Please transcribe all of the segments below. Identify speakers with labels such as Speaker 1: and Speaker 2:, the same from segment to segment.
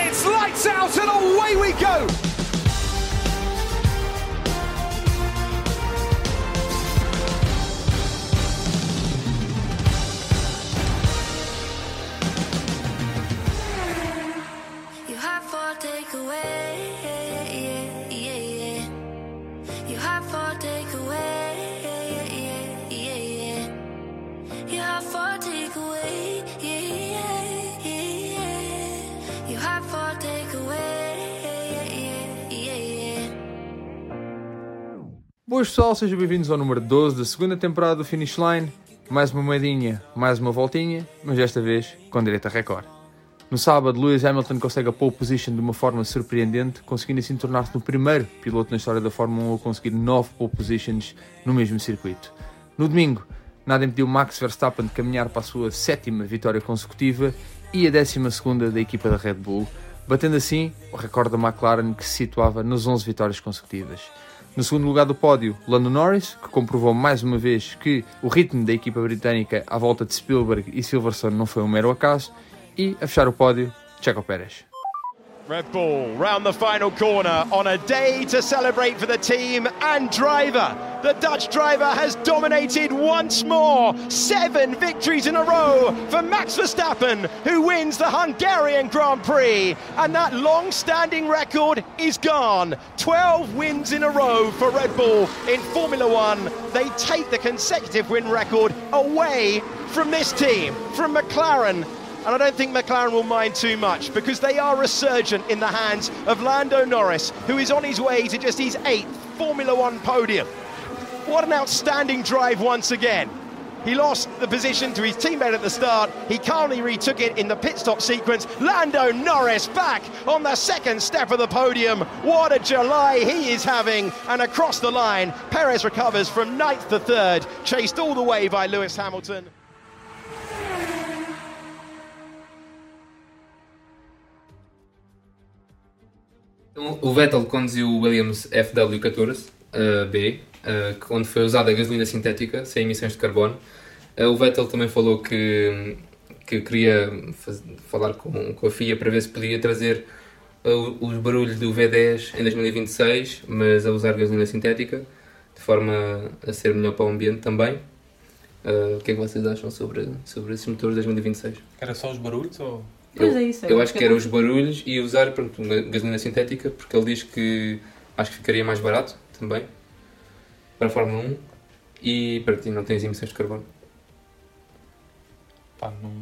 Speaker 1: It's out and away we go!
Speaker 2: You have for takeaway. Yeah, yeah, yeah, yeah. You have for takeaway. Yeah, yeah, yeah, yeah. You have for takeaway. Yeah, yeah, yeah, yeah. You have for takeaway. Yeah, yeah, yeah, yeah.
Speaker 3: Boas pessoal, sejam bem-vindos ao número 12 da segunda temporada do Finish Line. Mais uma moedinha, mais uma voltinha, mas desta vez com direito a recorde. No sábado, Lewis Hamilton consegue a pole position de uma forma surpreendente, conseguindo assim tornar-se no primeiro piloto na história da Fórmula 1 a conseguir 9 pole positions no mesmo circuito. No domingo, nada impediu Max Verstappen de caminhar para a sua sétima vitória consecutiva e a décima segunda da equipa da Red Bull, batendo assim o recorde da McLaren que se situava nas 11 vitórias consecutivas. No segundo lugar do pódio, Lando Norris, que comprovou mais uma vez que o ritmo da equipa britânica à volta de Spielberg e Silverstone não foi um mero acaso. E a fechar o pódio, Checo Pérez.
Speaker 4: Red Bull round the final corner on a day to celebrate for the team and driver. The Dutch driver has dominated once more. Seven victories in a row for Max Verstappen, who wins the Hungarian Grand Prix. And that long standing record is gone. 12 wins in a row for Red Bull in Formula One. They take the consecutive win record away from this team, from McLaren. And I don't think McLaren will mind too much because they are resurgent in the hands of Lando Norris, who is on his way to just his eighth Formula One podium. What an outstanding drive once again. He lost the position to his teammate at the start. He calmly retook it in the pit stop sequence. Lando Norris back on the second step of the podium. What a July he is having. And across the line, Perez recovers from ninth to third, chased all the way by Lewis Hamilton.
Speaker 5: Então, O Vettel conduziu o Williams FW14B, eh, onde foi usada a gasolina sintética, sem emissões de carbono. Eh, o Vettel também falou que, que queria faz- falar com, com a FIA para ver se podia trazer eh, o- os barulhos do V10 em 2026, mas a usar gasolina sintética, de forma a ser melhor para o ambiente também. Eh, o que é que vocês acham sobre, sobre esses motores de 2026?
Speaker 6: Era só os barulhos ou.
Speaker 7: Pois
Speaker 5: eu,
Speaker 7: é isso, é
Speaker 5: eu
Speaker 7: o
Speaker 5: acho
Speaker 7: que
Speaker 5: que era
Speaker 8: um
Speaker 7: eu-
Speaker 5: os barulhos e usar pronto, uma gasolina sintética, porque ele diz que acho que ficaria mais barato também para a Fórmula 1 e para ti não tens emissões de carbono.
Speaker 6: Pá, não.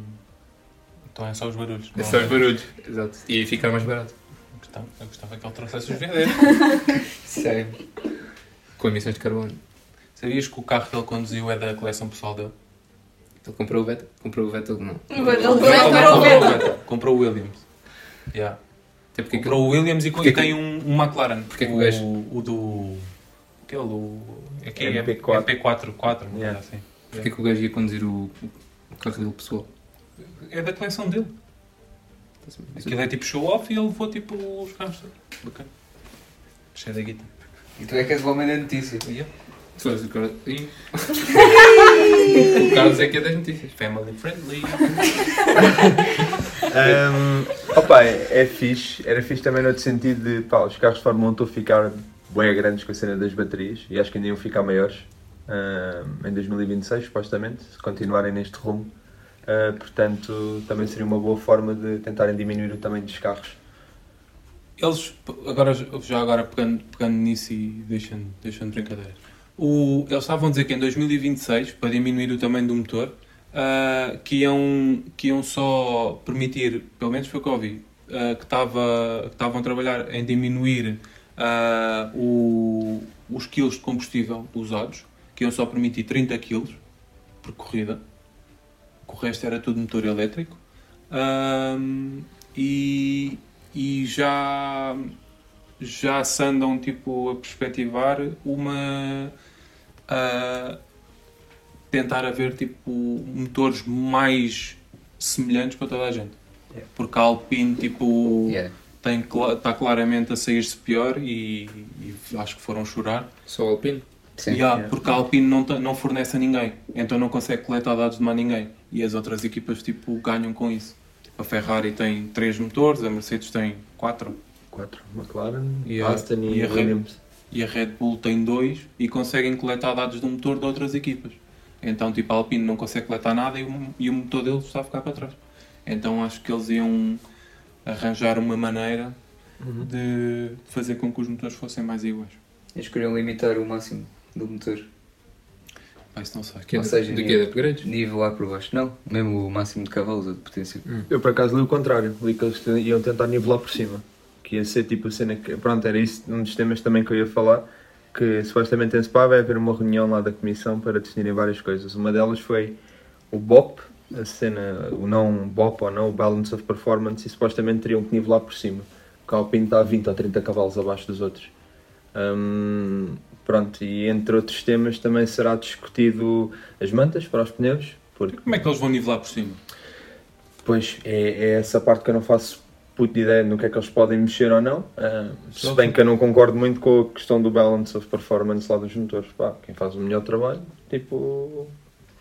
Speaker 6: Então é só os barulhos.
Speaker 5: É
Speaker 6: não
Speaker 5: só os barulhos. Exato. E ficar mais barato.
Speaker 6: Eu gostava, eu gostava que ele trouxesse os vendedores.
Speaker 5: Sim. Com emissões de carbono.
Speaker 6: Sabias que o carro que ele conduziu é da coleção pessoal dele?
Speaker 5: Ele Então comprou o Vettel? Comprou o Vettel não.
Speaker 7: Ele é
Speaker 5: Comprou o Vettel.
Speaker 6: Comprou o Williams. Yeah.
Speaker 5: Até porque
Speaker 6: Comprou o Williams e
Speaker 5: Porquê que-
Speaker 6: tem um, um McLaren.
Speaker 5: Porquê que o
Speaker 6: o,
Speaker 5: gajo-
Speaker 6: o do. Aquele. O, é aquele
Speaker 3: MP4.
Speaker 6: MP4, 4, uma
Speaker 3: Yeah.
Speaker 6: coisa assim.
Speaker 5: porque é que o gajo ia conduzir o, o carro dele pessoal?
Speaker 6: É da coleção dele. Aquilo é tipo show-off e ele levou tipo os carros. Ok. Cheio da guita.
Speaker 8: E tu é que és o homem da notícia.
Speaker 6: Yeah.
Speaker 5: Tu és o Carlos. Ih. o Carlos é que é das notícias.
Speaker 6: Family friendly.
Speaker 9: Um, opa, é, é fixe. Era fixe também no outro sentido de pá, os carros de Fórmula 1 estão a ficar bem grandes com a cena das baterias e acho que ainda iam ficar maiores um, em 2026, supostamente, se continuarem neste rumo. Uh, portanto, também seria uma boa forma de tentarem diminuir o tamanho dos carros.
Speaker 6: Eles, p- agora, já agora pegando, pegando nisso e deixando, deixando brincadeiras, o, eles estavam a dizer que em 2026, para diminuir o tamanho do motor, ah, que, iam, que iam só permitir, pelo menos foi o que eu ouvi, ah, que, estava, que estavam a trabalhar em diminuir ah, o- os quilos de combustível usados, que iam só permitir 30 quilos por corrida, que o resto era tudo motor elétrico. Ahm, e, e já, já se andam tipo, a perspectivar uma. a tentar haver tipo, motores mais semelhantes para toda a gente. Porque a Alpine tipo,
Speaker 5: Yeah.
Speaker 6: tem, está claramente a sair-se pior e, e acho que foram chorar.
Speaker 5: Só o Alpine? Sim.
Speaker 6: Yeah, Porque a Alpine não, tem- não fornece a ninguém, então não consegue coletar dados de mais ninguém. E as outras equipas tipo, ganham com isso. A Ferrari tem 3 motores, a Mercedes tem 4
Speaker 9: Quatro. McLaren,
Speaker 6: E a-
Speaker 9: Aston e,
Speaker 6: e a Red-
Speaker 9: Williams.
Speaker 6: e a Red Bull tem 2 e conseguem coletar dados do motor de outras equipas. Então, tipo, a Alpine não consegue coletar nada e o, e o motor deles está a ficar para trás. Então, acho que eles iam arranjar uma maneira
Speaker 9: Uhum.
Speaker 6: de fazer com que os motores fossem mais iguais.
Speaker 8: Eles queriam limitar o máximo do motor.
Speaker 6: Pá, isso não sei.
Speaker 5: Que é
Speaker 8: Ou
Speaker 5: do,
Speaker 8: seja,
Speaker 5: do que
Speaker 8: ninguém-
Speaker 5: é de upgrades?
Speaker 8: Nível lá por baixo. Não, mesmo o máximo de cavalos ou de potência.
Speaker 9: Eu por acaso li o contrário, li que eles te- iam tentar nivelar por cima. Que ia ser tipo a cena que. Pronto, era isso um dos temas também que eu ia falar. Que supostamente em Spa vai haver uma reunião lá da comissão para definirem várias coisas. Uma delas foi o BOP, a cena, o não BOP ou não, o Balance of Performance, e supostamente teriam que nivelar por cima. Porque a Alpine está a 20 ou 30 cavalos abaixo dos outros. Hum, pronto, e entre outros temas também será discutido as mantas para os pneus, porque
Speaker 6: Como é que eles vão nivelar por cima?
Speaker 9: Pois, é, é essa parte que eu não faço puta de ideia no que é que eles podem mexer ou não. Ah, se bem que eu não concordo muito com a questão do balance of performance lá dos motores. Pá, quem faz o melhor trabalho, tipo,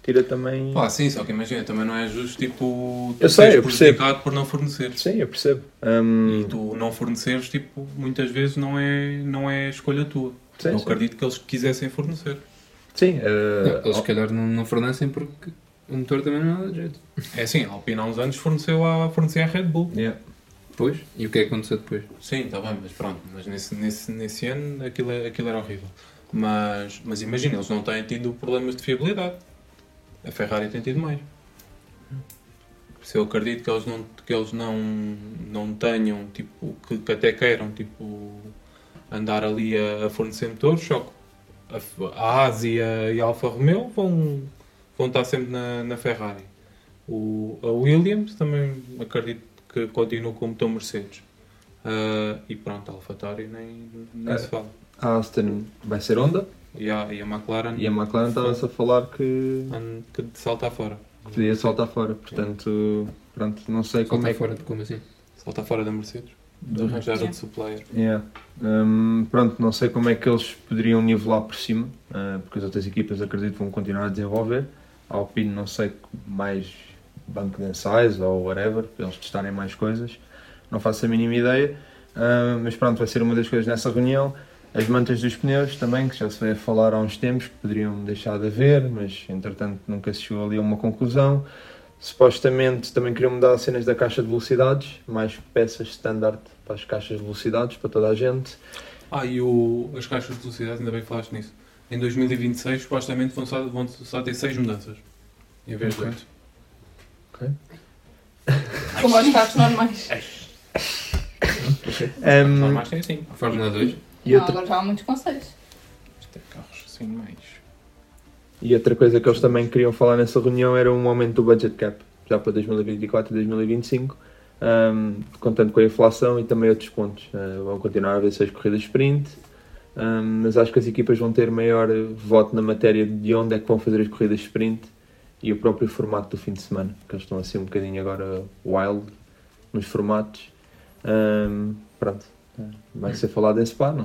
Speaker 9: tira também.
Speaker 6: Pá, Ah, sim, só que imagina, também não é justo, tipo, tu
Speaker 9: Eu sei,
Speaker 6: seres
Speaker 9: eu percebo.
Speaker 6: prejudicado por não forneceres.
Speaker 9: Sim, eu percebo. Ahm,
Speaker 6: E tu não forneceres, tipo, muitas vezes não é, não é escolha tua.
Speaker 9: Sim,
Speaker 6: eu
Speaker 9: sim.
Speaker 6: acredito que eles quisessem fornecer.
Speaker 9: sim,
Speaker 5: Não,
Speaker 9: ah,
Speaker 5: eles se calhar não, não fornecem porque o motor também não dá de jeito.
Speaker 6: É assim, a Alpine há uns anos forneceu a, fornecia a Red Bull.
Speaker 9: oh, yeah.
Speaker 5: Depois? E o que é que aconteceu depois?
Speaker 6: Sim, está bem, mas pronto, mas nesse, nesse, nesse ano aquilo, é- aquilo era horrível. Mas, mas imagina, eles não têm tido problemas de fiabilidade. A Ferrari tem tido mais. Por isso eu acredito que eles não, que eles não, não tenham, tipo, que, que até queiram tipo, andar ali a, a fornecer motores, só que a, F- a Haas e a, e a Alfa Romeo vão, vão estar sempre na, na Ferrari. O, a Williams também acredito que continua como motor Mercedes. Ah, e pronto, a AlphaTauri nem, nem
Speaker 9: É.
Speaker 6: se fala.
Speaker 9: A Aston vai ser Honda
Speaker 6: E a, e a McLaren
Speaker 9: e a McLaren estava-se a falar que
Speaker 6: an- que salta fora.
Speaker 9: podia soltar fora. Portanto, pronto, não sei como
Speaker 5: Como
Speaker 9: é que.
Speaker 5: fora de como assim?
Speaker 6: Salta fora da Mercedes. De arranjar outro supplier.
Speaker 9: Yeah. Um, pronto, não sei como é que eles poderiam nivelar por cima, uh, porque as outras equipas acredito que vão continuar a desenvolver. A Alpine não sei que mais banco de ensaios ou whatever, para eles testarem mais coisas. Não faço a mínima ideia. Uh, mas pronto, vai ser uma das coisas nessa reunião. As mantas dos pneus também, que já se veio a falar há uns tempos, que poderiam deixar de haver, mas entretanto nunca se chegou ali a uma conclusão. Supostamente também queriam mudar cenas da caixa de velocidades, mais peças standard para as caixas de velocidades, para toda a gente.
Speaker 6: Ah, e o, as caixas de velocidade, ainda bem que falaste nisso. Em 2026, supostamente, vão só, vão só ter 6 mudanças. Em vez de
Speaker 9: Ok.
Speaker 6: 8.
Speaker 7: Como aos carros normais.
Speaker 9: Ahm,
Speaker 6: Normais tem 5.
Speaker 5: A Fórmula 2?
Speaker 9: e,
Speaker 7: Não,
Speaker 9: outra,
Speaker 7: agora já há muitos conselhos.
Speaker 6: Isto é carros sem mais.
Speaker 9: e outra coisa que eles também queriam falar nessa reunião era um aumento do budget cap, já para 2024 e 2025, ahm, contando com a inflação e também outros pontos. Ah, vão continuar a haver seis corridas sprint, ahm, mas acho que as equipas vão ter maior eh, voto na matéria de onde é que vão fazer as corridas sprint e o próprio formato do fim de semana, que eles estão assim um bocadinho agora wild nos formatos. Ahm, pronto, vai ser falado em Spa, não,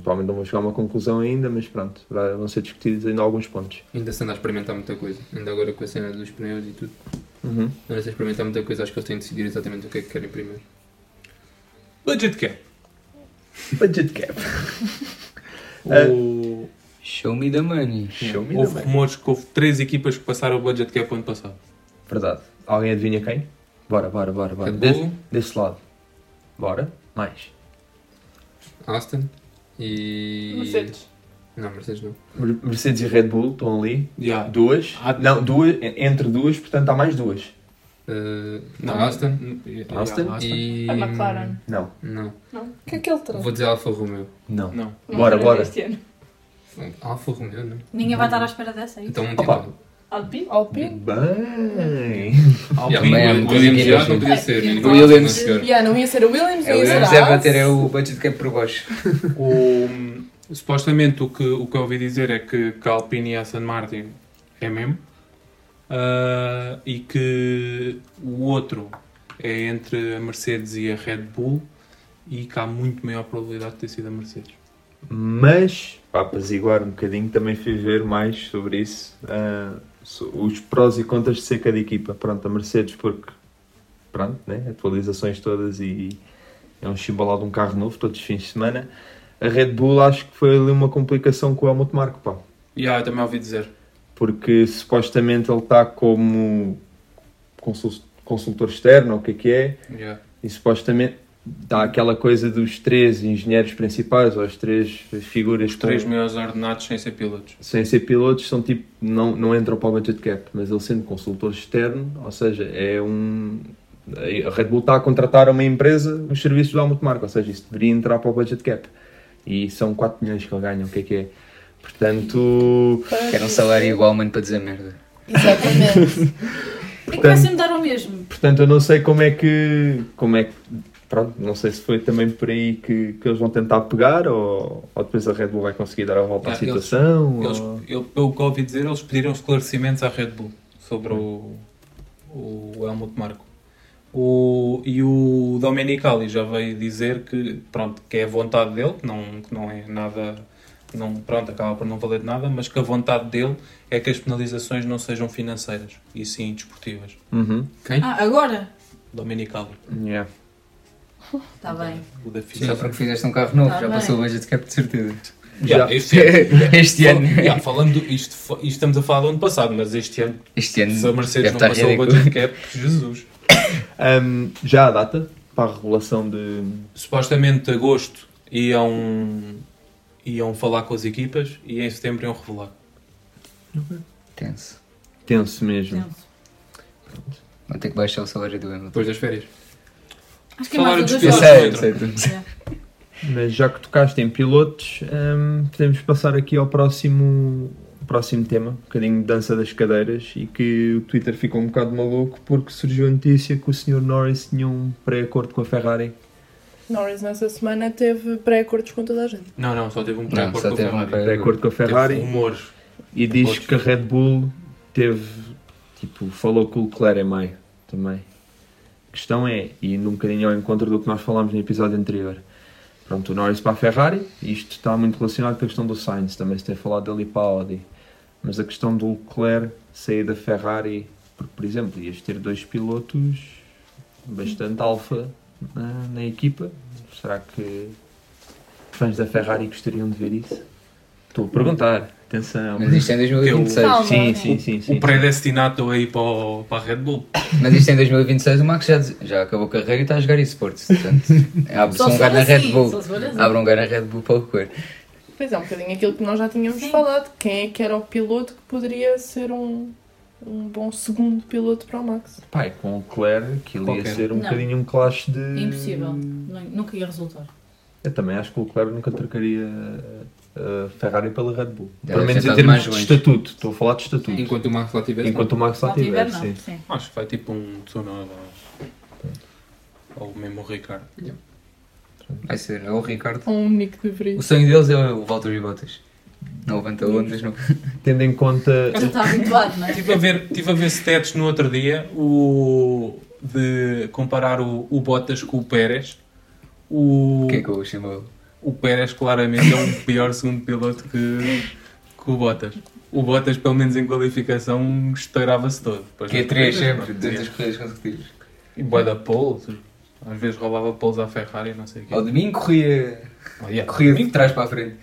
Speaker 9: provavelmente não vou chegar a uma conclusão ainda, mas pronto, vai- vão ser discutidos ainda alguns pontos.
Speaker 5: Ainda se anda a experimentar muita coisa. Ainda agora com a cena dos pneus e tudo. Anda-se a experimentar muita coisa. Acho que eles têm de decidir exatamente o que é que querem primeiro.
Speaker 6: Budget cap.
Speaker 9: Budget cap. É.
Speaker 6: O,
Speaker 8: Show me the money.
Speaker 9: Show me
Speaker 6: houve
Speaker 9: the money.
Speaker 6: rumores que houve 3 equipas que passaram o budget cap ano passado.
Speaker 9: Verdade. Alguém adivinha quem? Bora, bora, bora, bora.
Speaker 5: Red
Speaker 9: Desse,
Speaker 5: Bull,
Speaker 9: desse lado. Bora. Mais.
Speaker 5: Aston e...
Speaker 7: Mercedes.
Speaker 5: Não, Mercedes não.
Speaker 9: Mer- Mercedes e Red Bull estão ali.
Speaker 6: Yeah.
Speaker 9: Duas.
Speaker 6: Ah,
Speaker 9: Não, duas. en- Entre duas, portanto há mais duas.
Speaker 5: Uh,
Speaker 6: Não,
Speaker 5: a Aston
Speaker 6: Yeah,
Speaker 9: Aston
Speaker 8: Ah,
Speaker 5: e...
Speaker 8: Hum,
Speaker 7: A McLaren.
Speaker 9: Não.
Speaker 5: Não.
Speaker 7: Não. O que é que ele trouxe?
Speaker 5: Vou dizer Alfa Romeo.
Speaker 9: Não.
Speaker 6: Não.
Speaker 7: Não
Speaker 9: Bora,
Speaker 7: foi
Speaker 9: bora.
Speaker 7: Este ano.
Speaker 5: Alfa Romeo, não?
Speaker 7: Ninguém vai estar à espera dessa aí.
Speaker 5: Então um
Speaker 9: Opa.
Speaker 5: título.
Speaker 7: Alpine? Alpine?
Speaker 9: Bem. Ah,
Speaker 5: Yeah,
Speaker 8: Bem, é
Speaker 5: Williams
Speaker 8: muito
Speaker 5: Williams
Speaker 8: difícil.
Speaker 5: já não podia ser.
Speaker 6: né?
Speaker 5: nem
Speaker 8: Williams.
Speaker 5: Williams não chegar.
Speaker 7: Yeah, não ia ser o Williams,
Speaker 8: É
Speaker 7: não
Speaker 8: o
Speaker 7: ia ser a
Speaker 8: Williams é bater é
Speaker 7: Haas.
Speaker 8: o budget cap por baixo.
Speaker 6: O, supostamente o que, o que eu ouvi dizer é que, que a Alpine e a Aston Martin é mesmo Ah, e que o outro é entre a Mercedes e a Red Bull e que há muito maior probabilidade de ter sido a Mercedes.
Speaker 9: Mas, para apaziguar um bocadinho, também fui ver mais sobre isso, ah, so- os prós e contras de ser cada equipa. Pronto, a Mercedes, porque pronto, né? atualizações todas e é um chimbalado de um carro novo todos os fins de semana. A Red Bull acho que foi ali uma complicação com o Helmut Marko, pá.
Speaker 6: E ah, eu também ouvi dizer.
Speaker 9: Porque supostamente ele está como consul- consultor externo, ou o que é que é,
Speaker 6: Yeah.
Speaker 9: e supostamente dá aquela coisa dos três engenheiros principais, ou as três figuras... com-
Speaker 6: 3 melhores ordenados sem ser pilotos.
Speaker 9: sem ser pilotos, são tipo, não, não entram para o budget cap, mas ele sendo consultor externo, ou seja, é um. A Red Bull está a contratar a uma empresa os serviços do Helmut Marko, ou seja, isso deveria entrar para o budget cap. E são 4 milhões que ele ganha, o que é que é? Portanto,
Speaker 8: Quero um salário igual, mano, para dizer merda.
Speaker 7: Exatamente. Por que vai sempre dar o mesmo?
Speaker 9: portanto, eu não sei como é que. Como é que pronto, não sei se foi também por aí que, que eles vão tentar pegar, ou, ou depois a Red Bull vai conseguir dar a volta à
Speaker 6: Ah, eles-
Speaker 9: situação.
Speaker 6: Eles,
Speaker 9: ou-
Speaker 6: eu, pelo que ouvi dizer, eles pediram esclarecimentos à Red Bull sobre o, o Helmut Marko. O, e o Domenicali já veio dizer que, pronto, que é a vontade dele, que não, que não é nada. Não, pronto, acaba por não valer de nada, mas que a vontade dele é que as penalizações não sejam financeiras e sim desportivas.
Speaker 9: Uhum.
Speaker 7: Ah, agora?
Speaker 6: Domenicali,
Speaker 9: Yeah.
Speaker 7: Está Tá bem.
Speaker 6: o da
Speaker 8: Só
Speaker 6: FIFA.
Speaker 8: porque fizeste um carro novo,
Speaker 7: Tá
Speaker 8: já
Speaker 7: bem.
Speaker 8: passou o budget cap de certeza.
Speaker 6: Yeah, este ano.
Speaker 8: Este
Speaker 6: Fal-
Speaker 8: ano.
Speaker 6: yeah, falando do- isto, fo- isto estamos a falar do ano passado, mas este ano,
Speaker 8: Este ano.
Speaker 6: se a
Speaker 8: deve
Speaker 6: Mercedes
Speaker 8: estar
Speaker 6: não passou o
Speaker 8: ridículo.
Speaker 6: budget cap, Jesus.
Speaker 9: Um, já a data para a regulação de.
Speaker 6: supostamente agosto iam, iam falar com as equipas e em setembro iam revelar.
Speaker 8: Tenso.
Speaker 9: Tenso mesmo.
Speaker 8: Vão ter que baixar o salário do Hamilton.
Speaker 5: Depois das férias.
Speaker 7: Acho que é mais
Speaker 6: Falaram
Speaker 7: o dois
Speaker 6: de
Speaker 8: Eu
Speaker 6: Pois.
Speaker 8: sei, eu sei.
Speaker 9: Mas já que tocaste em pilotos, hum, podemos passar aqui ao próximo, próximo tema, um bocadinho de dança das cadeiras, e que o Twitter ficou um bocado maluco porque surgiu a notícia que o Sr. Norris tinha um pré-acordo com a Ferrari.
Speaker 10: Norris nessa semana teve pré-acordos com toda a gente.
Speaker 6: Não, não, só teve um
Speaker 8: Não,
Speaker 6: pré-acordo
Speaker 8: só
Speaker 6: com a
Speaker 8: teve um
Speaker 6: Ferrari.
Speaker 8: pré-
Speaker 9: Pré-acordo com a
Speaker 6: Teve um
Speaker 9: Ferrari
Speaker 6: rumores.
Speaker 9: e diz que a Red Bull teve, tipo, falou com o Leclerc em maio também. A questão é, e indo um bocadinho ao encontro do que nós falámos no episódio anterior, pronto, o Norris para a Ferrari, isto está muito relacionado com a questão do Sainz, também se tem falado dele para a Audi, mas a questão do Leclerc sair da Ferrari, porque, por exemplo, ias ter dois pilotos bastante alfa na, na equipa, será que fãs da Ferrari gostariam de ver isso? Estou a perguntar, atenção.
Speaker 8: Mas isto é em 2026.
Speaker 7: Calma.
Speaker 9: Sim, sim, sim. sim.
Speaker 6: O predestinado aí para, o- para a Red Bull.
Speaker 8: Mas isto em 2026 o Max já, já acabou a carreira e está a jogar esportes. Portanto, abre só um lugar na Red Bull.
Speaker 7: Só se for assim.
Speaker 8: Abre um lugar na Red Bull para o correr.
Speaker 10: Pois é, um bocadinho aquilo que nós já tínhamos falado. Quem é que era o piloto que poderia ser um, um bom segundo piloto para o Max?
Speaker 9: Pai, com o Claire, aquilo
Speaker 6: Qualquer.
Speaker 9: ia ser um
Speaker 7: Não.
Speaker 9: bocadinho um clash de.
Speaker 7: É impossível. Não- Nunca ia resultar.
Speaker 9: Eu também acho que o Claire nunca trocaria a Ferrari pela Red Bull.
Speaker 8: Deve ter
Speaker 9: Pelo menos em
Speaker 8: dado
Speaker 9: termos
Speaker 8: mais
Speaker 9: de
Speaker 8: longe.
Speaker 9: estatuto. Estou a falar de estatuto.
Speaker 5: Enquanto o Max lá tivesse.
Speaker 9: Enquanto o Max lá
Speaker 7: Não tiver,
Speaker 9: estiver,
Speaker 7: não.
Speaker 9: sim.
Speaker 7: Sim.
Speaker 6: Acho que vai tipo um Tsunoda ou, ou mesmo o Ricardo.
Speaker 8: Vai ser ou o Ricardo.
Speaker 10: Ou um Nick de
Speaker 8: O
Speaker 10: Vries?
Speaker 8: sonho deles é o Valtteri Bottas. Não levanta Londres, não.
Speaker 9: Tendo em conta.
Speaker 7: Já está habituado, não é?
Speaker 6: Estive a ver, tive a ver stats no outro dia o, de comparar o, o Bottas com o Pérez. O,
Speaker 8: O que é que eu chamo?
Speaker 6: O Pérez claramente é um pior segundo piloto que, que o Bottas. O Bottas, pelo menos em qualificação, estourava-se todo. Depois nas
Speaker 8: Q3
Speaker 6: corridas,
Speaker 8: sempre,
Speaker 6: não,
Speaker 8: durante as
Speaker 6: sim.
Speaker 8: corridas consecutivas.
Speaker 6: E boa da poles. Às vezes rolava poles à Ferrari, não sei o quê.
Speaker 8: Ao domingo corria,
Speaker 6: Oh, yeah.
Speaker 8: corria de trás para a frente.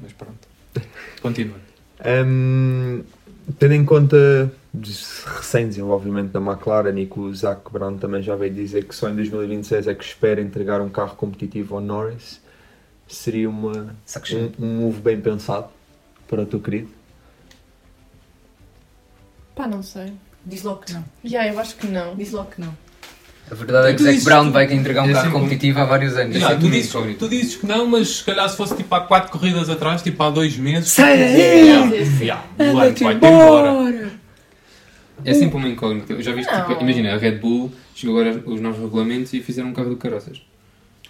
Speaker 6: Mas pronto. Continua.
Speaker 9: hum, tendo em conta des- recém-desenvolvimento da McLaren e que o Zac Brown também já veio dizer que só em 2026 é que espera entregar um carro competitivo ao Norris, seria uma
Speaker 8: Saco cheio.
Speaker 9: um, um move bem pensado para o teu querido.
Speaker 10: Pá, não sei.
Speaker 7: Diz logo que não.
Speaker 10: Já, eu acho que não.
Speaker 7: Diz logo que não.
Speaker 8: A verdade é que
Speaker 6: Tu
Speaker 8: o Zac
Speaker 6: dizes-
Speaker 8: Brown vai entregar um
Speaker 5: É
Speaker 8: carro
Speaker 5: sempre um-
Speaker 8: competitivo há vários anos.
Speaker 6: Já,
Speaker 8: É
Speaker 6: tu,
Speaker 8: sempre
Speaker 6: dizes,
Speaker 5: incógnito.
Speaker 6: tu dizes que não, mas se calhar se fosse tipo há quatro corridas atrás, tipo há dois meses.
Speaker 8: Sai daí!
Speaker 6: Yeah, yeah, Blanco, vai-te embora.
Speaker 5: É sempre uma incógnita. Eu já viste,
Speaker 10: Não.
Speaker 5: tipo, imagina, a Red Bull chegou agora os novos regulamentos e fizeram um carro de carroças.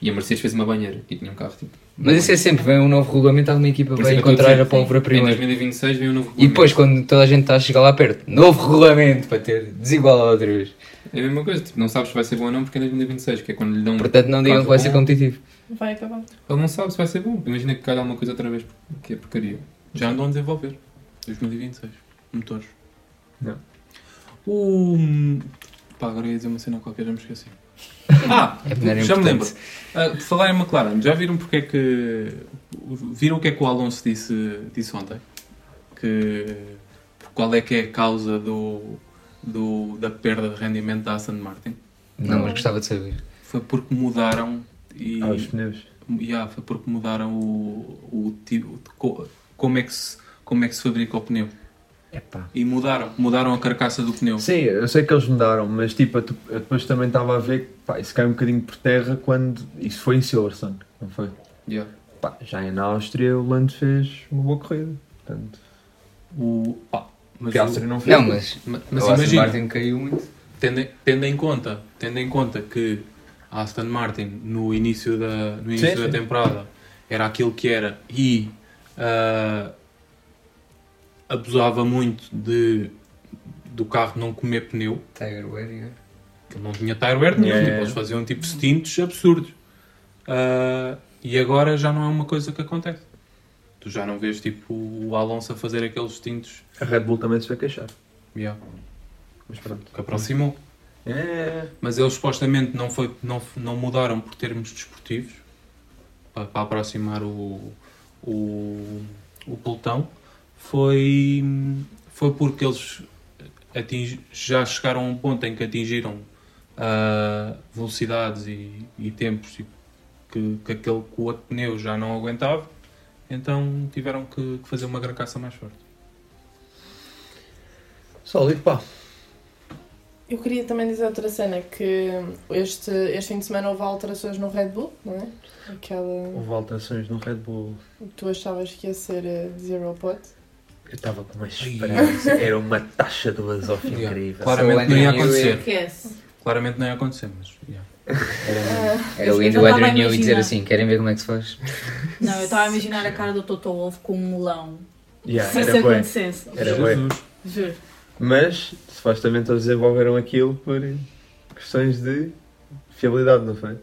Speaker 5: E a Mercedes fez uma banheira e tinha um carro tipo.
Speaker 8: Mas isso é sempre, vem um novo regulamento, alguma equipa
Speaker 5: Por
Speaker 8: vai
Speaker 5: isso é que eu
Speaker 8: encontrar
Speaker 5: estou
Speaker 8: a
Speaker 5: a dizer,
Speaker 8: pólvora
Speaker 5: Em
Speaker 8: primeiro.
Speaker 5: 2026 vem um novo regulamento.
Speaker 8: E depois, quando toda a gente está a chegar lá perto, novo regulamento para ter desigual a outra vez.
Speaker 5: É a mesma coisa, tipo, não sabes se vai ser bom ou não porque é em 2026, que é quando lhe dão. um
Speaker 8: Portanto, não digam
Speaker 5: carro
Speaker 8: que vai ser
Speaker 5: bom,
Speaker 8: competitivo.
Speaker 10: Vai acabar.
Speaker 5: Ele não sabe se vai ser bom. Imagina que calha alguma coisa outra vez que é porcaria.
Speaker 6: Já andam a desenvolver. 2026. Motores.
Speaker 9: Não.
Speaker 6: O. Pá, agora ia dizer uma cena qualquer, já me esqueci.
Speaker 8: Ah,
Speaker 6: Ah,
Speaker 8: não era
Speaker 6: já me
Speaker 8: importante.
Speaker 6: lembro. Ah, por falar em McLaren, já viram porque é que. Viram o que é que o Alonso disse, disse ontem? Que. Qual é que é a causa do, do- da perda de rendimento da Aston Martin?
Speaker 8: Não, mas gostava de saber.
Speaker 6: Foi porque mudaram e.
Speaker 9: Ah, os pneus.
Speaker 6: Yeah, foi porque mudaram o, o tipo de co- como é que se como é que se fabrica o pneu. E mudaram, mudaram a carcaça do pneu.
Speaker 9: Sim, eu sei que eles mudaram, mas tipo, eu te- eu depois também estava a ver que pá, isso cai um bocadinho por terra quando. Isso foi em Silverstone, não foi?
Speaker 6: Yeah.
Speaker 9: Pá, já na Áustria o Lando fez uma boa corrida. Portanto,
Speaker 6: O, pá, mas
Speaker 9: Piastri
Speaker 6: o-
Speaker 9: não fez.
Speaker 8: Não, mas,
Speaker 6: Ma-
Speaker 8: mas
Speaker 6: mas
Speaker 8: o Aston
Speaker 6: imagina.
Speaker 8: Martin caiu muito.
Speaker 6: tendo, em- tendo em conta, tendo em conta que a Aston Martin no início da, no início
Speaker 9: Sim,
Speaker 6: da
Speaker 9: sim.
Speaker 6: temporada era aquilo que era e ah, abusava muito de, do carro não comer pneu,
Speaker 8: Tiger Warrior.
Speaker 6: que não tinha tireware nenhum,
Speaker 9: Yeah.
Speaker 6: tipo, eles faziam tipo stints absurdos. Ah, e agora já não é uma coisa que acontece. Tu já não vês tipo o Alonso a fazer aqueles stints
Speaker 9: A Red Bull também se vai queixar.
Speaker 6: yeah,
Speaker 9: Mas pronto.
Speaker 6: que aproximou.
Speaker 9: É.
Speaker 6: Mas eles supostamente não, foi, não, não mudaram por termos desportivos para, para aproximar o, o, o pelotão. Foi, foi porque eles atingi- já chegaram a um ponto em que atingiram ah, velocidades e, e tempos tipo, que, que aquele que o outro pneu já não aguentava. Então tiveram que, que fazer uma carcaça mais forte.
Speaker 3: Sólido, pá.
Speaker 10: Eu queria também dizer outra cena, que este, este fim de semana houve alterações no Red Bull, não é? Aquela...
Speaker 9: Houve alterações no Red Bull.
Speaker 10: Tu achavas que ia ser eh, zero pot?
Speaker 9: Eu estava com uma esperança. Era uma taxa de lasofa
Speaker 6: Yeah.
Speaker 9: incrível.
Speaker 6: Claramente não ia acontecer.
Speaker 7: Esquece.
Speaker 6: Claramente não ia acontecer, mas. yeah.
Speaker 8: Era É o
Speaker 7: Eu
Speaker 8: Andy
Speaker 7: estava a
Speaker 8: Weather New e dizer
Speaker 7: imaginar.
Speaker 8: assim: querem ver como é que se faz?
Speaker 7: Não, eu estava a imaginar a cara do Toto Wolff com um melão.
Speaker 9: Yeah,
Speaker 8: É,
Speaker 7: Se isso
Speaker 9: era bué.
Speaker 7: acontecesse.
Speaker 9: Era
Speaker 7: Juro.
Speaker 9: bué.
Speaker 7: Juro.
Speaker 9: Mas, supostamente, eles desenvolveram aquilo por questões de fiabilidade, não foi?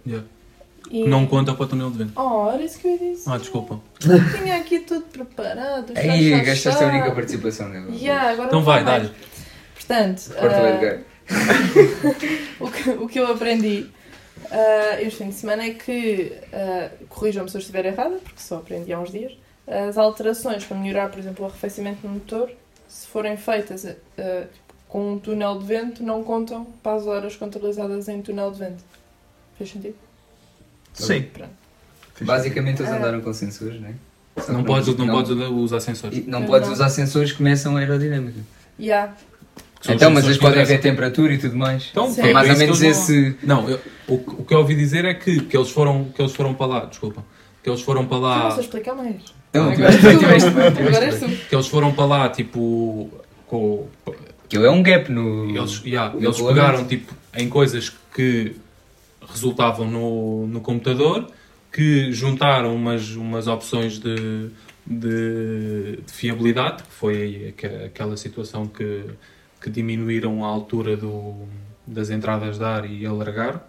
Speaker 10: E...
Speaker 6: Não conta para o túnel de vento.
Speaker 10: Oh, era isso que eu disse.
Speaker 6: Ah, desculpa.
Speaker 10: Tinha aqui tudo preparado. chá,
Speaker 8: Aí
Speaker 10: chá,
Speaker 8: gastaste
Speaker 10: chá.
Speaker 8: é a única participação dela.
Speaker 10: Yeah, agora
Speaker 6: Então
Speaker 10: não
Speaker 6: vai,
Speaker 10: mais.
Speaker 6: dá-lhe.
Speaker 10: Portanto,
Speaker 8: Corta o
Speaker 10: ah,
Speaker 8: Edgar.
Speaker 10: o, que, o que eu aprendi ah, este fim de semana é que, ah, corrijam-me se eu estiver errada, porque só aprendi há uns dias, as alterações para melhorar, por exemplo, o arrefecimento no motor, se forem feitas ah, com um túnel de vento, não contam para as horas contabilizadas em túnel de vento. Fez sentido?
Speaker 9: Sim.
Speaker 10: Pronto.
Speaker 8: Basicamente eles
Speaker 10: Ah.
Speaker 8: andaram com sensores, né? Só que
Speaker 6: Não podes, não
Speaker 8: não-
Speaker 6: podes usar sensores.
Speaker 8: e Não
Speaker 10: Não.
Speaker 8: podes usar sensores que meçam a aerodinâmica.
Speaker 10: Yeah.
Speaker 6: Que são os
Speaker 8: então, mas
Speaker 6: sensores
Speaker 8: eles
Speaker 6: que
Speaker 8: podem
Speaker 6: interessam.
Speaker 8: ver temperatura e tudo mais.
Speaker 6: Então,
Speaker 8: Foi
Speaker 6: é
Speaker 8: mais
Speaker 6: por
Speaker 8: ou
Speaker 6: isso
Speaker 8: menos
Speaker 6: que eles
Speaker 8: esse.
Speaker 6: Não, eu- o, que- o que eu ouvi dizer é que, que, eles foram, que eles foram para lá, desculpa, que eles foram para
Speaker 10: Ah.
Speaker 6: lá,
Speaker 10: Não sei explicar mais.
Speaker 8: Não,
Speaker 10: Agora és
Speaker 8: tiveste
Speaker 10: tu.
Speaker 8: bem, tiveste bem,
Speaker 10: Agora
Speaker 8: tiveste
Speaker 10: és
Speaker 8: bem.
Speaker 10: tu.
Speaker 6: que eles foram para lá, tipo, com,
Speaker 8: Aquilo é um gap no.
Speaker 6: eles, yeah,
Speaker 8: No
Speaker 6: eles
Speaker 8: regulamento.
Speaker 6: pegaram tipo, em coisas que resultavam no, no computador, que juntaram umas, umas opções de, de, de fiabilidade, que foi aí aque- aquela situação que, que diminuíram a altura do, das entradas de ar e alargaram,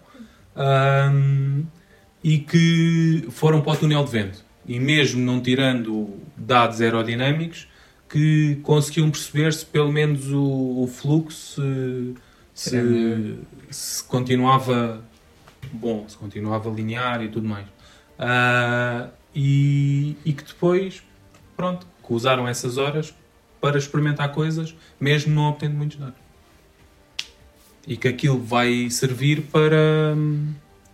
Speaker 6: Ahm, e que foram para o túnel de vento. E mesmo não tirando dados aerodinâmicos, que conseguiam perceber se pelo menos o, o fluxo se, se, se continuava bom, se continuava linear e tudo mais. Ah, e, e que depois, pronto, que usaram essas horas para experimentar coisas, mesmo não obtendo muitos dados. E que aquilo vai servir para, hum,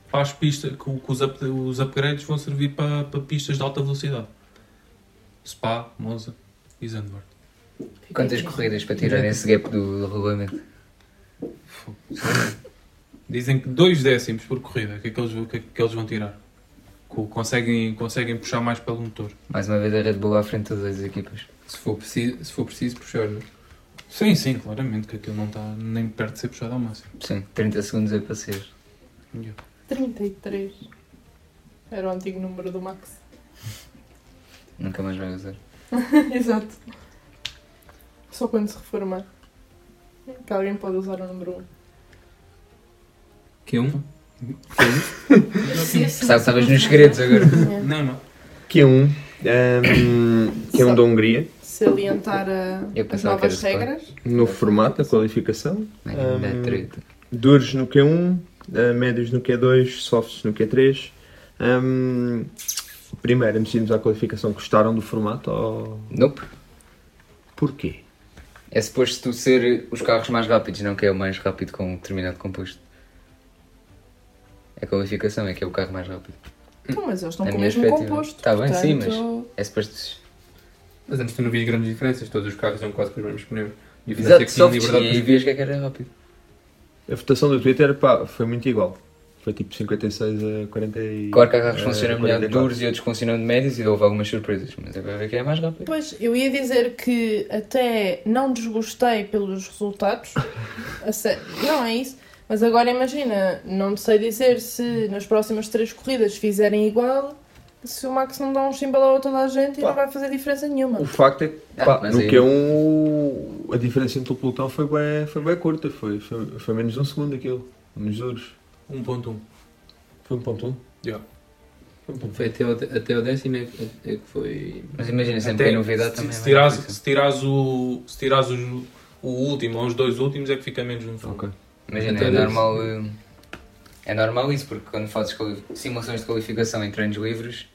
Speaker 6: para as pistas, que, o- que os, up- os upgrades vão servir para, para pistas de alta velocidade. Spa, Monza e Zandvoort.
Speaker 8: Quantas corridas para tirar esse gap do, do regulamento?
Speaker 6: Dizem que dois décimos por corrida, que é que eles, que é que eles vão tirar? Co- Conseguem, conseguem puxar mais pelo motor.
Speaker 8: Mais uma vez a Red Bull à frente das duas equipas.
Speaker 5: Se for preciso, se for preciso puxar, né?
Speaker 6: Sim, sim, claramente, que aquilo não está nem perto de ser puxado ao máximo.
Speaker 8: Sim, 30 segundos é a passear.
Speaker 10: 33. Era o antigo número do Max.
Speaker 8: Nunca mais vai usar.
Speaker 10: Exato. Só quando se reformar. Que alguém pode usar o número 1.
Speaker 5: Que é um?
Speaker 8: Sabe, estavas nos segredos agora.
Speaker 6: Não, não.
Speaker 9: Q1, um, Q1 da Hungria,
Speaker 10: Salientar a-
Speaker 8: Eu
Speaker 10: as
Speaker 8: pensava que
Speaker 10: novas
Speaker 8: era Spa.
Speaker 10: regras.
Speaker 9: novo formato da qualificação.
Speaker 8: Ainda
Speaker 9: Hum.
Speaker 8: treta.
Speaker 9: duros no Q1, eh, médios no Q2, softs no Q3. Ahm, primeiro, antes de à qualificação, gostaram do formato? Ou...
Speaker 8: Nope.
Speaker 9: Porquê?
Speaker 8: É suposto tu ser os carros mais rápidos, não que é o mais rápido com um determinado composto. A qualificação é que é o carro mais rápido.
Speaker 10: Então, mas eles estão
Speaker 8: Na
Speaker 10: com o
Speaker 8: minha
Speaker 10: mesmo
Speaker 8: perspectiva.
Speaker 10: composto.
Speaker 8: Tá bem, sim, mas
Speaker 10: portanto-
Speaker 8: é suposto.
Speaker 5: Mas antes tu não vias grandes diferenças, todos os carros eram quase com os mesmos pneus. E a diferença
Speaker 8: Exato,
Speaker 5: é que tinham
Speaker 8: softs,
Speaker 5: liberdade
Speaker 8: e aí
Speaker 5: para
Speaker 8: vês que é que era rápido.
Speaker 9: A votação do Twitter pá, foi muito igual. Foi tipo 56 a 40 e...
Speaker 8: Claro que há
Speaker 6: É,
Speaker 8: carros que
Speaker 9: a
Speaker 8: funcionam melhor de
Speaker 9: 44.
Speaker 8: duros e outros que funcionam de médios e houve algumas surpresas, mas é para ver quem é mais rápido.
Speaker 10: Pois, eu ia dizer que até não desgostei pelos resultados. A sé- Não é isso. Mas agora imagina, não sei dizer se nas próximas três corridas fizerem igual, se o Max não dá um chimbalão a toda a gente e não vai fazer diferença nenhuma.
Speaker 9: O facto é que pá,
Speaker 8: Ah, mas
Speaker 9: no
Speaker 8: aí-
Speaker 9: Q1 o- a diferença entre o pelotão foi bem, foi bem curta, foi, foi, foi menos de um segundo aquilo, nos duros.
Speaker 6: 1.1.
Speaker 9: Foi 1.1?
Speaker 5: Foi até o, até o décimo é que, é que foi.
Speaker 8: Mas imagina, sempre
Speaker 6: Até
Speaker 8: que é novidade
Speaker 6: se,
Speaker 8: também.
Speaker 6: se
Speaker 8: é
Speaker 6: tirares,
Speaker 8: mais difícil.
Speaker 6: se tirares o. Se tirares os- o último ou os dois últimos é que fica menos no fundo.
Speaker 9: Ok.
Speaker 8: Imagina,
Speaker 5: Até
Speaker 8: é
Speaker 5: desse.
Speaker 8: normal. eh, É normal isso, porque quando fazes quali- simulações de qualificação em treinos livres,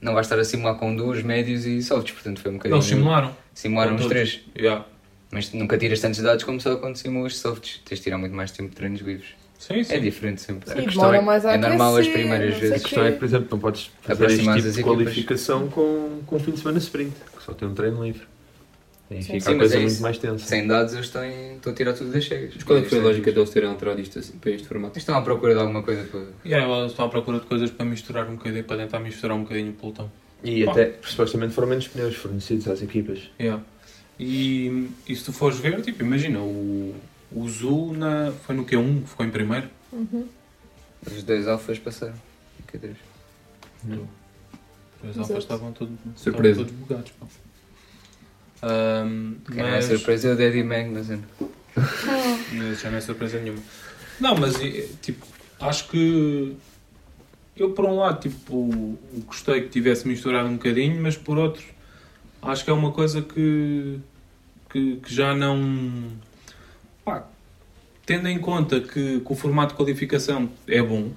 Speaker 8: não vais estar a simular com duros, médios e softs, portanto foi um bocadinho.
Speaker 6: Eles simularam.
Speaker 8: Simularam
Speaker 6: Com
Speaker 8: os
Speaker 6: todos.
Speaker 8: três.
Speaker 6: Yeah.
Speaker 8: Mas nunca tiras tantos dados como só quando simulas softs. Tens de tirar muito mais tempo de treinos livres.
Speaker 6: Sim, sim.
Speaker 8: É diferente sempre.
Speaker 10: Sim,
Speaker 8: a questão é,
Speaker 10: demora mais a
Speaker 8: é normal as
Speaker 10: aquecer,
Speaker 8: primeiras
Speaker 10: não sei
Speaker 9: A
Speaker 8: vezes.
Speaker 9: questão é que, por exemplo, não podes fazer este
Speaker 8: Aproximar
Speaker 9: tipo
Speaker 8: as
Speaker 9: de
Speaker 8: equipas.
Speaker 9: qualificação com, com o fim de semana sprint, que só tem um treino livre.
Speaker 8: Sim,
Speaker 9: Fica
Speaker 8: sim,
Speaker 9: a
Speaker 8: mas
Speaker 9: coisa
Speaker 8: é
Speaker 9: muito
Speaker 8: isso.
Speaker 9: mais tensa.
Speaker 8: Sem dados eles estão, em- estão a tirar tudo das chegas.
Speaker 5: Mas qual é que foi a
Speaker 8: Eles
Speaker 5: lógica deles terem alterado isto assim, para este formato?
Speaker 8: Estão à procura de alguma coisa para.
Speaker 6: Yeah, eles estão à procura de coisas para misturar um bocadinho, para tentar misturar um bocadinho o pelotão.
Speaker 9: E
Speaker 6: Bom.
Speaker 9: até, supostamente, foram menos pneus fornecidos às equipas.
Speaker 6: Yeah. E, e se tu fores ver, tipo, imagina, o, o Zul na, foi no Q1, que ficou em primeiro.
Speaker 8: Os dois alfas passaram. Que Deus.
Speaker 6: Os
Speaker 10: Exato.
Speaker 6: alfas estavam todos,
Speaker 5: Surpresa.
Speaker 6: estavam todos bugados. Pá. Ahm,
Speaker 8: Quem não é
Speaker 6: mas,
Speaker 8: surpresa é o Daddy Magnussen.
Speaker 6: mas já não é surpresa nenhuma. Não, mas e, tipo, acho que eu por um lado tipo, gostei que tivesse misturado um bocadinho, mas por outro acho que é uma coisa que, que, que já não pá, tendo em conta que, que o formato de qualificação é bom,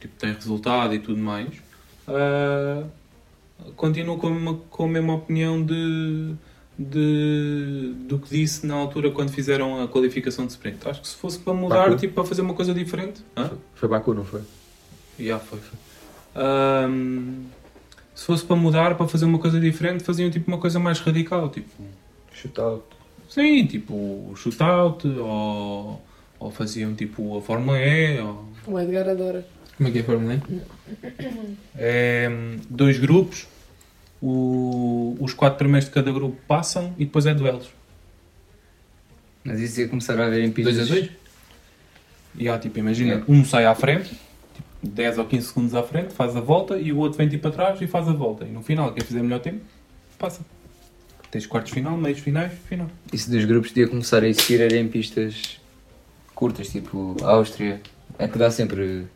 Speaker 6: tipo, tem resultado e tudo mais, ah, continuo com, a mesma- com a mesma opinião de, de- do que disse na altura quando fizeram a qualificação de sprint. Acho que se fosse para mudar,
Speaker 9: Baku?
Speaker 6: tipo, para fazer uma coisa diferente. hã?
Speaker 9: Foi Baku, não foi?
Speaker 6: Já foi. foi. Ahm, se fosse para mudar, para fazer uma coisa diferente, faziam tipo uma coisa mais radical, tipo.
Speaker 9: Shootout.
Speaker 6: Sim, tipo o shootout, ou, ou faziam tipo a Fórmula E, ou.
Speaker 10: O Edgar adora.
Speaker 5: Como é que é a Fórmula 1?
Speaker 6: É, dois grupos, o- os quatro primeiros de cada grupo passam e depois é duelos.
Speaker 8: Mas isso ia começar a haver em pistas.
Speaker 5: 2 a 2?
Speaker 6: E há, tipo, imagina, um sai à frente, tipo, 10 ou 15 segundos à frente, faz a volta e o outro vem tipo para trás e faz a volta. E no final, quem fizer melhor tempo, passa. Tens quartos de final, meios finais, final.
Speaker 8: Isso dos grupos devia começar a existir era em pistas curtas, tipo Áustria. É que dá sempre.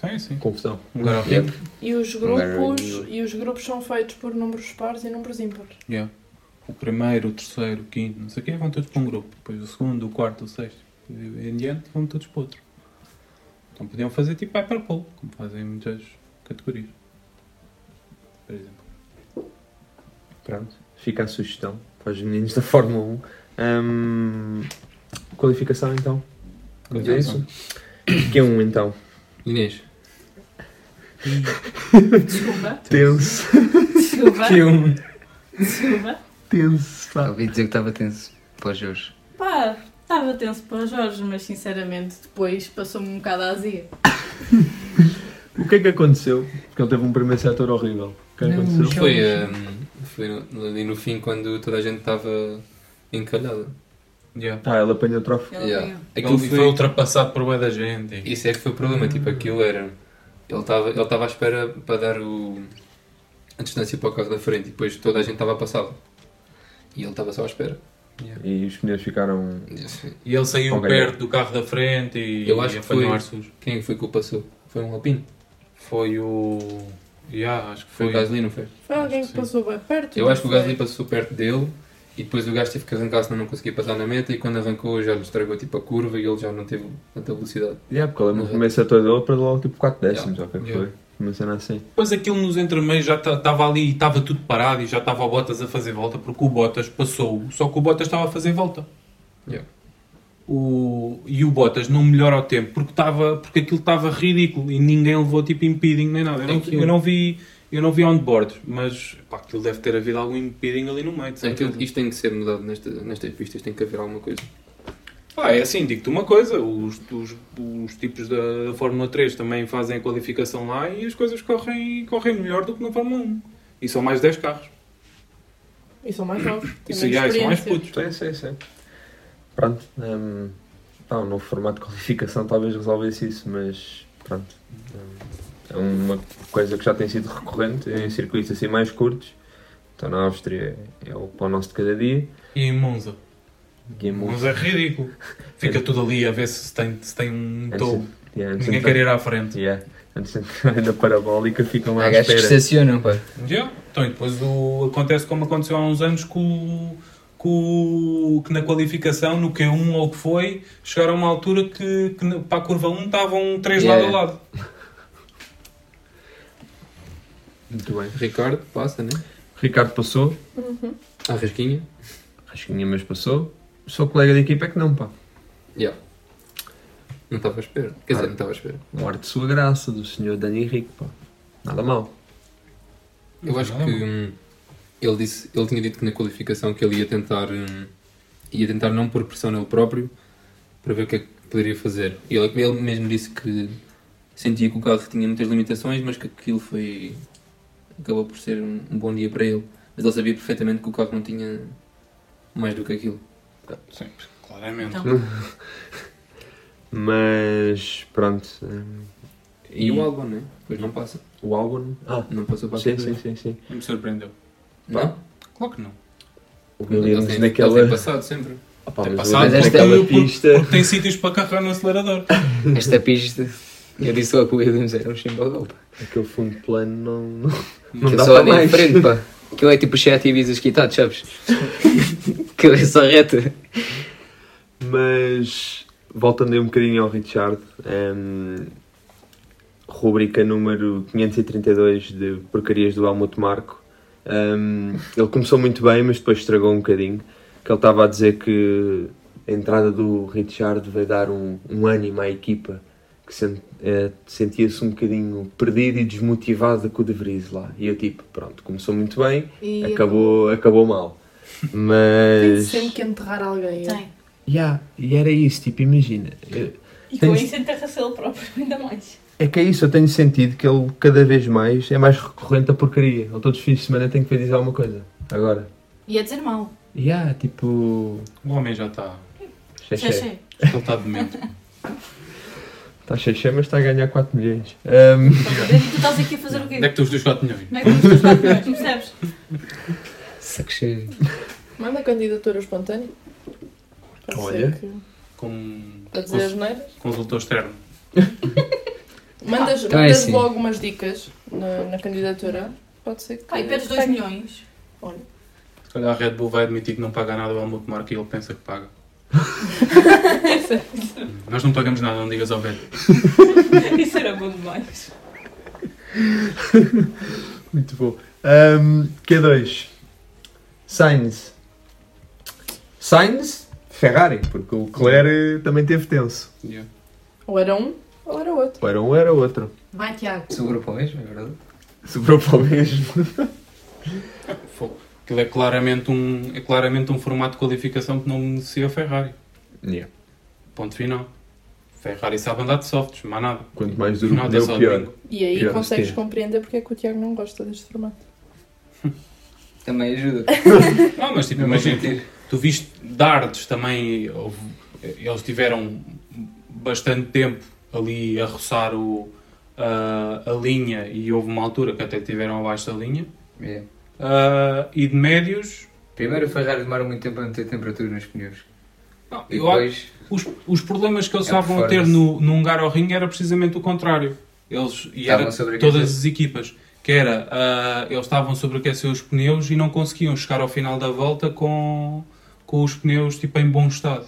Speaker 6: Sim, sim.
Speaker 9: Confusão.
Speaker 6: Um garafim.
Speaker 8: Yep.
Speaker 10: E os
Speaker 8: Não
Speaker 10: grupos,
Speaker 8: era
Speaker 10: e os grupos são feitos por números pares e números ímpares.
Speaker 6: Yeah. O primeiro, o terceiro, o quinto, não sei o quê, vão todos para um grupo. Depois o segundo, o quarto, o sexto e em diante vão todos para outro. Então podiam fazer tipo hyperpole, como fazem em muitas categorias. Por exemplo.
Speaker 9: Pronto. Fica a sugestão para os meninos da Fórmula 1. Ahm, qualificação, então. É isso? Q1, então.
Speaker 5: Inês,
Speaker 7: Desculpa,
Speaker 9: Tenso.
Speaker 7: desculpa,
Speaker 9: Q1.
Speaker 7: desculpa.
Speaker 9: Tenso, pá.
Speaker 8: Ouvi dizer que estava tenso para os jogos.
Speaker 7: Pá, estava tenso para o Jorge, mas sinceramente depois passou-me um bocado a azia.
Speaker 9: O que é que aconteceu? Porque ele teve um primeiro setor horrível. O que é que aconteceu?
Speaker 8: Hum,
Speaker 5: foi, ah, foi no- ali no fim quando toda a gente estava encalhada.
Speaker 6: Yeah.
Speaker 9: Ah, ele apanhou o troféu.
Speaker 7: Ele
Speaker 5: Yeah.
Speaker 7: ganhou.
Speaker 6: Aquilo
Speaker 5: Aquilo
Speaker 6: foi... Então, foi
Speaker 5: foi,
Speaker 6: ultrapassado por bué da gente. e-
Speaker 5: isso é que foi o problema, tipo, aquilo era. Ele estava ele estava à espera para dar o, a distância para o carro da frente e depois toda a gente estava a passá-lo. E ele estava só à espera.
Speaker 9: E os pneus ficaram.
Speaker 6: E ele saiu
Speaker 9: Ok.
Speaker 6: perto do carro da frente e,
Speaker 5: Eu acho
Speaker 6: e
Speaker 5: que
Speaker 6: apanhou
Speaker 5: foi-
Speaker 6: ar sujo.
Speaker 5: Quem foi que o passou? Foi um Alpine?
Speaker 6: Foi o. Yeah, acho que
Speaker 5: Foi,
Speaker 6: foi.
Speaker 5: o Gasly, não foi?
Speaker 10: Foi alguém que
Speaker 6: Sim.
Speaker 10: passou bem perto.
Speaker 5: Eu
Speaker 10: não
Speaker 5: acho que o
Speaker 10: foi?
Speaker 5: Gasly passou perto dele E depois o gajo teve que arrancar, senão não conseguia passar na meta. E quando arrancou, já lhe estragou tipo a curva e ele já não teve tanta velocidade.
Speaker 9: Yeah, porque ele no começo todo ele perdeu logo tipo 4 décimos,
Speaker 5: Yeah.
Speaker 9: ou o que é que
Speaker 5: Yeah.
Speaker 9: foi? Uma cena assim.
Speaker 6: Depois aquilo nos entremeios já estava ali e estava tudo parado e já estava o Bottas a fazer volta porque o Bottas passou, só que o Bottas estava a fazer volta.
Speaker 5: Yeah.
Speaker 6: O, e o Bottas não melhora ao tempo porque, estava, porque aquilo estava ridículo e ninguém levou tipo impeding nem nada. Eu não,
Speaker 5: Aquilo-
Speaker 6: eu não vi eu não vi onboard, mas pá, aquilo deve ter havido algum impeding ali no meio. de certeza.
Speaker 5: Aquilo, isto tem que ser mudado nesta, nestas pistas, tem que haver alguma coisa.
Speaker 6: Ah, é assim, digo-te uma coisa, os, os, os tipos da, da Fórmula 3 também fazem a qualificação lá e as coisas correm, correm melhor do que na Fórmula 1. E são mais 10 carros.
Speaker 10: E são mais novos.
Speaker 6: E
Speaker 10: têm
Speaker 6: se,
Speaker 10: menos
Speaker 6: já, e são mais
Speaker 10: experiência.
Speaker 6: putos.
Speaker 9: Sim, sim, sim. Pronto. Um, pá, um novo formato de qualificação talvez resolvesse isso, mas pronto. hum, é uma coisa que já tem sido recorrente em circuitos assim mais curtos. Então na Áustria é o pão nosso de cada dia.
Speaker 6: E em Monza?
Speaker 9: E em Monza-
Speaker 6: Monza é ridículo. Fica tudo ali a ver se tem, se tem um
Speaker 9: Antes-
Speaker 6: touro.
Speaker 9: yeah, antes
Speaker 6: Ninguém
Speaker 9: de entrar-
Speaker 6: quer ir à frente.
Speaker 9: yeah, Antes de entrar na parabólica ficam lá
Speaker 8: Há
Speaker 9: à
Speaker 8: gajos que
Speaker 9: espera.
Speaker 8: estacionam, pá.
Speaker 6: Já. Então, e depois o, acontece como aconteceu há uns anos com, o- com o- que na qualificação, no Q1 ou o que foi, chegaram a uma altura que, que na- para a curva 1 estavam 3 lado
Speaker 8: Yeah.
Speaker 6: a lado.
Speaker 9: Muito bem.
Speaker 5: Ricardo, passa, né?
Speaker 9: Ricardo passou.
Speaker 5: À rasquinha.
Speaker 9: Rasquinha, mas passou. O seu colega de equipa é que não, pá.
Speaker 5: Yeah. Não estava à espera. Quer dizer,
Speaker 9: Ah.
Speaker 5: não estava à espera.
Speaker 9: Morte de sua graça, do senhor Dani Henrique, pá. Nada mal.
Speaker 5: Eu acho que hum, ele, disse, ele tinha dito que na qualificação que ele ia tentar, hum, ia tentar não pôr pressão nele próprio para ver o que é que poderia fazer. E Ele, ele mesmo disse que sentia que o carro tinha muitas limitações, mas que aquilo foi. acabou por ser um, um bom dia para ele. Mas ele sabia perfeitamente que o carro não tinha mais do que aquilo.
Speaker 6: Claramente.
Speaker 7: Então,
Speaker 9: Mas pronto. hum,
Speaker 5: E, é o álbum, né? Pois não passa.
Speaker 9: o álbum? Ah,
Speaker 5: Não passou para a
Speaker 9: sim, sim,
Speaker 5: categoria.
Speaker 9: sim, sim.
Speaker 6: Não me surpreendeu.
Speaker 5: Não?
Speaker 6: Claro que não.
Speaker 9: O
Speaker 5: Ele
Speaker 9: Williams
Speaker 5: tem,
Speaker 9: naquela.
Speaker 5: ele tem passado sempre.
Speaker 9: Opa,
Speaker 6: Tem
Speaker 9: mas
Speaker 6: passado um
Speaker 9: o Williams
Speaker 8: porque-
Speaker 9: naquela
Speaker 6: porque-
Speaker 9: pista.
Speaker 6: Porque tem sítios para carregar no acelerador.
Speaker 8: Esta pista, eu disse logo que o Williams era um chimbalão, pá.
Speaker 9: Aquele fundo de plano não, não, não
Speaker 8: Aquilo
Speaker 9: dá
Speaker 8: só
Speaker 9: para
Speaker 8: olha em
Speaker 9: mais.
Speaker 8: frente, pá. Aquilo é tipo o Seat Ibiza quitado, sabes? Aquilo é só reta.
Speaker 9: Mas voltando aí um bocadinho ao Richard, hum, rubrica número 532 de Porcarias do Helmut Marco. Hum, ele começou muito bem, mas depois estragou um bocadinho. Que ele estava a dizer que a entrada do Richard veio dar um, um ânimo à equipa, que sen- eh, sentia-se um bocadinho perdido e desmotivado com o De Vries lá. E eu, tipo, pronto, começou muito bem,
Speaker 10: E
Speaker 9: acabou, acabou mal.
Speaker 10: Tem um
Speaker 9: Mas.
Speaker 10: sempre que enterrar alguém. é.
Speaker 7: tem.
Speaker 9: Yeah, e era isso, tipo, imagina. eu-
Speaker 7: E
Speaker 9: Tem-
Speaker 7: com isso enterra-se ele próprio ainda mais.
Speaker 9: É que é isso, eu tenho sentido que ele cada vez mais é mais recorrente a porcaria. Ele todos os fins de semana tem que ver dizer alguma coisa. Agora.
Speaker 7: E é dizer mal.
Speaker 9: Yeah, tipo.
Speaker 6: O homem já está.
Speaker 9: Xexé.
Speaker 6: Ele está demente.
Speaker 9: Está Tá xexé, mas está a ganhar 4 milhões. Ahm,
Speaker 7: E tu estás aqui a fazer o quê?
Speaker 6: Onde é que tu os 4 milhões?
Speaker 7: Como é que vamos buscar melhores, percebes?
Speaker 8: Saco cheio.
Speaker 10: Manda candidatura espontânea. Pode
Speaker 9: Olha.
Speaker 10: ser que-
Speaker 6: Com
Speaker 10: Para dizer as neiras.
Speaker 6: consultor externo.
Speaker 10: Mandas,
Speaker 8: então é
Speaker 10: mandas
Speaker 8: assim.
Speaker 10: logo umas dicas na, na candidatura. Pode ser que.
Speaker 7: Pá, e perdes 2
Speaker 10: tenha.
Speaker 7: milhões.
Speaker 6: Se calhar a Red Bull vai admitir que não paga nada ao Helmut Marko e ele pensa que paga. Nós não pagamos nada, não digas ao velho.
Speaker 7: Isso era bom demais.
Speaker 9: muito bom. Ahm, Q2. Sainz. Sainz? Ferrari, porque o Claire também teve tenso.
Speaker 6: Yeah.
Speaker 10: Ou era um ou era outro.
Speaker 9: Ou era um, era outro.
Speaker 7: Vai, Tiago.
Speaker 8: Sobrou para o mesmo, é verdade?
Speaker 9: Sobrou para o mesmo.
Speaker 6: Fogo. Aquilo é claramente, um, é claramente um formato de qualificação que não beneficia a Ferrari.
Speaker 9: Yeah.
Speaker 6: Ponto final. Ferrari sabe andar de softs, mais nada.
Speaker 9: Quanto mais duro,
Speaker 6: Nada,
Speaker 9: deu
Speaker 6: só
Speaker 9: pior.
Speaker 6: bingo.
Speaker 10: E aí
Speaker 9: Pior,
Speaker 10: consegues
Speaker 9: sim.
Speaker 10: compreender porque é que o Tiago não gosta deste formato.
Speaker 8: Também ajuda.
Speaker 6: Não, mas tipo,
Speaker 8: Não vou
Speaker 6: imagina,
Speaker 8: mentir.
Speaker 6: tu viste dardos também, houve- eles tiveram bastante tempo ali a roçar o, ah, a, a linha e houve uma altura que até tiveram abaixo da linha.
Speaker 8: É.
Speaker 6: Ah, e de médios,
Speaker 8: Primeiro o Ferrari demora muito tempo a meter temperatura nos pneus.
Speaker 6: não,
Speaker 8: E
Speaker 6: eu acho
Speaker 8: depois,
Speaker 6: os, os problemas que eles
Speaker 8: É
Speaker 6: estavam a ter
Speaker 8: performance.
Speaker 6: no, no Hungaroring era precisamente o contrário. Eles, e era
Speaker 8: Estavam sobre
Speaker 6: todas
Speaker 8: aquecer.
Speaker 6: as equipas, que que era, ah, eles estavam a sobreaquecer os pneus e não conseguiam chegar ao final da volta com, com os pneus tipo, em bom estado.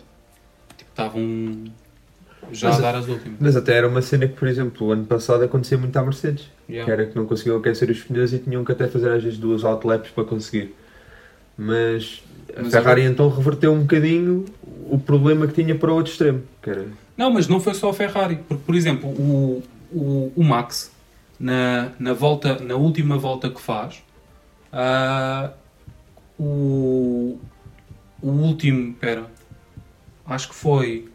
Speaker 6: Tipo, estavam já
Speaker 9: Mas
Speaker 6: a
Speaker 9: a-
Speaker 6: dar as últimas.
Speaker 9: Mas até era uma cena que, por exemplo, o ano passado acontecia muito à Mercedes.
Speaker 6: Yeah.
Speaker 9: Que era que não conseguiam aquecer os pneus e tinham que até fazer às vezes duas outlaps para conseguir. Mas a
Speaker 6: Mas
Speaker 9: Ferrari
Speaker 6: agora-
Speaker 9: então reverteu um bocadinho o problema que tinha para o outro extremo. Que era...
Speaker 6: Não, mas não foi só a Ferrari, porque, por exemplo, o, o, o Max, na, na, volta, na última volta que faz, ah, o, o último, pera, acho que foi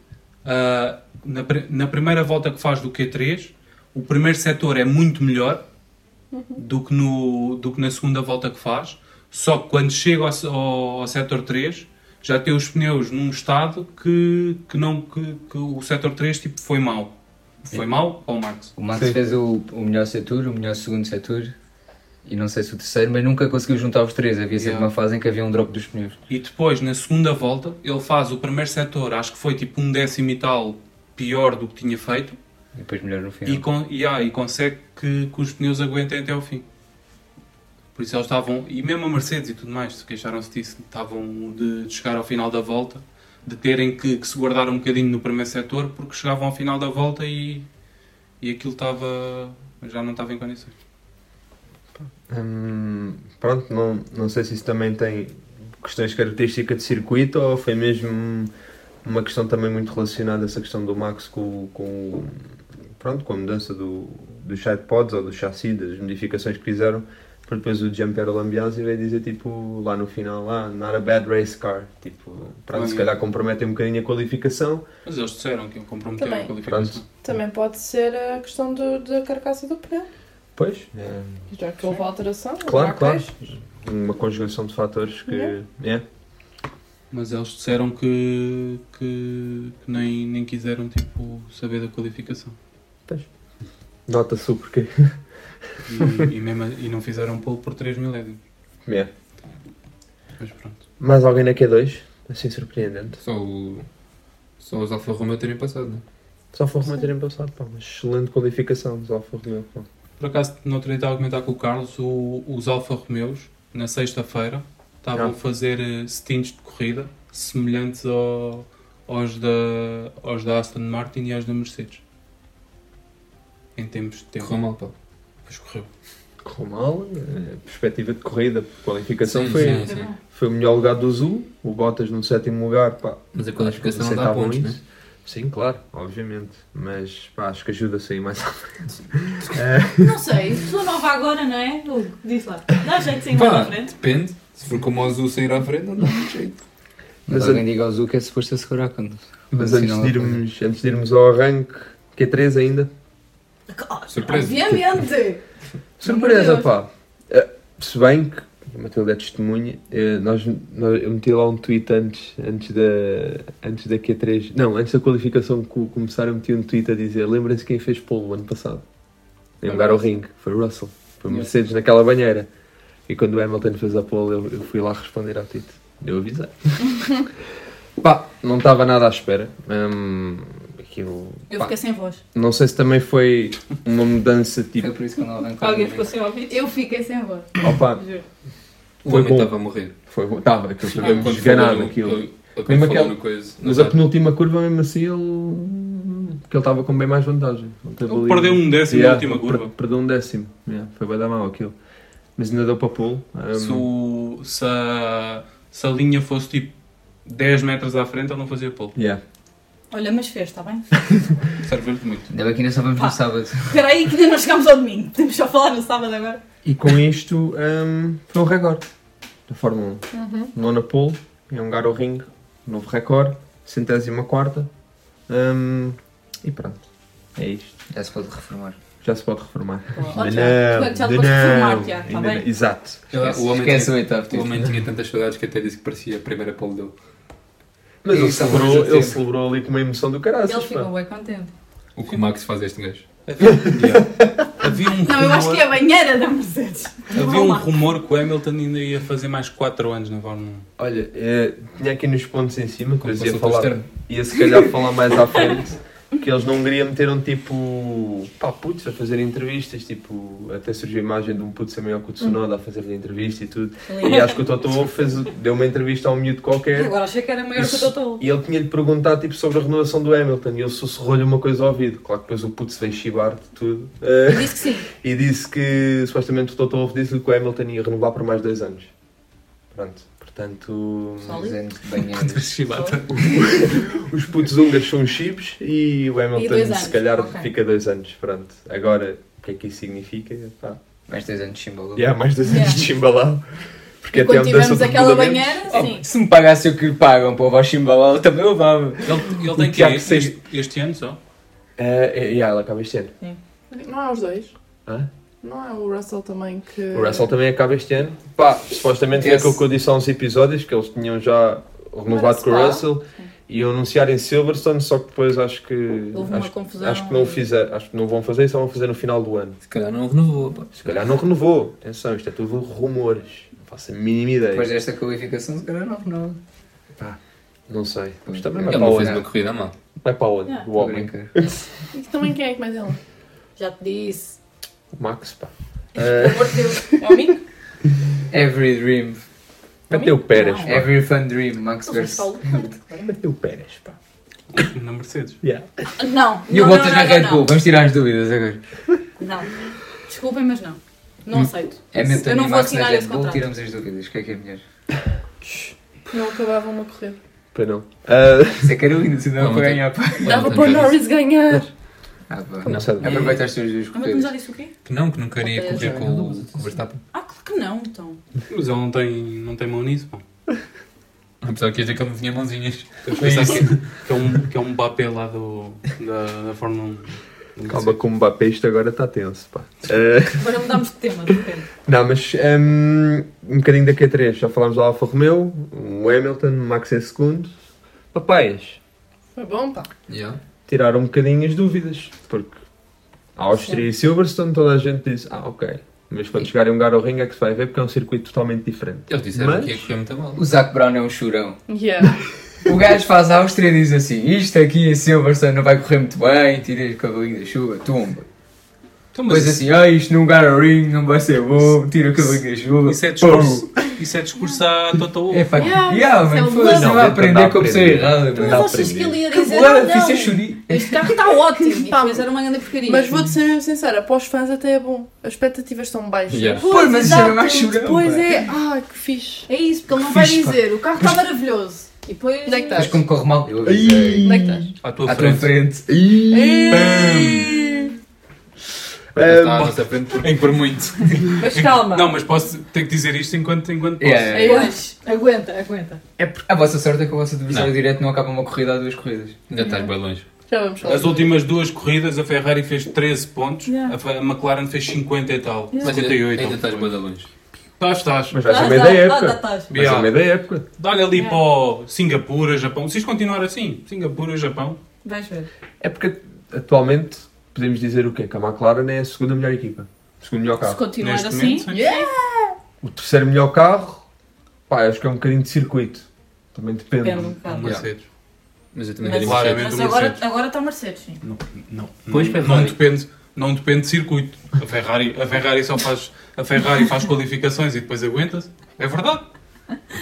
Speaker 6: ah, na, pri- na primeira volta que faz do Q3, o primeiro setor é muito melhor do que, no, do que na segunda volta que faz, só que quando chega ao, se- ao, ao setor 3 já tem os pneus num estado que, que, não, que, que o setor 3 tipo, foi mau. Foi mau ao Max.
Speaker 8: O Max fez o, o melhor setor, o melhor segundo setor e não sei se o terceiro, mas nunca conseguiu juntar os três. Havia sempre
Speaker 6: Yeah.
Speaker 8: uma fase em que havia um drop dos pneus.
Speaker 6: E depois, na segunda volta, ele faz o primeiro setor, acho que foi tipo um décimo e tal pior do que tinha feito,
Speaker 8: E depois melhor no final.
Speaker 6: e, con- e, ah, e consegue que, que os pneus aguentem até ao fim. Por isso eles estavam, e mesmo a Mercedes e tudo mais, se queixaram-se disso, estavam de, de chegar ao final da volta, de terem que, que se guardar um bocadinho no primeiro setor, porque chegavam ao final da volta e, e aquilo estava. já não estava em condições.
Speaker 9: Hum, pronto, não, não sei se isso também tem questões características de circuito ou foi mesmo uma questão também muito relacionada essa questão do Max com, com, pronto, com a mudança do, dos sidepods ou do chassi, das modificações que fizeram, para depois o Giampiero Lambiasi veio dizer tipo lá no final, ah, not a bad race car, tipo, pronto, se
Speaker 6: Olha.
Speaker 9: calhar comprometem um bocadinho a qualificação,
Speaker 6: Mas eles disseram que iam comprometer
Speaker 10: Também.
Speaker 6: a qualificação.
Speaker 9: pronto,
Speaker 10: Também pode ser a questão do- da carcaça do pneu.
Speaker 9: pois, é,
Speaker 10: Já que houve alteração,
Speaker 9: Claro,
Speaker 10: já
Speaker 9: claro.
Speaker 10: queixa.
Speaker 9: uma conjugação de fatores que,
Speaker 10: Yeah.
Speaker 9: é,
Speaker 6: Mas eles disseram que, que, que nem, nem quiseram tipo, saber da qualificação.
Speaker 9: nota-se o porquê,
Speaker 6: E, e, mesmo, a- e não fizeram polo por 3 milésimos.
Speaker 9: Yeah.
Speaker 6: Mas pronto.
Speaker 9: Mais alguém na Q2? Assim surpreendente.
Speaker 5: Só, o, só os Alfa Romeo terem passado, né?
Speaker 9: Só foi Romeo terem passado, pá, uma excelente qualificação dos Alfa Romeo. pá.
Speaker 6: Por acaso, não outro dia estava a comentar com o Carlos, o- os Alfa Romeos, na sexta-feira, estavam
Speaker 9: Ah.
Speaker 6: a fazer eh, stints de corrida semelhantes ao- aos, da, aos da Aston Martin e aos da Mercedes. Em tempos de tempo.
Speaker 5: Correu mal, pá.
Speaker 6: Pois correu.
Speaker 9: Correu mal, eh, perspectiva de corrida, qualificação
Speaker 5: Sim,
Speaker 9: foi,
Speaker 5: sim, sim.
Speaker 9: foi o melhor lugar do Zul, o Bottas no sétimo lugar, pá.
Speaker 5: Mas a qualificação
Speaker 9: acho que
Speaker 5: não dá
Speaker 9: aceitavam
Speaker 5: pontos, né?
Speaker 9: isso. Sim, claro, obviamente, mas pá, acho que ajuda a sair mais à frente. Eh,
Speaker 7: Não sei, pessoa nova agora, não é? Hugo, diz lá. Dá jeito sem
Speaker 5: Pá,
Speaker 7: à frente.
Speaker 5: né? depende. Se for como o Azul sair à frente, não dá muito jeito.
Speaker 8: Mas,
Speaker 9: Mas
Speaker 8: alguém diga ao Zu que é suposto assegurar quando.
Speaker 9: mas
Speaker 5: assim,
Speaker 8: quando sinal
Speaker 9: antes de, um-
Speaker 8: aparece.
Speaker 9: irmos, antes de irmos ao arranque, Q3 ainda,
Speaker 5: Surpresa.
Speaker 10: Obviamente!
Speaker 9: Surpresa,
Speaker 10: Deus.
Speaker 9: pá. Eh, Se bem que a Matilde é testemunha, eh, nós, nós- eu meti lá um tweet antes, antes, da, antes da Q3. Não, antes da qualificação co- começar, eu meti um tweet a dizer: lembrem-se quem fez polo ano passado, em lugar ao ringue, foi o Russell, foi o
Speaker 6: Yeah.
Speaker 9: Mercedes naquela banheira. E quando o Hamilton fez a polo, eu, eu fui lá responder ao tweet. Eu avisei. pá, não estava nada à espera. Hum, aquilo,
Speaker 7: Eu
Speaker 9: pá,
Speaker 7: fiquei sem voz.
Speaker 9: Não sei se também foi uma mudança
Speaker 8: Foi
Speaker 9: tipo.
Speaker 8: É por isso que eu não arrancou.
Speaker 7: Alguém ficou sem ouvido? Eu fiquei sem voz.
Speaker 9: Opa,
Speaker 7: Juro.
Speaker 5: O
Speaker 9: Foi
Speaker 5: homem
Speaker 9: bom.
Speaker 5: estava a morrer.
Speaker 9: Foi bom. Estava, aquilo foi
Speaker 5: Eu
Speaker 9: mesmo
Speaker 5: quando
Speaker 9: desganado
Speaker 5: falou no-
Speaker 9: aquilo.
Speaker 5: eu- eu quando
Speaker 9: Mesmo
Speaker 5: falou
Speaker 9: aquela-
Speaker 5: no coisa, no
Speaker 9: Mas a
Speaker 6: é?
Speaker 5: rádio,
Speaker 9: penúltima curva, mesmo assim, ele. que ele estava com bem mais vantagem. Ele teve
Speaker 6: Ele
Speaker 9: ali-
Speaker 6: perdeu um décimo
Speaker 9: Yeah,
Speaker 6: na última
Speaker 9: per-
Speaker 6: curva.
Speaker 9: Perdeu um décimo. Yeah, foi bem da mal aquilo. Mas ainda deu para pulo. Um,
Speaker 6: Se, o- se a, se a linha fosse tipo 10 metros à frente, ele não fazia polo.
Speaker 9: yeah.
Speaker 7: Olha, mas fez, está bem?
Speaker 6: Serveu-te muito.
Speaker 8: Ainda bem que ainda só vamos
Speaker 7: Pá.
Speaker 8: no sábado.
Speaker 7: Espera aí que ainda não chegámos ao domingo. Temos só a falar no sábado agora.
Speaker 9: E com isto, um, foi um recorde da Fórmula 1.
Speaker 7: Uhum.
Speaker 9: Nona pole, em um ao ringue, novo recorde, centésima quarta. Um, e pronto. É isto.
Speaker 8: Já se pode reformar.
Speaker 9: Já se pode reformar.
Speaker 7: Ó,
Speaker 9: Ainda
Speaker 7: Tiago, tu é que já te
Speaker 9: ainda
Speaker 7: podes reformar,
Speaker 9: não,
Speaker 7: Tiago, está
Speaker 9: ainda
Speaker 7: bem?
Speaker 9: não. Exato.
Speaker 5: Esquece- o homem
Speaker 8: Esquece o
Speaker 5: tinha-
Speaker 8: oitavo
Speaker 5: O
Speaker 6: tipo.
Speaker 8: título.
Speaker 5: homem tinha tantas saudades que até disse que parecia a primeira pole dele.
Speaker 9: Mas
Speaker 8: E
Speaker 9: ele
Speaker 8: estava
Speaker 9: celebrou,
Speaker 8: muito
Speaker 9: ele
Speaker 8: tempo.
Speaker 9: celebrou ali com uma emoção do caralho.
Speaker 7: Ele ficou bem contente.
Speaker 5: O que o Max faz a este gajo.
Speaker 6: Havia um
Speaker 7: Não, eu acho
Speaker 6: rumor-
Speaker 7: que é a banheira da Mercedes.
Speaker 6: Havia
Speaker 7: Vamos
Speaker 6: um
Speaker 7: lá.
Speaker 6: rumor que o Hamilton ainda ia fazer mais 4 anos na Fórmula 1.
Speaker 9: Olha, eh, tinha aqui nos pontos em cima, que eu
Speaker 5: Como
Speaker 9: ia
Speaker 5: consultor
Speaker 9: falar,
Speaker 5: externo.
Speaker 9: ia se calhar falar mais à frente, que eles na Hungria meteram um tipo pá, putos a fazer entrevistas, tipo, até surgiu a imagem de um puto Samuel Kutsunoda a fazer-lhe entrevista e tudo.
Speaker 11: Lindo.
Speaker 9: E acho que o Totó fez, deu uma entrevista a um miúdo qualquer.
Speaker 11: Agora achei que era maior
Speaker 9: E
Speaker 11: que o
Speaker 9: su-
Speaker 11: Totó.
Speaker 9: E ele tinha-lhe perguntado tipo, sobre a renovação do Hamilton e ele sussurrou-lhe uma coisa ao ouvido. Claro que depois o puto se veio chibar de tudo. Eh,
Speaker 11: Disse que sim.
Speaker 9: e disse que supostamente o Toto Wolff disse-lhe que o Hamilton ia renovar por mais dois anos. Pronto, portanto. é.
Speaker 8: Dois anos de banheiro.
Speaker 9: Os putos húngaros são chips e o
Speaker 8: E
Speaker 9: Hamilton
Speaker 8: dois anos,
Speaker 9: se calhar
Speaker 8: ok.
Speaker 9: fica dois anos. Pronto, agora o que é que isso significa? Pá.
Speaker 8: Mais dois anos de chimbalão.
Speaker 9: Yeah, mais dois
Speaker 8: Yeah.
Speaker 9: anos de chimbalão. Porque até a
Speaker 10: Quando
Speaker 9: mudança
Speaker 10: tivermos
Speaker 9: de
Speaker 10: aquela
Speaker 9: regulamento-
Speaker 10: banheira,
Speaker 8: Oh,
Speaker 10: sim.
Speaker 8: se me pagasse o que pagam para levar chimbalão, também eu levava.
Speaker 6: Ele, ele
Speaker 8: O
Speaker 6: tem que
Speaker 8: Tiago
Speaker 6: ir
Speaker 8: Seixas-
Speaker 6: este, este ano só?
Speaker 9: É, é, yeah, ela acaba este ano.
Speaker 10: Não há os dois?
Speaker 9: Hã?
Speaker 10: Não há o Russell também que.
Speaker 9: O Russell também acaba este ano. Pá, supostamente foi
Speaker 8: Esse-
Speaker 9: aquilo que eu disse há uns episódios que eles tinham já renovado
Speaker 10: Parece
Speaker 9: com o
Speaker 10: lá.
Speaker 9: Russell e iam anunciar em Silverstone, só que depois acho que.
Speaker 11: Houve uma
Speaker 9: acho,
Speaker 11: confusão.
Speaker 9: acho que não o fizer, acho que não vão fazer, só vão fazer no final do ano.
Speaker 6: Se calhar não renovou. Pá.
Speaker 9: Se calhar não renovou. Atenção, isto é tudo rumores. Não faço a mínima ideia.
Speaker 8: Depois desta qualificação, se calhar não renova.
Speaker 9: Pá, não sei. Mas também vai
Speaker 5: Ele
Speaker 9: para
Speaker 5: não
Speaker 8: é
Speaker 5: fez
Speaker 9: onde?
Speaker 5: uma corrida mal.
Speaker 9: Vai
Speaker 11: é.
Speaker 9: para onde?
Speaker 10: Yeah.
Speaker 9: O homem.
Speaker 10: E também quem é que mais é lá?
Speaker 11: Já te disse.
Speaker 9: O Max, pá.
Speaker 11: Pelo amor de Deus.
Speaker 7: um
Speaker 11: É o Mingo?
Speaker 8: Every dream.
Speaker 9: Até o Pérez, pá.
Speaker 8: Every fun dream, Max Verstappen.
Speaker 9: Até o Eh, Pérez, pá.
Speaker 6: Na Mercedes.
Speaker 9: Yeah.
Speaker 11: Não.
Speaker 8: E o
Speaker 11: não,
Speaker 8: Bottas
Speaker 11: não,
Speaker 8: na
Speaker 11: não,
Speaker 8: Red
Speaker 11: não,
Speaker 8: Bull, vamos tirar as dúvidas agora.
Speaker 11: Não. Desculpem, mas não.
Speaker 8: Hum.
Speaker 11: Não aceito.
Speaker 8: Hamilton
Speaker 11: Eu
Speaker 8: e
Speaker 11: não vou
Speaker 8: É Max na
Speaker 11: assinar
Speaker 8: Red
Speaker 11: esse
Speaker 8: Bull,
Speaker 11: contrato.
Speaker 8: tiramos as dúvidas. O que é que é melhor?
Speaker 10: Não acabava uma corrida.
Speaker 9: Para não. Ah,
Speaker 8: Isso é Carolina, se não é
Speaker 5: Não,
Speaker 8: para
Speaker 5: não tem-
Speaker 8: ganhar. pá.
Speaker 10: Dava para o Norris ganhar!
Speaker 8: Ah, pá.
Speaker 9: não sabe.
Speaker 8: Aproveita as tuas duas
Speaker 11: Ah, mas é tu me
Speaker 8: corridas.
Speaker 11: já disse o quê?
Speaker 6: Que não, que não queria
Speaker 11: Ok,
Speaker 6: correr
Speaker 11: já
Speaker 6: com o com o Verstappen.
Speaker 11: Ah, claro que não, então.
Speaker 6: Mas ele não tem, não tem mão nisso, pá.
Speaker 5: Apesar que ia dizer que ele não tinha mãozinhas.
Speaker 6: Eu pensava que, que é um, que é um Mbappé lá do, da, da Fórmula 1. Não
Speaker 9: Calma,
Speaker 6: sei.
Speaker 9: com o Mbappé isto agora está tenso, pá. Ah,
Speaker 11: Agora mudámos de tema, de repente.
Speaker 9: Não, mas hum, um bocadinho da Q3. Já falámos do Alfa Romeo, o Hamilton, o Max em segundo. Papaias,
Speaker 10: Foi bom, pá.
Speaker 5: Yeah.
Speaker 9: tiraram um bocadinho as dúvidas, porque a Áustria e Silverstone toda a gente disse, ah ok, mas quando chegarem um ao ringue é que se vai ver porque é um circuito totalmente diferente.
Speaker 5: Eles disseram
Speaker 9: Mas-
Speaker 5: que ia correr é muito mal.
Speaker 8: O Zac Brown é um churão.
Speaker 10: Yeah.
Speaker 8: O gajo faz a Áustria e diz assim: Isto aqui em Silverstone não vai correr muito bem, tirei o cavalinho da chuva, tumba.
Speaker 6: Então, mas
Speaker 5: é,
Speaker 8: Depois
Speaker 6: isso,
Speaker 8: assim: Ah, isto num Gara Ring não vai ser bom, tira o cavalinho da chuva.
Speaker 6: isso é
Speaker 8: pum."
Speaker 6: discurso. Isso é discurso à Toto Wolff.
Speaker 8: É pá,
Speaker 11: Yeah,
Speaker 8: yeah,
Speaker 11: isso é
Speaker 8: mano,
Speaker 11: um
Speaker 8: foda-se,
Speaker 11: bluff.
Speaker 8: não vai
Speaker 9: Não, tenta
Speaker 8: aprender com a pessoa
Speaker 9: aprender.
Speaker 8: errada,
Speaker 9: Tenta
Speaker 8: mano.
Speaker 11: Mas achas que ele ia dizer, ah,
Speaker 8: Agora, fiz a
Speaker 11: não,
Speaker 8: churi.
Speaker 11: este carro está ótimo. E depois era uma grande porcaria.
Speaker 10: Mas vou-te ser mesmo sincera, para os fãs até é bom. As expectativas são baixas.
Speaker 5: Yeah.
Speaker 11: Pois,
Speaker 8: Pô, mas isso era
Speaker 11: exato.
Speaker 8: mais churão.
Speaker 10: Pois
Speaker 8: pá.
Speaker 10: é, ah, que fixe.
Speaker 11: É isso, porque ele não vai
Speaker 8: Fixe, pá.
Speaker 11: dizer. O carro está maravilhoso. E depois...
Speaker 10: Onde é que
Speaker 8: Mas
Speaker 10: estás?
Speaker 8: como corre mal, eu avisei.
Speaker 10: Onde é que estás?
Speaker 6: À tua
Speaker 8: À tua
Speaker 6: frente.
Speaker 8: frente.
Speaker 5: Ele estava à nossa frente porque
Speaker 6: Em por muito.
Speaker 11: Mas calma.
Speaker 6: Não, mas posso ter que dizer isto enquanto, enquanto posso.
Speaker 8: Yeah.
Speaker 11: É hoje. Aguenta, aguenta.
Speaker 8: É porque a vossa sorte é que o vosso adversário
Speaker 5: Não.
Speaker 8: direto não acaba uma corrida há duas corridas.
Speaker 5: ainda estás bem longe.
Speaker 10: Já vamos falar.
Speaker 6: As últimas duas corridas a Ferrari fez 13 pontos,
Speaker 11: Yeah.
Speaker 6: a Fe- a McLaren fez 50 e tal.
Speaker 5: Mas ainda,
Speaker 6: 58.
Speaker 5: ainda estás bem longe.
Speaker 6: Estás, estás.
Speaker 9: Mas vai ser
Speaker 11: Ah,
Speaker 9: meio
Speaker 11: tá,
Speaker 9: da
Speaker 11: ah, tá,
Speaker 9: época.
Speaker 11: estás.
Speaker 9: Vai ser
Speaker 6: Yeah.
Speaker 9: meio da época.
Speaker 6: Dá-lhe ali
Speaker 11: Yeah.
Speaker 6: para o Singapura, Japão. Se isto continuar assim, Singapura, Japão.
Speaker 11: Vais ver.
Speaker 9: É porque atualmente podemos dizer o quê? Que a McLaren é a segunda melhor equipa. o Segundo melhor
Speaker 11: Se
Speaker 9: carro.
Speaker 11: continuar
Speaker 6: Neste
Speaker 11: assim...
Speaker 6: momento, sim.
Speaker 9: O terceiro melhor carro, pá, acho que é um bocadinho de circuito. Também depende.
Speaker 11: Depende um
Speaker 6: Um
Speaker 11: bocado.
Speaker 6: Mercedes.
Speaker 5: Mas eu também
Speaker 11: Mas,
Speaker 5: queria
Speaker 6: Claro,
Speaker 5: mexer.
Speaker 6: claramente
Speaker 11: mas
Speaker 6: o Mercedes.
Speaker 11: agora, agora está Mercedes, sim.
Speaker 6: Não, não,
Speaker 5: Pois,
Speaker 6: não,
Speaker 5: Ferrari.
Speaker 6: não depende, não depende de circuito. A Ferrari, a Ferrari só faz, a Ferrari faz qualificações e depois aguenta-se. É verdade.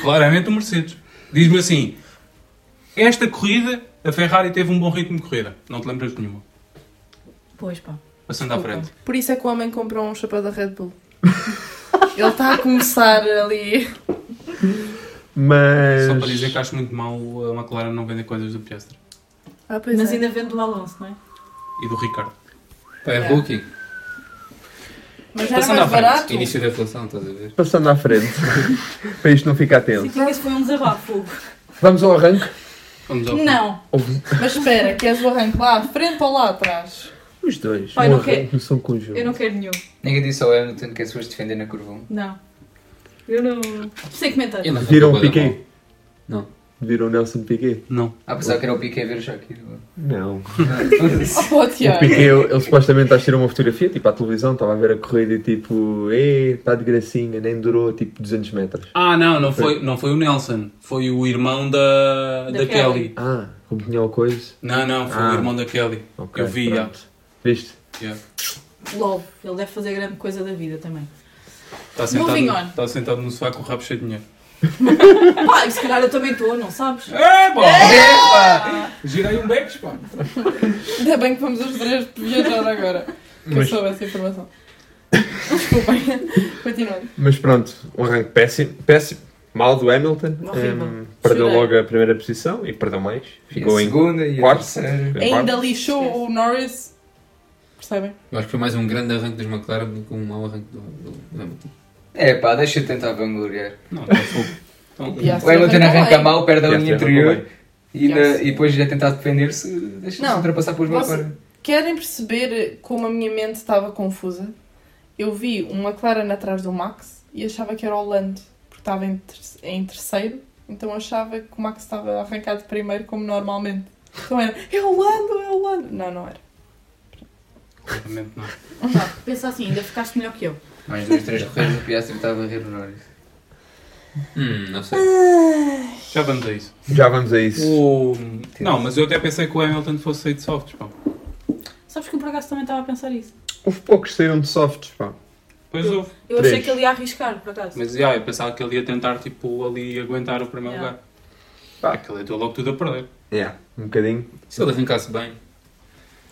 Speaker 6: Claramente o Mercedes. Diz-me assim, esta corrida, a Ferrari teve um bom ritmo de corrida. Não te lembras de nenhuma.
Speaker 11: Pois pá.
Speaker 6: Passando à frente.
Speaker 10: Por isso é que o homem comprou um chapéu da Red Bull. Ele está a começar ali.
Speaker 9: Mas.
Speaker 6: Só para dizer que acho muito mal a McLaren não vender coisas do Piastre.
Speaker 10: Ah, pois
Speaker 11: Mas
Speaker 10: é.
Speaker 11: ainda vendo o Alonso, não é?
Speaker 6: E do Ricardo.
Speaker 5: Pá, é rookie.
Speaker 10: Mas era
Speaker 6: Passando à
Speaker 10: mais
Speaker 6: frente,
Speaker 10: barato.
Speaker 11: Então.
Speaker 5: Início da inflação,
Speaker 6: tá?
Speaker 5: estás a ver?
Speaker 9: Passando à frente, para isto não ficar tenso.
Speaker 11: Senti que isso foi um desabafo.
Speaker 9: Vamos ao arranque.
Speaker 6: Vamos ao
Speaker 11: Não.
Speaker 10: Mas espera, queres o arranque lá à frente ou lá atrás?
Speaker 9: Os dois.
Speaker 11: Pai,
Speaker 9: um
Speaker 11: não quer-
Speaker 9: arranque são conjunto.
Speaker 11: Eu não quero nenhum.
Speaker 8: Ninguém disse ao Hamilton que as pessoas defendem na curva 1.
Speaker 11: Não. Eu não. Sem comentar.
Speaker 5: Ele arrancou
Speaker 9: Viram um
Speaker 5: bué
Speaker 9: o
Speaker 5: da
Speaker 9: Piquet?
Speaker 5: Não.
Speaker 9: Viram o Nelson Piquet?
Speaker 6: Não.
Speaker 8: Ah, pensava que era o Piquet a ver o Shakira.
Speaker 9: Não.
Speaker 10: Oh, pô,
Speaker 9: O
Speaker 10: Tiago.
Speaker 9: Piquet, ele, ele supostamente está a tirar uma fotografia, tipo à televisão, estava a ver a corrida e tipo, eh, está de gracinha, nem durou tipo 200 metros.
Speaker 6: Ah, não, não foi, não foi o Nelson. Foi o irmão
Speaker 11: Da
Speaker 6: da, da, Kelly.
Speaker 11: Kelly.
Speaker 9: Ah, Como tinha o coisa.
Speaker 6: Não, não, foi o irmão da Kelly.
Speaker 9: ok,
Speaker 6: Eu vi,
Speaker 9: pronto. Viste?
Speaker 6: Yeah.
Speaker 11: Love, ele deve fazer grande coisa da vida também.
Speaker 6: Está Tá sentado,
Speaker 11: Moving
Speaker 6: no-
Speaker 11: on.
Speaker 6: está sentado no sofá com o rabo cheio de dinheiro.
Speaker 11: Pá, se calhar eu também estou, não sabes?
Speaker 6: Girei um becos, pá.
Speaker 10: Ainda bem que vamos os três viajar agora. Que eu
Speaker 9: Mas-
Speaker 10: soube essa informação. Desculpem. Continuando.
Speaker 9: Mas pronto, um arranque péssimo, péssimo. Mal do Hamilton.
Speaker 10: Horrível.
Speaker 9: Hum, perdeu
Speaker 10: Chorei.
Speaker 9: logo a primeira posição e perdeu mais. Ficou
Speaker 5: a
Speaker 9: em
Speaker 5: segunda e a
Speaker 9: quarto.
Speaker 5: terceira.
Speaker 9: Em
Speaker 10: Ainda
Speaker 9: quarto.
Speaker 10: lixou o Norris. Percebem?
Speaker 5: Eu acho que foi mais um grande arranque dos McLaren do que um mau arranque do, do, do Hamilton.
Speaker 8: É pá, deixa eu tentar vangloriar.
Speaker 10: Tá
Speaker 6: Não, está fogo.
Speaker 8: O Hamilton arranca mal, perde Uhum. a
Speaker 9: Piastri
Speaker 8: linha
Speaker 9: arrancou
Speaker 8: interior
Speaker 9: bem.
Speaker 8: e, ainda-
Speaker 10: Piastri.
Speaker 8: e depois de tentar defender-se, deixa-se
Speaker 10: Não.
Speaker 8: ultrapassar pelos
Speaker 10: Vocês
Speaker 8: McLaren.
Speaker 10: Querem perceber como a minha mente estava confusa? Eu vi um McLaren atrás do Max e achava que era o Lando, porque estava em, ter- em terceiro, então achava que o Max estava arrancado primeiro, como normalmente. Então era, é o Lando, é o Lando. Não, não era.
Speaker 6: Claramente não.
Speaker 11: Pá, pensa assim, ainda ficaste melhor que eu.
Speaker 8: Mais dois, três correios do Piastri estava a rir o Norris.
Speaker 5: Hum, não sei.
Speaker 6: Já vamos a isso.
Speaker 9: Já vamos a isso.
Speaker 6: O- Não, mas eu até pensei que o Hamilton fosse sair de softs, pá.
Speaker 11: Sabes que o Pragaço também estava a pensar isso.
Speaker 9: Houve poucos saíram de softs, pá.
Speaker 6: Pois houve.
Speaker 11: Eu achei
Speaker 9: Três.
Speaker 11: que ele ia arriscar, por acaso.
Speaker 6: Mas já, eu pensava que ele ia tentar, tipo, ali aguentar o primeiro
Speaker 11: Yeah.
Speaker 6: lugar. Pá, aquele deu logo tudo a perder.
Speaker 9: Yeah, um bocadinho.
Speaker 5: Se ele arrancasse bem,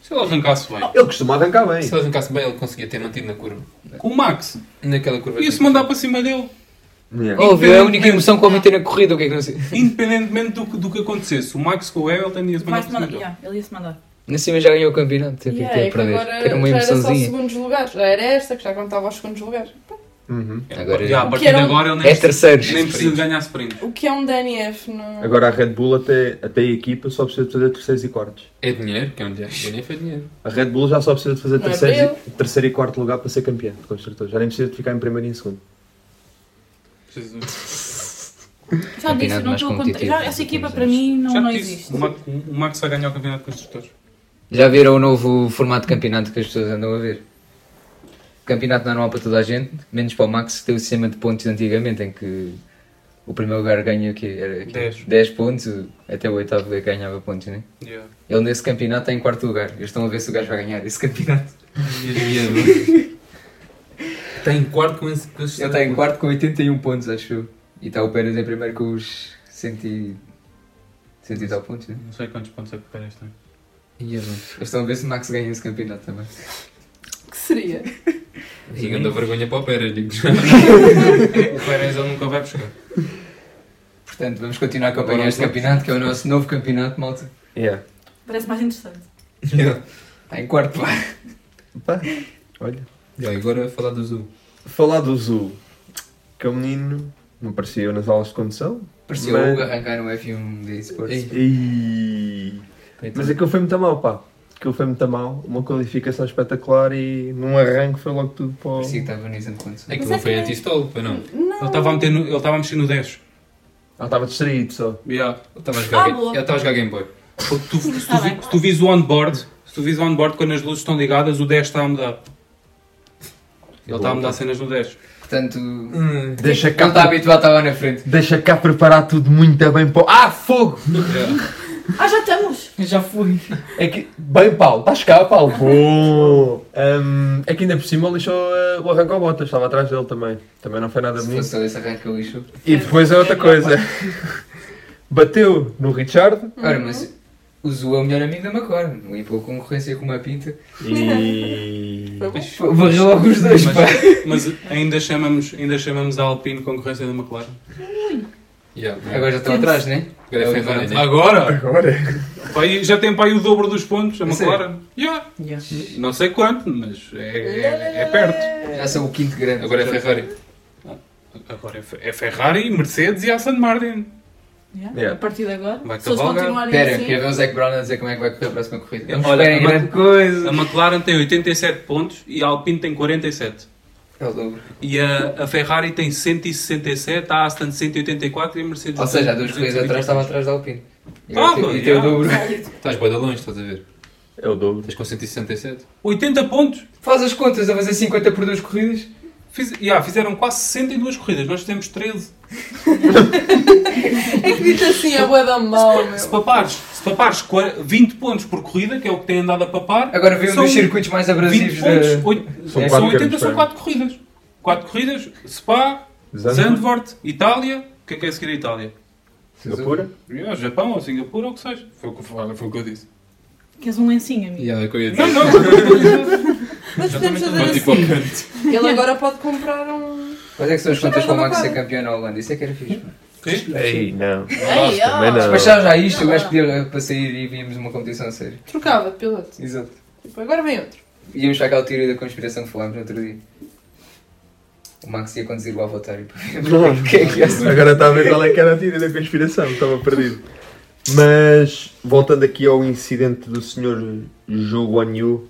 Speaker 6: Se ele arrancasse bem.
Speaker 9: Ele costuma arrancar bem.
Speaker 5: se ele arrancasse bem, ele conseguia ter mantido na curva.
Speaker 6: Com o Max.
Speaker 5: Naquela curva. tipo.
Speaker 6: Ia-se mandar para cima dele.
Speaker 9: Yeah.
Speaker 8: Óbvio, é a única emoção que o homem tem na corrida, o que é que não sei?
Speaker 6: Independentemente do, que- do que acontecesse. O Max com o Hamilton ia-se
Speaker 11: Vai-se
Speaker 6: mandar para cima
Speaker 11: mandar.
Speaker 6: dele.
Speaker 11: yeah, ele ia se mandar.
Speaker 8: Na cima já ganhou o campeonato, teve
Speaker 10: Yeah,
Speaker 8: que
Speaker 10: é
Speaker 8: ir
Speaker 10: que
Speaker 8: perder.
Speaker 10: agora
Speaker 8: Era uma
Speaker 10: já era só
Speaker 8: emoçãozinha.
Speaker 10: segundos lugares. Já era esta que já contava aos segundos lugares.
Speaker 9: Uhum.
Speaker 8: Agora
Speaker 6: Já, a
Speaker 10: O que
Speaker 6: partir
Speaker 10: era
Speaker 6: de
Speaker 10: um-
Speaker 6: agora ele nem,
Speaker 8: é terceiros.
Speaker 6: nem precisa ganhar sprint.
Speaker 10: O que é um DNF? Não...
Speaker 9: Agora a Red Bull até, até a equipa só precisa de fazer terceiros e quartos.
Speaker 5: É dinheiro, que é um dinheiro. Foi dinheiro.
Speaker 9: A Red Bull já só precisa de fazer
Speaker 10: Não é
Speaker 9: terceiro, e, terceiro e quarto lugar para ser campeão de construtor. Já nem precisa de ficar em primeiro e em segundo.
Speaker 6: Jesus.
Speaker 11: Já disse,
Speaker 8: Combinado
Speaker 11: não
Speaker 8: mais
Speaker 11: estou a contar.
Speaker 8: competitivo,
Speaker 11: Já, essa
Speaker 8: nos
Speaker 11: equipa
Speaker 8: últimos
Speaker 11: para mim não,
Speaker 6: Já
Speaker 11: não
Speaker 6: te disse,
Speaker 11: existe.
Speaker 6: o Max, o Max vai ganhar o campeonato de construtores.
Speaker 8: Já viram o novo formato de campeonato que as pessoas andam a ver? Campeonato normal para toda a gente, menos para o Max, que tem o sistema de pontos antigamente, em que o primeiro lugar ganha o quê? Era
Speaker 6: Dez.
Speaker 8: 10 pontos, até o oitavo lugar ganhava pontos, né?
Speaker 6: Yeah.
Speaker 8: Ele nesse campeonato está em quarto lugar. Eles estão a ver se o gajo vai ganhar esse campeonato.
Speaker 5: Está em quarto com esse. Com esse
Speaker 8: Ele está em quarto com 81 pontos, acho eu. E está o Pérez em primeiro com os 100 e... 100 e tal pontos, né?
Speaker 6: Não sei quantos pontos é que o Pérez tem.
Speaker 8: Eles estão a ver se o Max ganha esse campeonato também.
Speaker 10: Que seria?
Speaker 5: Digando a vergonha para o Pérez, digo já.
Speaker 6: O Pérez ele nunca vai buscar.
Speaker 8: Portanto, vamos continuar a acompanhar este campeonato, que é o nosso novo campeonato, malta.
Speaker 9: Yeah.
Speaker 11: Parece mais interessante.
Speaker 8: Está Tá em quarto lugar.
Speaker 9: Pá, olha.
Speaker 5: E agora falar do Zoom.
Speaker 9: Falar do Zul, que é um menino, não apareceu nas aulas de condução.
Speaker 8: Parecia
Speaker 9: Mas-
Speaker 8: o Hugo arrancar um F1 de esportes.
Speaker 9: E... Mas aquilo foi muito mal, pá. Aquilo foi muito mal. Uma qualificação espetacular e num arranque foi logo tudo para o...
Speaker 8: Parecia que estava no exame de condução.
Speaker 11: é
Speaker 5: Aquilo foi anti-stall, para
Speaker 11: Então
Speaker 5: não.
Speaker 6: Ele estava a, meter no- ele estava a mexer no 10.
Speaker 9: Ela Ah, estava distraído só.
Speaker 6: Yeah.
Speaker 5: Ele estava a jogar,
Speaker 11: Ah,
Speaker 5: Ga-
Speaker 11: boa.
Speaker 5: ele estava a jogar Game Boy.
Speaker 6: Porque tu, se,
Speaker 11: Tá
Speaker 6: tu, vi-
Speaker 11: bem.
Speaker 6: se tu vis o onboard, se tu vis o onboard quando as luzes estão ligadas, o 10 está a mudar.
Speaker 8: É
Speaker 6: Ele está a mudar cenas no 10.
Speaker 8: Portanto, não
Speaker 5: Uhum.
Speaker 9: Deixa cá,
Speaker 8: está habituado, estava na frente.
Speaker 9: deixa cá preparar tudo muito bem para o... Ah, fogo!
Speaker 11: Ah, já estamos!
Speaker 8: Já fui.
Speaker 9: É que. Bem, Paulo, estás cá, Paulo. Bom. Hum, é que ainda por cima ele lixou eh, o arrancou botas, estava atrás dele também. Também não foi nada
Speaker 8: Se
Speaker 9: bonito.
Speaker 8: fosse só esse arranque eu lixo.
Speaker 9: E depois é outra coisa. Bateu no Richard
Speaker 8: Ora, mas o Zu é o melhor amigo da Macor. Limpou a concorrência com uma pinta.
Speaker 9: e.
Speaker 8: Pô, Varreu logo os dois, pá.
Speaker 6: Mas ainda chamamos, ainda chamamos a Alpine concorrência da McLaren.
Speaker 5: Yeah,
Speaker 8: Agora já estão atrás, né?
Speaker 5: Agora é Ferrari, né?
Speaker 6: Agora?
Speaker 9: Agora?
Speaker 6: Pai, já tem para aí o dobro dos pontos, a
Speaker 8: É sério?
Speaker 6: McLaren. Yeah. Não sei quanto, mas é, é- é perto.
Speaker 8: Já são o quinto grande.
Speaker 5: né? Agora é Ferrari.
Speaker 6: Agora é Fe- é Ferrari, Mercedes e Aston Martin.
Speaker 11: Yeah.
Speaker 9: Yeah.
Speaker 11: A partir de agora,
Speaker 6: Vai
Speaker 11: se eles
Speaker 6: cavalgar.
Speaker 11: continuarem
Speaker 8: Espera,
Speaker 11: assim,
Speaker 8: quer ver o Zac Brown a dizer como é que vai correr a próxima corrida. Eles
Speaker 6: Olha,
Speaker 8: esperem
Speaker 6: a
Speaker 8: grande
Speaker 6: Mac-
Speaker 8: coisa.
Speaker 6: A McLaren tem 87 pontos e a Alpine tem 47.
Speaker 8: É o dobro.
Speaker 6: E a, a Ferrari tem 167, a Aston 184 e a Mercedes.
Speaker 8: Ou seja, há duas corridas atrás estava
Speaker 6: 224.
Speaker 8: atrás da Alpine. E
Speaker 6: Ah,
Speaker 8: agora tem-
Speaker 6: pá,
Speaker 8: e tem
Speaker 6: já.
Speaker 8: o dobro.
Speaker 5: Estás bem de longe, estás a ver?
Speaker 9: É o dobro.
Speaker 5: Estás com 167.
Speaker 6: 80 pontos!
Speaker 8: Faz as contas a fazer 50 por duas corridas.
Speaker 6: Fiz- yeah, fizeram quase 62 corridas, nós fizemos 13.
Speaker 10: É que dito assim, é bué da mal, meu.
Speaker 6: Se papares, se papares quar- 20 pontos por corrida, que é o que tem andado a papar.
Speaker 8: Agora vem um
Speaker 6: são
Speaker 8: dos circuitos mais
Speaker 6: 20
Speaker 8: abrasivos
Speaker 6: pontos,
Speaker 8: da-
Speaker 6: oito-
Speaker 8: São
Speaker 6: São,
Speaker 8: quatro
Speaker 6: 80,
Speaker 8: grandes
Speaker 6: são
Speaker 8: prémios.
Speaker 6: 4 corridas. 4 corridas, Spa,
Speaker 9: Zandvoort.
Speaker 6: Zandvoort, Itália. O que é que é a seguir a Itália?
Speaker 9: Singapura?
Speaker 6: Yeah, Japão ou Singapura ou o que seja. Foi o que, foi, foi o que eu disse.
Speaker 11: Queres um lencinho, amigo?
Speaker 5: Yeah, é o que eu ia dizer.
Speaker 6: Não, não.
Speaker 10: Mas podemos fazer
Speaker 5: Mas, tipo,
Speaker 10: assim. Ele agora pode comprar um.
Speaker 8: Mas é que são as contas para o Max
Speaker 10: Não, não,
Speaker 8: ser campeão na Holanda, isso é que era fixe.
Speaker 9: Ei, não.
Speaker 10: Ei, ó.
Speaker 8: ah,
Speaker 10: também não.
Speaker 8: Despachar já isto, o gajo pedia para sair e víamos uma competição a sério.
Speaker 10: Trocava de piloto.
Speaker 8: Exato.
Speaker 10: Tipo, agora vem outro.
Speaker 8: Íamos para aquela teoria da conspiração que falámos no outro dia. O Max ia conduzir o Avatário para ver o que é que ia ser.
Speaker 9: Agora está a ver qual é que era a tira da conspiração, estava perdido. Mas, voltando aqui ao incidente do Sr. Zhu Guan Yu,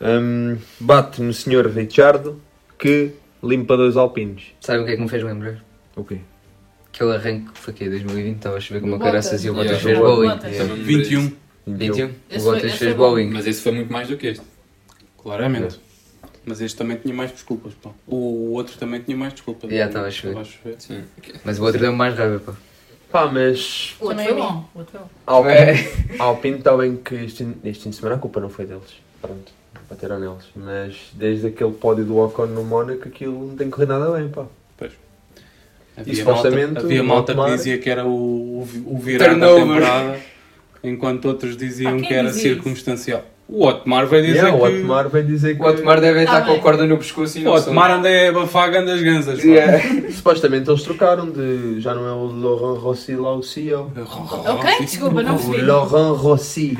Speaker 9: hum, bate no Sr. Richardo que limpa dois alpinos.
Speaker 8: Sabe o que é que me fez lembrar?
Speaker 9: O quê?
Speaker 8: Aquele arranque que foi aqui 2020, estava a chover com uma
Speaker 5: Bottas.
Speaker 8: caraças e o Bottas
Speaker 5: Yeah.
Speaker 8: fez
Speaker 5: O Bottas.
Speaker 8: bowling.
Speaker 5: Yeah.
Speaker 8: Yeah.
Speaker 5: 21.
Speaker 8: 21. O
Speaker 5: Esse foi-
Speaker 8: Bottas fez
Speaker 5: esse foi bom.
Speaker 8: bowling.
Speaker 5: Mas esse foi muito mais do que este.
Speaker 6: Claramente. É. Mas este também tinha mais desculpas, pá. O outro também tinha mais desculpas.
Speaker 8: Yeah, estava a chover.
Speaker 6: Sim.
Speaker 8: Mas o outro deu mais raiva, pá.
Speaker 9: Pá, mas.
Speaker 11: O outro
Speaker 10: Também é
Speaker 11: foi
Speaker 10: a
Speaker 11: bom. O outro foi bom.
Speaker 9: Alpine, Alpine está bem que este, este fim de semana a culpa não foi deles. Pronto, bateram neles. Mas desde aquele pódio do Ocon no Mónaco, aquilo não tem corrido nada bem, pá.
Speaker 6: Pois.
Speaker 9: E
Speaker 6: Havia malta,
Speaker 9: supostamente.
Speaker 6: havia
Speaker 9: o
Speaker 6: malta que
Speaker 9: Otmar-
Speaker 6: dizia que era o, o, vi- o virar da
Speaker 9: Turnover.
Speaker 6: temporada, enquanto outros diziam
Speaker 9: Ah, quem
Speaker 6: que era
Speaker 9: dizia isso?
Speaker 6: circunstancial. O Otmar vai dizer
Speaker 9: Yeah,
Speaker 6: que...
Speaker 9: o Otmar vai dizer que...
Speaker 8: O Otmar deve estar com a corda no pescoço e
Speaker 6: O
Speaker 8: não sabe.
Speaker 6: Otmar anda a abafar grandes ganzas. pá.
Speaker 9: Supostamente eles trocaram de. Já não é o Laurent Rossi lá o CEO.
Speaker 10: Oh,
Speaker 11: Ok, desculpa, não
Speaker 9: O
Speaker 11: fui.
Speaker 9: Laurent Rossi.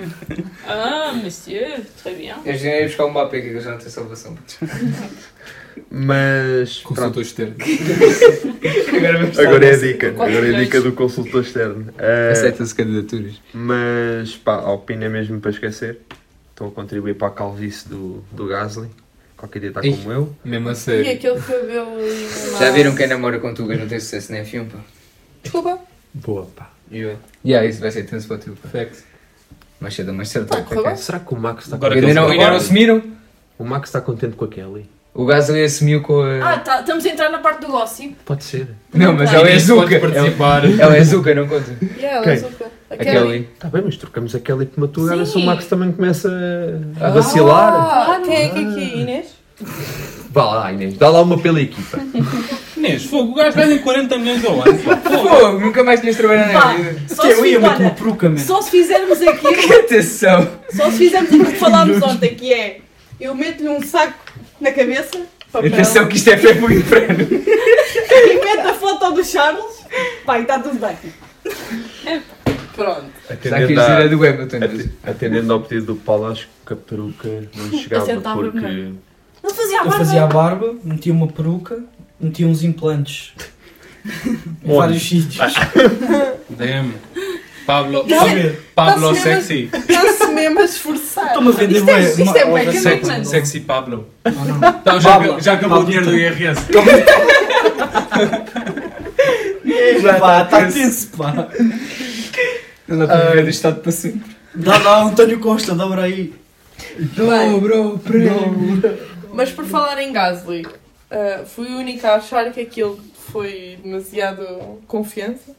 Speaker 11: Ah, monsieur, très bien.
Speaker 8: Eu já ia buscar um mapa que eu já não tenho salvação.
Speaker 9: Mas.
Speaker 5: Consultor externo.
Speaker 8: Agora vamos estar
Speaker 9: Agora é a
Speaker 8: nessa.
Speaker 9: dica.
Speaker 8: Quatro
Speaker 9: Agora é a
Speaker 8: milhões.
Speaker 9: dica do consultor externo. É,
Speaker 8: Aceitam-se candidaturas.
Speaker 9: Mas pá, a Alpine é mesmo para esquecer. Estão a contribuir para a calvície do, do Gasly. Qualquer dia está
Speaker 8: Ih,
Speaker 9: como eu.
Speaker 8: mesmo a
Speaker 10: E aquele cabelo ali. na
Speaker 8: Já
Speaker 10: mão.
Speaker 8: viram quem namora com tugas não tem sucesso na F1, pá?
Speaker 10: Desculpa.
Speaker 9: Boa, pá.
Speaker 8: Eu. Yeah, isso vai ser tenso para tu, pá. Mais cedo ou mais cedo. vai para cá.
Speaker 9: Será que o Max está
Speaker 8: Agora ainda não, ainda não assumiram?
Speaker 9: O Max está contente com a Kelly?
Speaker 8: O Gasly assumiu com a...
Speaker 11: Ah, tá, estamos a entrar na parte do gossip.
Speaker 9: Pode ser.
Speaker 8: não, mas ela é Zuka. Ela é Zuka, não conta.
Speaker 11: Yeah,
Speaker 9: ela é
Speaker 11: Zuka.
Speaker 8: A Kelly.
Speaker 9: Está bem, mas trocamos a Kelly por uma tua. Agora se o
Speaker 11: Sim.
Speaker 9: Max também começa a vacilar.
Speaker 10: Ah, quem é que é aqui? Inês?
Speaker 9: Vá lá, Inês. Dá lá uma pela equipa.
Speaker 6: Inês, fogo, o gajo ganha 40 milhões ao ano. pá.
Speaker 8: Pô, nunca mais tinhas trabalhado
Speaker 11: Pá,
Speaker 8: na minha vida.
Speaker 11: só se
Speaker 8: eu ia
Speaker 11: ficar-
Speaker 8: meter uma peruca, mano.
Speaker 11: Só se fizermos aquilo,
Speaker 8: Atenção.
Speaker 11: só se fizermos aquilo que falámos ontem, que é eu meto-lhe um saco na cabeça, papel,
Speaker 8: Atenção que isto é feio para o inferno.
Speaker 11: e meto a foto do Charles, pá, e está tudo bem.
Speaker 10: É,
Speaker 11: Pronto.
Speaker 8: Já quis dizer a do Hamilton.
Speaker 9: Ate- Atendendo ao pedido do Paulo, acho que a peruca não
Speaker 8: é
Speaker 9: lhe chegava
Speaker 11: Assentava
Speaker 9: porque.
Speaker 11: melhor. Não fazia a
Speaker 12: Eu
Speaker 11: barba.
Speaker 12: fazia a barba, metia uma peruca, metia uns implantes. em
Speaker 6: Onde?
Speaker 12: vários sítios.
Speaker 6: Damn. Pablo,
Speaker 12: Não,
Speaker 6: Pablo, Pablo
Speaker 12: está-se mesmo-
Speaker 6: sexy.
Speaker 10: Está-se mesmo a esforçar.
Speaker 12: Estou-me a vender
Speaker 10: Isto é-
Speaker 12: bué,
Speaker 10: Isto
Speaker 12: uma-
Speaker 10: é bué
Speaker 6: Sexy,
Speaker 10: canalha.
Speaker 6: sexy Pablo. Então, já,
Speaker 12: Pablo.
Speaker 6: já
Speaker 12: Pablo,
Speaker 6: acabou o dinheiro do
Speaker 12: tu-
Speaker 6: IRS.
Speaker 12: Já pá,
Speaker 8: tá
Speaker 12: está tenso, pá.
Speaker 8: Não estou a ver do estado para sempre.
Speaker 12: Dá lá, António Costa, dobra aí.
Speaker 10: Bem.
Speaker 8: bro,
Speaker 10: Mas por falar em Gasly, ah, fui a única a achar que aquilo foi demasiado confiança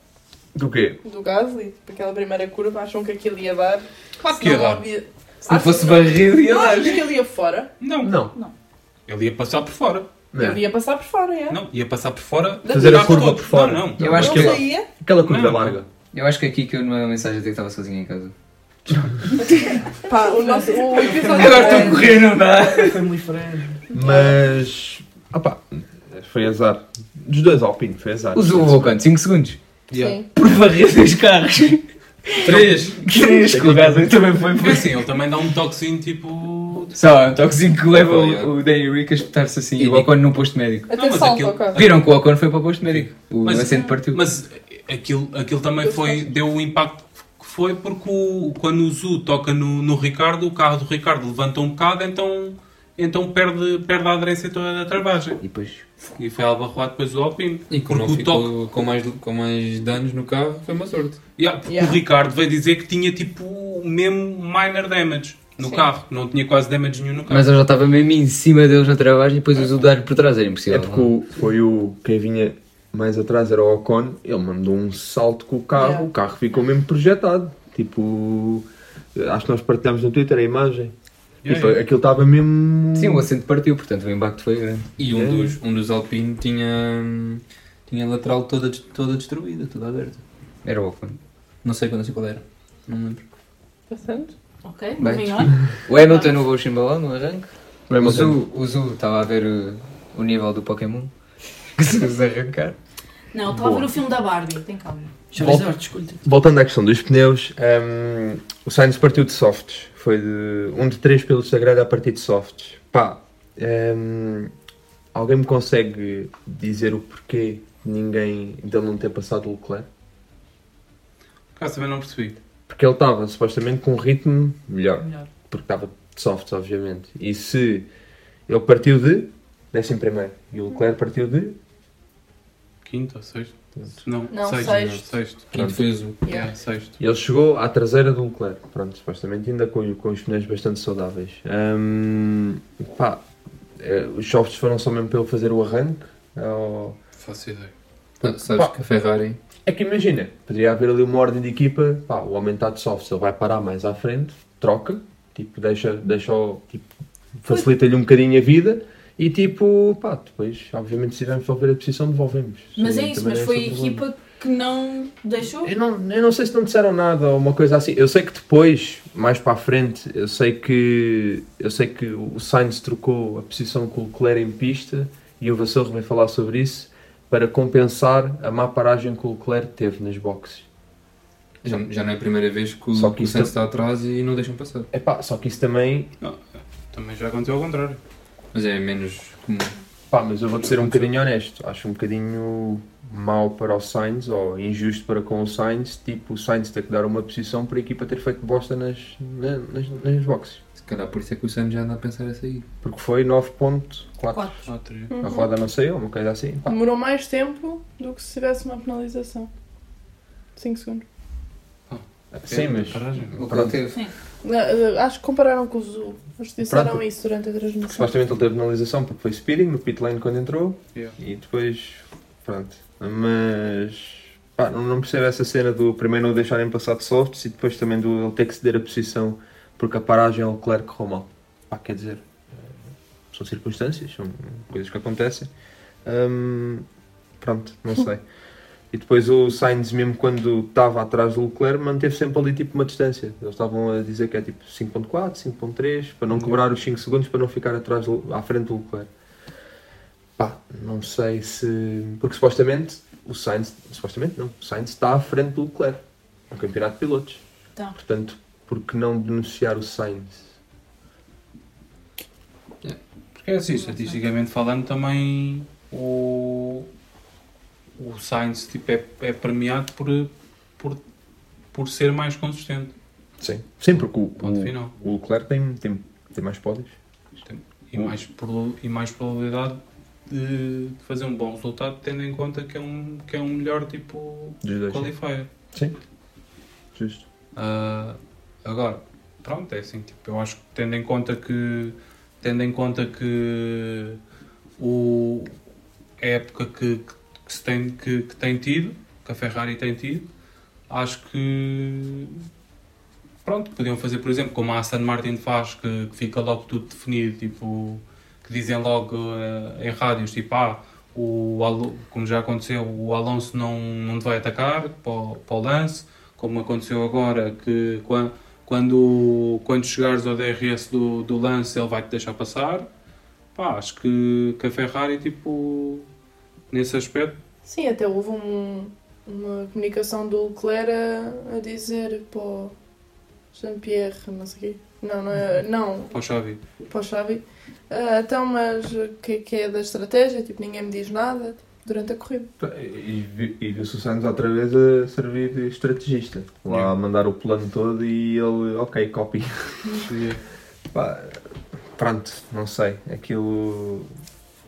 Speaker 9: Do quê?
Speaker 10: do Gasly. Tipo, aquela primeira curva, acham que aquilo ia dar. Claro
Speaker 6: que ia dar.
Speaker 8: Se não fosse barrido, ia
Speaker 10: Não
Speaker 8: dar.
Speaker 10: achas que ele ia fora?
Speaker 6: Não.
Speaker 9: Não.
Speaker 6: Ele ia passar por fora.
Speaker 10: Ele ia passar por fora, é?
Speaker 6: Não, ia passar por fora.
Speaker 9: Fazer a
Speaker 6: Não,
Speaker 9: curva
Speaker 6: não,
Speaker 9: por fora.
Speaker 6: Não, não.
Speaker 8: Eu acho
Speaker 10: Não
Speaker 8: que é.
Speaker 10: saía?
Speaker 9: Aquela curva larga.
Speaker 8: Eu acho que aqui que eu não é uma mensagem a dizer que estava sozinho em casa.
Speaker 10: Pá, o nosso o episódio.
Speaker 8: Agora
Speaker 7: é-
Speaker 8: estou a correr, não dá?
Speaker 12: Family friend.
Speaker 9: Mas. Opá, foi azar. Dos dois Alpine, foi azar.
Speaker 8: Usou o Vulcan, 5 segundos.
Speaker 10: Sim.
Speaker 8: Por varrer dois carros.
Speaker 6: Três.
Speaker 8: 3 que o Gasly também foi por
Speaker 6: Porque assim, ele também dá um toquezinho tipo.
Speaker 8: Só, é um toquezinho que leva o, o Danny Rick a espetar-se assim. E o Ocon num posto médico.
Speaker 10: Até salta,
Speaker 6: aquilo-
Speaker 10: ok.
Speaker 8: Viram que o Ocon foi para o posto médico. O
Speaker 6: Mas-
Speaker 8: assento partiu.
Speaker 6: Mas aquilo, aquilo também foi, deu o impacto que foi, porque o- quando o Zu toca no, no Ricardo, o carro do Ricardo levanta um bocado, então, então perde, perde a aderência toda da travagem.
Speaker 8: E depois.
Speaker 6: E foi albarroado depois o Alpine.
Speaker 5: E como
Speaker 6: Porque
Speaker 5: não
Speaker 6: o
Speaker 5: ficou com mais, com mais danos no carro, foi uma sorte.
Speaker 6: ah, Yeah, porque
Speaker 10: Yeah.
Speaker 6: o Ricardo veio dizer que tinha tipo mesmo minor damage. no
Speaker 8: Sim.
Speaker 6: carro, que não tinha quase damage nenhum no carro.
Speaker 8: Mas eu já estava mesmo em cima deles na travagem e depois os dar por trás, era impossível.
Speaker 9: É porque o- foi o quem vinha mais atrás era o Ocon, ele mandou um salto com o carro,
Speaker 8: Yeah.
Speaker 9: o carro ficou mesmo projetado. Tipo, acho que nós partilhamos no Twitter a imagem.
Speaker 5: Yeah,
Speaker 9: tipo,
Speaker 5: yeah.
Speaker 9: aquilo estava mesmo.
Speaker 8: Sim, o assento partiu, portanto o impacto foi grande.
Speaker 5: E um,
Speaker 8: É.
Speaker 5: dos, um dos Alpine tinha, tinha a lateral toda, des- toda destruída, toda aberta.
Speaker 8: Era o Ocon.
Speaker 5: Não sei, quando- não sei qual era. Não me lembro.
Speaker 10: Passando?
Speaker 7: Ok,
Speaker 8: Bem.
Speaker 7: moving on.
Speaker 8: O Hamilton não vou chimbalão no arranque.
Speaker 9: O Hamilton.
Speaker 8: O Zu, o Zu estava a ver uh, o, nível do Pokémon. Que se os arrancar.
Speaker 7: Não, estava a ver
Speaker 9: Boa.
Speaker 7: o filme da Barbie, tem calma.
Speaker 9: Vol- Voltando à questão dos pneus, hum, o Sainz partiu de softs. Foi de um de três pilotos da grelha a partir de softs. Pá, hum, alguém me consegue dizer o porquê de ninguém dele não ter passado o Leclerc?
Speaker 6: Por acaso também não percebi.
Speaker 9: Porque ele estava supostamente com um ritmo melhor.
Speaker 6: Melhor.
Speaker 9: Porque estava de softs, obviamente. E se ele partiu de 11 primeiro e o Leclerc partiu de
Speaker 6: Quinto ou sexto? Não,
Speaker 10: Não,
Speaker 6: sexto.
Speaker 10: sexto.
Speaker 6: Não, sexto.
Speaker 9: Quinto
Speaker 5: fez o.
Speaker 10: Yeah.
Speaker 6: É, sexto.
Speaker 9: Ele chegou à traseira do Leclerc, pronto, supostamente ainda com, com os pneus bastante saudáveis. Hum, pá, eh, os softs foram só mesmo para ele fazer o arranque? Ou...
Speaker 6: Faço ideia.
Speaker 5: Ah, sabes que a Ferrari.
Speaker 9: É que imagina, poderia haver ali uma ordem de equipa, pá, o homem está de softs, ele vai parar mais à frente, troca, tipo, deixa, deixa o- tipo, facilita-lhe um bocadinho a vida e tipo, pá, depois, obviamente, se tivermos de devolver a posição, devolvemos.
Speaker 7: Mas é
Speaker 9: Sim,
Speaker 7: isso,
Speaker 9: também
Speaker 7: mas
Speaker 9: não
Speaker 7: foi a
Speaker 9: esse o problema.
Speaker 7: equipa que não deixou.
Speaker 9: Eu não, eu não sei se não disseram nada ou uma coisa assim. Eu sei que depois, mais para a frente, eu sei que eu sei que o Sainz trocou a posição com o Leclerc em pista e o Vassouro vai falar sobre isso para compensar a má paragem que o Leclerc teve nas boxes.
Speaker 5: Já, já não é a primeira vez que o,
Speaker 9: Só
Speaker 5: Só o
Speaker 9: que isto
Speaker 5: Sainz
Speaker 9: é-
Speaker 5: está atrás e não deixam passar.
Speaker 9: Epá, só que isso também
Speaker 6: Também já aconteceu ao contrário.
Speaker 5: Mas é menos comum.
Speaker 9: Pá, mas eu vou-te ser um bocadinho honesto. Acho um bocadinho mau para o Sainz ou injusto para com o Sainz. Tipo, o Sainz ter que dar uma posição para a equipa ter feito bosta nas, na- nas, nas boxes.
Speaker 5: Se calhar por isso é que o Sainz já anda a pensar a sair.
Speaker 9: Porque foi 9.4.
Speaker 10: Uhum.
Speaker 9: A roda não saiu, uma coisa assim. Pá,
Speaker 10: Demorou mais tempo do que se tivesse uma penalização. 5 segundos.
Speaker 9: Ah, Sim, mas.
Speaker 5: O
Speaker 9: pronto.
Speaker 10: Ah, ah, Acho que compararam com o Zul. Eles disseram
Speaker 9: Pronto.
Speaker 10: isso durante a transmissão.
Speaker 9: Supostamente ele teve penalização porque foi speeding no pit lane quando entrou
Speaker 6: Yeah.
Speaker 9: e depois. Pronto. Mas. Pá, não, não percebo essa cena do primeiro não deixarem passar de softs e depois também do ele ter que ceder a posição porque a paragem é ao Leclerc correu mal. Pá, quer dizer. eh, São circunstâncias, são coisas que acontecem. Hum, pronto, não sei. E depois o Sainz, mesmo quando estava atrás do Leclerc, manteve sempre ali tipo uma distância. Eles estavam a dizer que é tipo 5.4, 5.3, para não cobrar os 5 segundos, para não ficar atrás do- à frente do Leclerc. Pá, não sei se... Porque supostamente o Sainz... Supostamente não. O Sainz está à frente do Leclerc. No campeonato de pilotos.
Speaker 7: Tá.
Speaker 9: Portanto, por que não denunciar o Sainz?
Speaker 6: Porque é assim, estatisticamente falando, também o, o Sainz tipo, é, é premiado por, por, por ser mais consistente.
Speaker 9: Sim. Sim, porque o,
Speaker 6: Ponto final.
Speaker 9: o, o Leclerc tem, tem, tem mais pódios.
Speaker 6: E mais, proba- e mais probabilidade de de fazer um bom resultado, tendo em conta que é um, que é um melhor tipo
Speaker 9: Dos dois, sim.
Speaker 6: qualifier.
Speaker 9: Sim. Justo.
Speaker 6: Ah, agora, pronto, é assim, tipo, eu acho que tendo em conta que tendo em conta que o, a época que, que, que se tem, que, que tem tido, que a Ferrari tem tido, acho que pronto, podiam fazer, por exemplo, como a Aston Martin faz, que, que fica logo tudo definido, tipo, que dizem logo eh, em rádios, tipo, ah, o Alo- como já aconteceu, o Alonso não, não te vai atacar para o, para o lance, como aconteceu agora, que quan- quando, quando chegares ao DRS do, do lance ele vai-te deixar passar. Pá, acho que, que a Ferrari, tipo, nesse aspecto,
Speaker 10: Sim, até houve um- uma comunicação do Leclerc a, a dizer para o Jean-Pierre, não sei o quê. Não, não é. Não,
Speaker 6: para o Xavi.
Speaker 10: para o Xavi. Ah, então, mas o que, que é da estratégia? Tipo, ninguém me diz nada tipo, durante a corrida.
Speaker 9: E, vi- e viu-se o Sainz outra vez a servir de estrategista. Lá a mandar o plano todo e ele, ok, copy. Pá, pronto, não sei. Aquilo.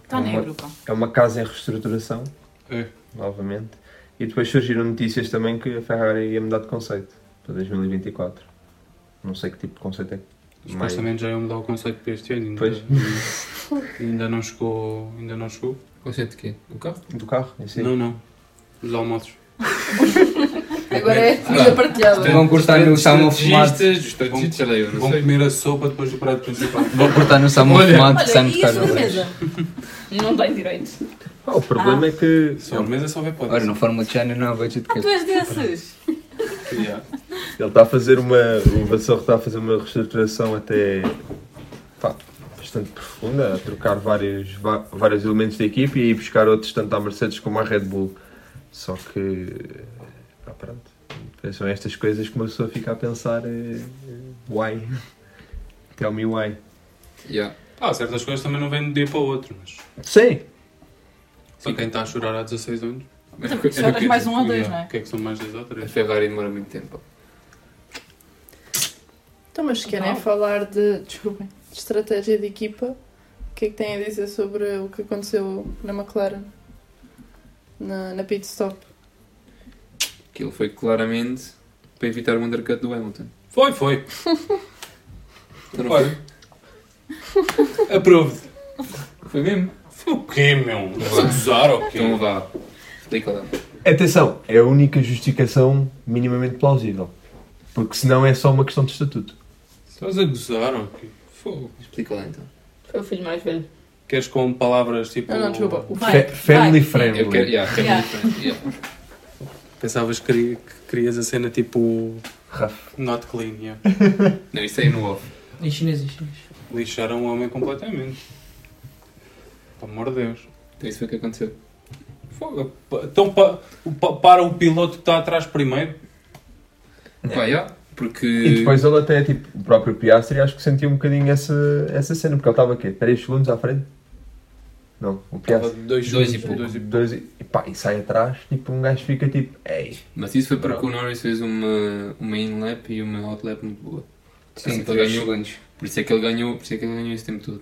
Speaker 7: Tá
Speaker 9: é uma-
Speaker 7: negro, pá.
Speaker 9: É uma casa em reestruturação,
Speaker 6: É.
Speaker 9: novamente. E depois surgiram notícias também que a Ferrari ia mudar de conceito para 2024. Não sei que tipo de conceito é que
Speaker 6: Supostamente já iam mudar o conceito para este ano. Ainda,
Speaker 9: Pois.
Speaker 6: ainda não chegou. Ainda não chegou.
Speaker 5: Conceito de quê? Do carro?
Speaker 9: Do carro? Esse aí?
Speaker 6: Não, não. Dos almoços.
Speaker 10: Agora é comida
Speaker 6: Ah,
Speaker 10: partilhada.
Speaker 8: Vão cortar
Speaker 5: é
Speaker 8: no salmão fumado.
Speaker 5: Estrategistas, os estrategistas, sei lá, eu não
Speaker 6: Vão
Speaker 5: sei.
Speaker 6: comer a sopa depois do prato principal.
Speaker 8: Vão cortar no salmão
Speaker 6: Olha.
Speaker 8: fumado que sai
Speaker 11: Olha,
Speaker 8: muito
Speaker 11: e a
Speaker 8: caro.
Speaker 11: sobremesa? Não tem direito.
Speaker 9: O
Speaker 7: Ah.
Speaker 9: problema é que.
Speaker 6: Sobremesa só vê pode.
Speaker 8: Ora, não Fórmula de China não há budget
Speaker 11: Ah, tu és desses.
Speaker 9: Ele está a fazer uma. O Vassour está a fazer uma reestruturação até. pá, bastante profunda, a trocar vários, va- vários elementos da equipe e ir buscar outros, tanto à Mercedes como à Red Bull. Só que. pá, pronto. Então, São estas coisas que uma pessoa fica a pensar. eh, Why? Tell me why.
Speaker 6: Ah, certas coisas também não vêm de um dia para o outro, mas.
Speaker 9: Sim!
Speaker 6: Para quem está a chorar há 16 anos.
Speaker 5: Mas Então, choras era o quê? mais um ou dois, não é?
Speaker 6: O que é que são mais dois ou
Speaker 5: A
Speaker 6: três?
Speaker 5: Ferrari demora muito tempo.
Speaker 10: Então, mas se querem falar de, desculpem, de estratégia de equipa, o que é que têm a dizer sobre o que aconteceu na McLaren? Na, na pit stop?
Speaker 5: Aquilo foi claramente para evitar o undercut do Hamilton.
Speaker 6: Foi, foi.
Speaker 5: Então não
Speaker 6: Olha. Aproved. Foi mesmo? Foi o quê, meu? Estás a gozar ou o quê?
Speaker 5: Então vá. Explica lá.
Speaker 9: Atenção, é a única justificação minimamente plausível. Porque senão é só uma questão de estatuto.
Speaker 6: Estás a gozar ou o quê? Fogo.
Speaker 5: Explica lá então.
Speaker 11: Foi o filho mais velho.
Speaker 6: Queres com palavras tipo.
Speaker 11: Não, não, desculpa. O
Speaker 9: Fa- family friendly.
Speaker 5: Eu quero, yeah, family
Speaker 11: Yeah.
Speaker 5: friendly, yeah.
Speaker 6: Pensavas que, queria- que querias a cena tipo.
Speaker 9: Raf.
Speaker 6: Not clean, yeah.
Speaker 5: Não, isso aí no off.
Speaker 12: Em chinês, em chinês.
Speaker 6: Lixaram o um homem completamente. Pelo amor de Deus.
Speaker 5: Então isso foi o que aconteceu.
Speaker 6: Fogo. Então pa- o pa- para o piloto que está atrás primeiro.
Speaker 5: Pá, yeah, porque.
Speaker 9: E depois ele até, tipo, o próprio Piastri acho que sentiu um bocadinho essa, essa cena, porque ele estava aqui 3 segundos à frente? Não, o Piastri.
Speaker 6: Estava dois
Speaker 5: Dois
Speaker 6: segundos,
Speaker 5: e pouco.
Speaker 6: dois e-
Speaker 9: Dois e, e pá, e sai atrás, tipo, um gajo fica tipo, ei.
Speaker 5: Mas isso foi porque
Speaker 9: Bravo.
Speaker 5: o Norris fez uma, uma in-lap e uma out-lap muito boa. Por isso é
Speaker 8: Sim,
Speaker 5: que ele
Speaker 8: três
Speaker 5: ganhou.
Speaker 8: segundos.
Speaker 5: Por isso é que ele ganhou, por isso é que ele ganhou esse tempo todo.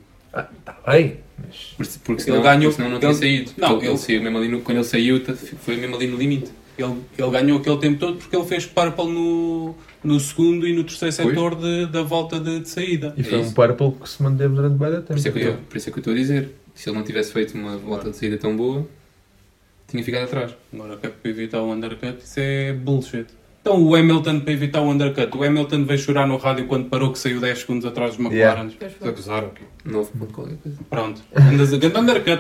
Speaker 9: Tá bem, mas.
Speaker 5: Por, porque
Speaker 6: Ele
Speaker 5: senão, ele
Speaker 6: ganhou-
Speaker 5: ganhou, senão não tinha
Speaker 6: ele-
Speaker 5: saído.
Speaker 6: não,
Speaker 5: Porque ele,
Speaker 6: ele-
Speaker 5: saiu mesmo ali no, quando ele saiu, tá- foi mesmo ali no limite.
Speaker 6: Ele, ele ganhou aquele tempo todo porque ele fez purple no, no segundo e no terceiro
Speaker 5: Pois.
Speaker 6: setor de- da volta de, de saída.
Speaker 9: E foi
Speaker 5: É
Speaker 9: um
Speaker 5: isso.
Speaker 9: purple que se manteve durante bem da
Speaker 5: Por
Speaker 9: tempo.
Speaker 5: isso, é que eu tô- por isso é que eu estou a dizer. Se ele não tivesse feito uma volta de saída tão boa, tinha ficado atrás.
Speaker 6: Agora que é para evitar o undercut, isso é bullshit. Então o Hamilton para evitar o undercut. O Hamilton veio chorar no rádio quando parou que saiu 10 segundos atrás dos
Speaker 9: Yeah.
Speaker 6: McLaren. Estás a gozar, ok.
Speaker 5: Não houve ponto qualquer coisa.
Speaker 6: Pronto. Andas a grande undercut.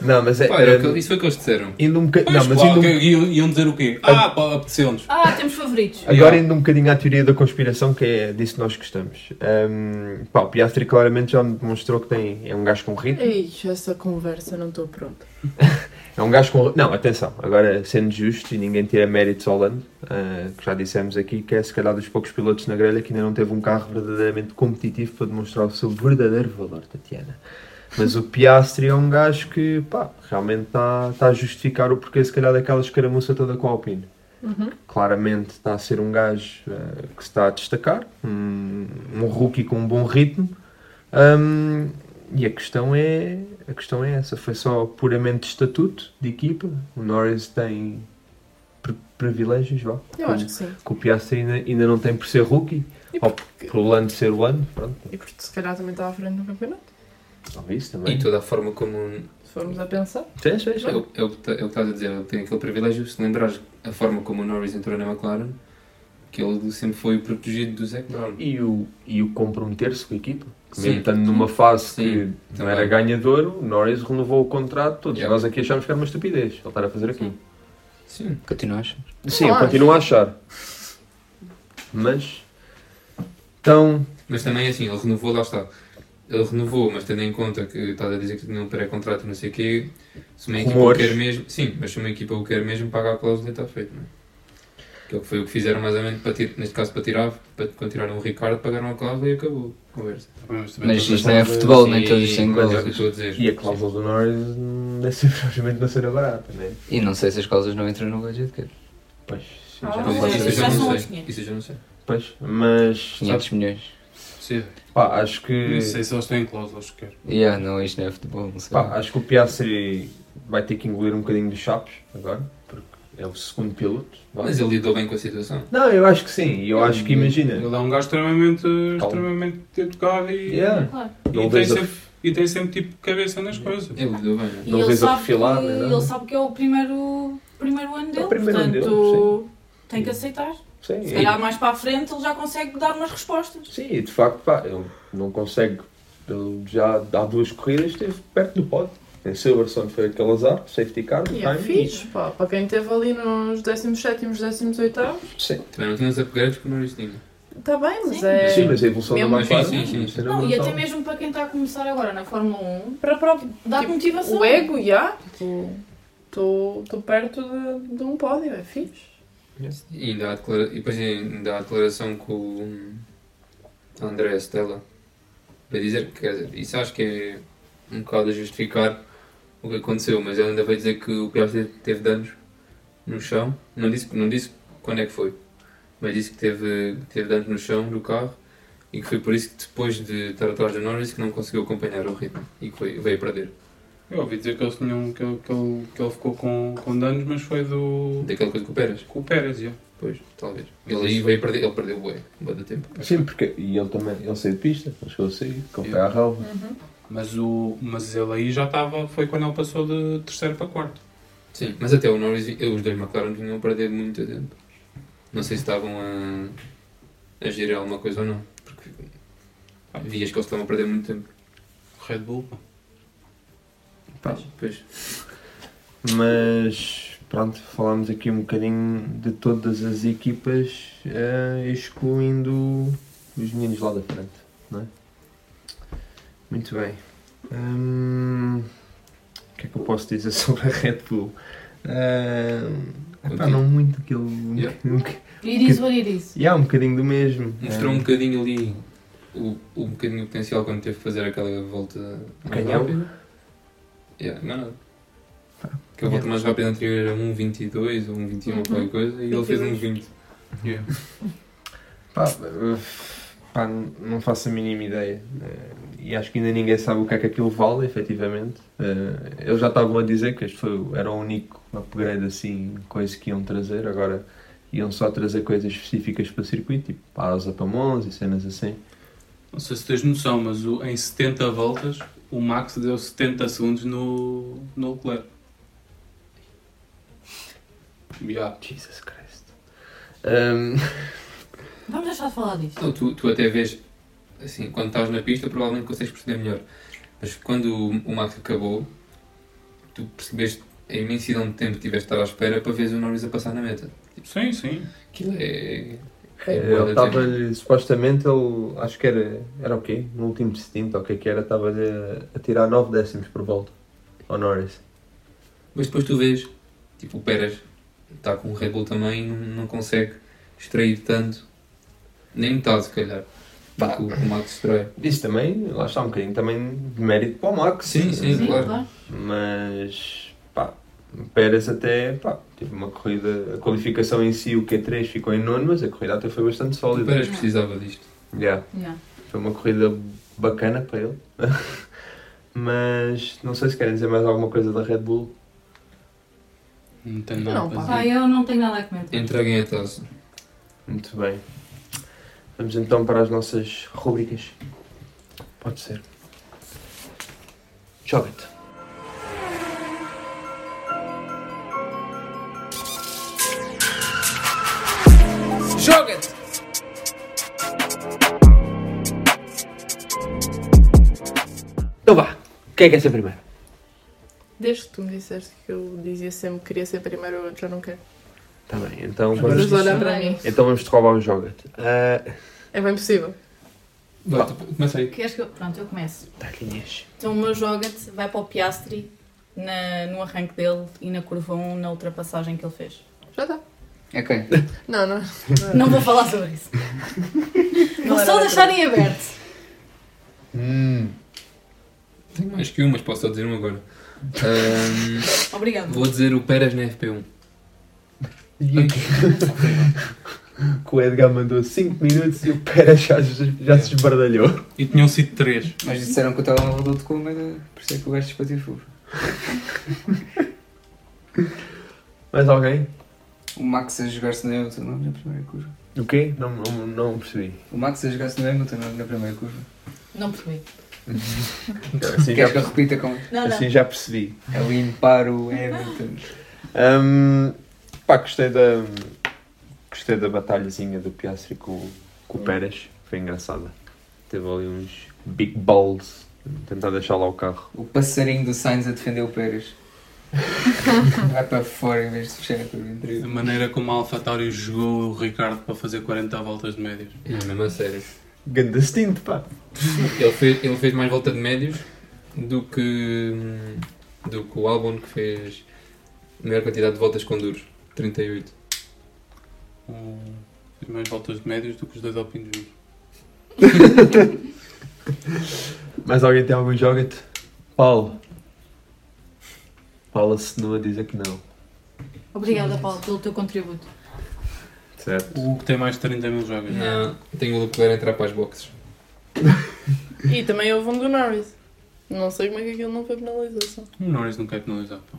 Speaker 9: Não, mas é.
Speaker 5: Pá, era o que,
Speaker 9: era-
Speaker 5: isso foi o que eles disseram.
Speaker 9: Indo um bocadinho.
Speaker 6: Pois,
Speaker 9: Não, mas
Speaker 6: claro,
Speaker 9: indo um-
Speaker 6: que- iam, iam dizer o quê? Ah, pá, apeteceu-nos.
Speaker 11: Ah, temos favoritos.
Speaker 9: Agora indo um bocadinho à teoria da conspiração, que é disso que nós gostamos. Ahm, pá, o Piastri claramente já me demonstrou que tem, é um gajo com ritmo.
Speaker 10: Ei, essa conversa, não estou pronta.
Speaker 9: É um gajo com. Não, atenção, agora sendo justo e ninguém tira méritos ao Lando, ah, que já dissemos aqui que é se calhar dos poucos pilotos na grelha que ainda não teve um carro verdadeiramente competitivo para demonstrar o seu verdadeiro valor, Tatiana. Mas o Piastri é um gajo que, pá, realmente está tá a justificar o porquê, se calhar, daquela escaramuça toda com a Alpine. Claramente está a ser um gajo ah, que se está a destacar, um, um rookie com um bom ritmo. Ahm, e a questão é a questão é essa, foi só puramente estatuto de equipa. O Norris tem pri- privilégios, vá.
Speaker 10: Eu
Speaker 9: que,
Speaker 10: acho que sim.
Speaker 9: que o Piastri ainda, ainda não tem por ser rookie,
Speaker 10: E
Speaker 9: ou por o Lando ser o Lando, pronto,
Speaker 10: E porque se calhar também está à frente no campeonato,
Speaker 9: talvez isso também.
Speaker 5: E toda a forma como.
Speaker 10: se formos a pensar.
Speaker 9: Sim, sim,
Speaker 5: É
Speaker 9: sim.
Speaker 5: o, é o que tá- é o que estás a dizer, ele tem aquele privilégio. Se lembrares a forma como o Norris entrou na McLaren, que ele sempre foi o protegido do Zac Brown.
Speaker 9: E o, e o comprometer-se com a equipa. que
Speaker 5: Sim.
Speaker 9: Mesmo estando numa fase
Speaker 5: Sim,
Speaker 9: que não
Speaker 5: também.
Speaker 9: era ganhador, o Norris renovou o contrato. Todos
Speaker 5: Yeah.
Speaker 9: nós aqui achamos que era uma estupidez ele estar a fazer aquilo.
Speaker 5: Sim.
Speaker 8: Continuas?
Speaker 9: Sim, eu
Speaker 10: Não acho.
Speaker 9: continuo a achar. Mas. Então.
Speaker 5: Mas também assim, ele renovou, lá está. Ele renovou, mas tendo em conta que estás a dizer que tinha um pré-contrato e não sei o quê, se uma equipa o
Speaker 9: Rumores.
Speaker 5: quer mesmo. Sim, mas se uma equipa o quer mesmo, paga a cláusula e está feito, não é? Que é o que foi o que fizeram mais ou menos, para tir- neste caso para tirar, para, quando tiraram o Ricardo, pagaram a cláusula e acabou a conversa.
Speaker 8: Mas isto não é futebol, nem todos
Speaker 5: E-
Speaker 8: têm
Speaker 5: assim. mas é o que
Speaker 8: cláusulas.
Speaker 5: eu estou a dizer.
Speaker 9: E a cláusula do Norris hum, deve ser provavelmente uma cena barata, né?
Speaker 8: E não sei se as cláusulas não entram no budget é cap.
Speaker 9: Pois,
Speaker 11: Ah,
Speaker 9: já
Speaker 11: não
Speaker 9: não
Speaker 5: Mas
Speaker 11: sei.
Speaker 5: isso
Speaker 9: faço
Speaker 5: eu já
Speaker 11: Já são
Speaker 5: não
Speaker 11: outros
Speaker 5: sei.
Speaker 11: quinhentos.
Speaker 5: Isso eu já não sei.
Speaker 9: Pois, mas.
Speaker 8: 500 milhões.
Speaker 6: Possível.
Speaker 9: Pá, acho que.
Speaker 6: Não sei se eles têm cláusulas sequer.
Speaker 8: Yeah, não, isto não é futebol, não sei.
Speaker 9: Pá, acho que o Piastri vai ter que engolir um bocadinho dos chapos agora, porque
Speaker 6: é o segundo piloto.
Speaker 5: Mas ele lidou bem com a situação.
Speaker 9: Não, eu acho que sim. e Eu acho que imagina.
Speaker 6: Ele é um gajo extremamente, extremamente educado e,
Speaker 9: Yeah.
Speaker 7: Claro.
Speaker 6: e,
Speaker 9: Não
Speaker 6: tem
Speaker 9: vês a-
Speaker 6: sempre, e tem sempre tipo cabeça nas coisas.
Speaker 5: Ele lidou bem. né?
Speaker 7: E ele, sabe que, ele sabe que é o primeiro, primeiro ano dele,
Speaker 6: primeiro ano
Speaker 7: portanto
Speaker 6: dele,
Speaker 7: tem que aceitar.
Speaker 9: um Sim,
Speaker 7: Se
Speaker 9: e-
Speaker 7: calhar mais para a frente ele já consegue dar umas respostas.
Speaker 9: Sim, e de facto, pá, ele não consegue. Ele já há duas corridas esteve perto do pódio. Em Silverstone foi aquele azar, safety car,
Speaker 10: E é
Speaker 9: time,
Speaker 10: fixe, pá, para quem esteve ali nos 17, 18,
Speaker 9: Sim.
Speaker 5: Também não tinha os upgrades que o Norris tinha.
Speaker 10: está bem, mas é.
Speaker 9: Sim, mas a evolução
Speaker 10: Mesmo
Speaker 9: da McLaren.
Speaker 5: Sim, sim, sim, sim.
Speaker 9: isso é
Speaker 7: Não, e até
Speaker 8: Então.
Speaker 9: brutal.
Speaker 7: mesmo para quem está a começar agora na Fórmula 1, para próprio, dá
Speaker 11: Tipo,
Speaker 7: motivação.
Speaker 10: O ego, já. Estou perto de, de um pódio, é fixe.
Speaker 5: E, ainda há declara- e depois ainda há a declaração com o André Stella para dizer que quer dizer, isso acho que é um bocado a justificar o que aconteceu, mas ele ainda veio dizer que o Piastri teve danos no chão, não disse, não disse quando é que foi, mas disse que teve, que teve danos no chão do carro e que foi por isso que depois de estar atrás do Norris que não conseguiu acompanhar o ritmo e que foi- veio perder.
Speaker 6: Eu ouvi dizer que, eles tinham, que, ele, que, ele, que ele ficou com, com danos, mas foi do.
Speaker 5: Daquela coisa com o Pérez.
Speaker 6: Com o Pérez, já.
Speaker 5: Pois, talvez. Ele aí veio perder, ele perdeu o bué, um bué do tempo.
Speaker 9: Sim, porque e ele também, ele saiu de pista, mas que eu sei, com o pé à relva.
Speaker 6: Mas, o, mas ele aí já estava. Foi quando ele passou de terceiro para quarto.
Speaker 5: Sim, mas até o Norris, e- os dois McLaren vinham a perder muito tempo. Não sei se estavam a, a gerir alguma coisa ou não, porque vias que eles estavam a perder muito tempo.
Speaker 6: Red Bull.
Speaker 5: Pois, pois.
Speaker 9: Mas pronto, falámos aqui um bocadinho de todas as equipas, eh, excluindo os meninos lá da frente, não é? Muito bem. Hum, o que é que eu posso dizer sobre a Red Bull? Hum, epá, não muito aquele.
Speaker 5: Yeah.
Speaker 9: Um, boc-
Speaker 7: It is what it is.
Speaker 9: Yeah, um bocadinho do mesmo.
Speaker 5: Mostrou
Speaker 9: Eh,
Speaker 5: um bocadinho ali o, o bocadinho de potencial quando teve que fazer aquela volta mais
Speaker 9: Canhão?
Speaker 5: rápida. Yeah, não é nada. Que a volta mais rápida anterior era 1.22 ou 1.21 ou qualquer coisa Uhum. e ele fez 1.20.
Speaker 9: Pá, uh, pá, não faço a mínima ideia. Uh, E acho que ainda ninguém sabe o que é que aquilo vale, efetivamente. Uh, Eles já estavam a dizer que este foi, o- era o único upgrade assim, coisa que iam trazer. Agora iam só trazer coisas específicas para o circuito, tipo para os apamons e cenas assim.
Speaker 6: Não sei se tens noção, mas o- em 70 voltas o Max deu 70 segundos no, no Leclerc. Yeah.
Speaker 9: Jesus Christ. Um,
Speaker 7: Vamos deixar de falar disto.
Speaker 5: Não, Então, tu, tu até vês, assim, quando estás na pista, provavelmente consegues perceber melhor. Mas quando o, o Max acabou, tu percebeste a imensidão de tempo que tiveste de estar à espera para veres o Norris a passar na meta.
Speaker 6: Sim, sim.
Speaker 5: Aquilo é. é bué
Speaker 9: eh, ele
Speaker 5: de
Speaker 9: estava,
Speaker 5: tempo.
Speaker 9: supostamente, ele, acho que era, era o quê? No último stint, ou o que é que era, estava a, a tirar 9 décimos por volta ao Norris.
Speaker 5: Mas depois tu vês, tipo, o Pérez está com o Red Bull também e não, não consegue extrair tanto, nem metade, se calhar, do que o, o Max extrai.
Speaker 9: Isso também, lá está um bocadinho também de mérito para o Max.
Speaker 5: Sim, sim, Sim, claro. claro.
Speaker 9: Mas, pá, o Pérez até, pá, teve uma corrida, a qualificação em si, o Q3 ficou em nono, mas a corrida até foi bastante sólida.
Speaker 5: O Pérez precisava disto.
Speaker 9: Yeah.
Speaker 7: Yeah.
Speaker 9: Foi uma corrida bacana para ele. mas, não sei se querem dizer mais alguma coisa da Red Bull.
Speaker 6: Não tem
Speaker 7: Não, é. pá, eu não tenho nada a comentar.
Speaker 5: Entreguem a taça.
Speaker 9: Muito bem. Vamos então para as nossas rubricas. Pode ser. Joga-te.
Speaker 8: Joga-te!
Speaker 9: Então vá, quem é que é ser primeiro?
Speaker 10: Desde que tu me disseste que eu dizia sempre que queria ser primeiro, eu já não quero.
Speaker 9: Tá bem, então
Speaker 10: Agora
Speaker 9: vamos.
Speaker 10: vou olhar para mim.
Speaker 9: Então vamos te roubar o joga-te. Ah,
Speaker 10: É bem possível.
Speaker 5: Vá, começa aí.
Speaker 7: Queres que eu... Pronto, eu começo.
Speaker 9: Tá, quem és?
Speaker 7: Então o meu joga-te vai para o Piastri na- no arranque dele e na curva 1 na ultrapassagem que ele fez.
Speaker 10: Já está.
Speaker 8: É quem?
Speaker 10: Não, não.
Speaker 7: Não vou falar sobre isso. Vou só deixar em aberto.
Speaker 5: Hum. Tenho mais que um, mas posso só dizer um agora. Ahm,
Speaker 7: Obrigado.
Speaker 5: Vou dizer o Pérez na FP1.
Speaker 9: Que o Edgar mandou 5 minutos e o Pérez já, já se esbardalhou.
Speaker 6: E tinham sido 3.
Speaker 8: Mas disseram que o telemóvel do Tecuma era por isso é que o gajo despatiu fogo.
Speaker 9: Mais alguém?
Speaker 8: O Max a jogar-se no Hamilton logo é na primeira curva.
Speaker 9: O quê? Não, não, não percebi.
Speaker 8: O Max a jogar-se no Hamilton logo é na primeira curva.
Speaker 7: Não percebi.
Speaker 9: Assim
Speaker 8: Queres
Speaker 9: já
Speaker 8: que eu repita como?
Speaker 7: Não, não.
Speaker 9: Assim já percebi.
Speaker 8: É limpar o Hamilton.
Speaker 9: Hum, pá, gostei da. Gostei da batalhazinha do Piastri com, com o Pérez. Foi engraçada. Teve ali uns big balls. Tentar deixar lá o carro.
Speaker 8: O passarinho do Sainz a defender o Pérez. Vai para fora em vez de fechar a curva interior.
Speaker 6: A maneira como a Alfa Tauri jogou o Ricardo para fazer 40 voltas de médias.
Speaker 5: É, mesmo a sério.
Speaker 9: Ganda stint, pá.
Speaker 5: Ele fez, ele fez mais volta de médios do que, hum, do que o Albon que fez a maior quantidade de voltas com duros. 38.
Speaker 6: Um, fez mais voltas de médias do que os dois alpinos juntos.
Speaker 9: Mas alguém tem algum joga-te? Paulo. Paulo assinou a dizer que não.
Speaker 7: Obrigada, Paulo, pelo teu contributo.
Speaker 9: Certo.
Speaker 6: O Hugo tem mais de 30 mil jogos.
Speaker 5: Não, Ah, tenho o Leclerc a entrar para as boxes.
Speaker 10: E também houve um do Norris. Não sei como é que aquilo não foi penalização.
Speaker 6: O Norris não quer penalizar. pá.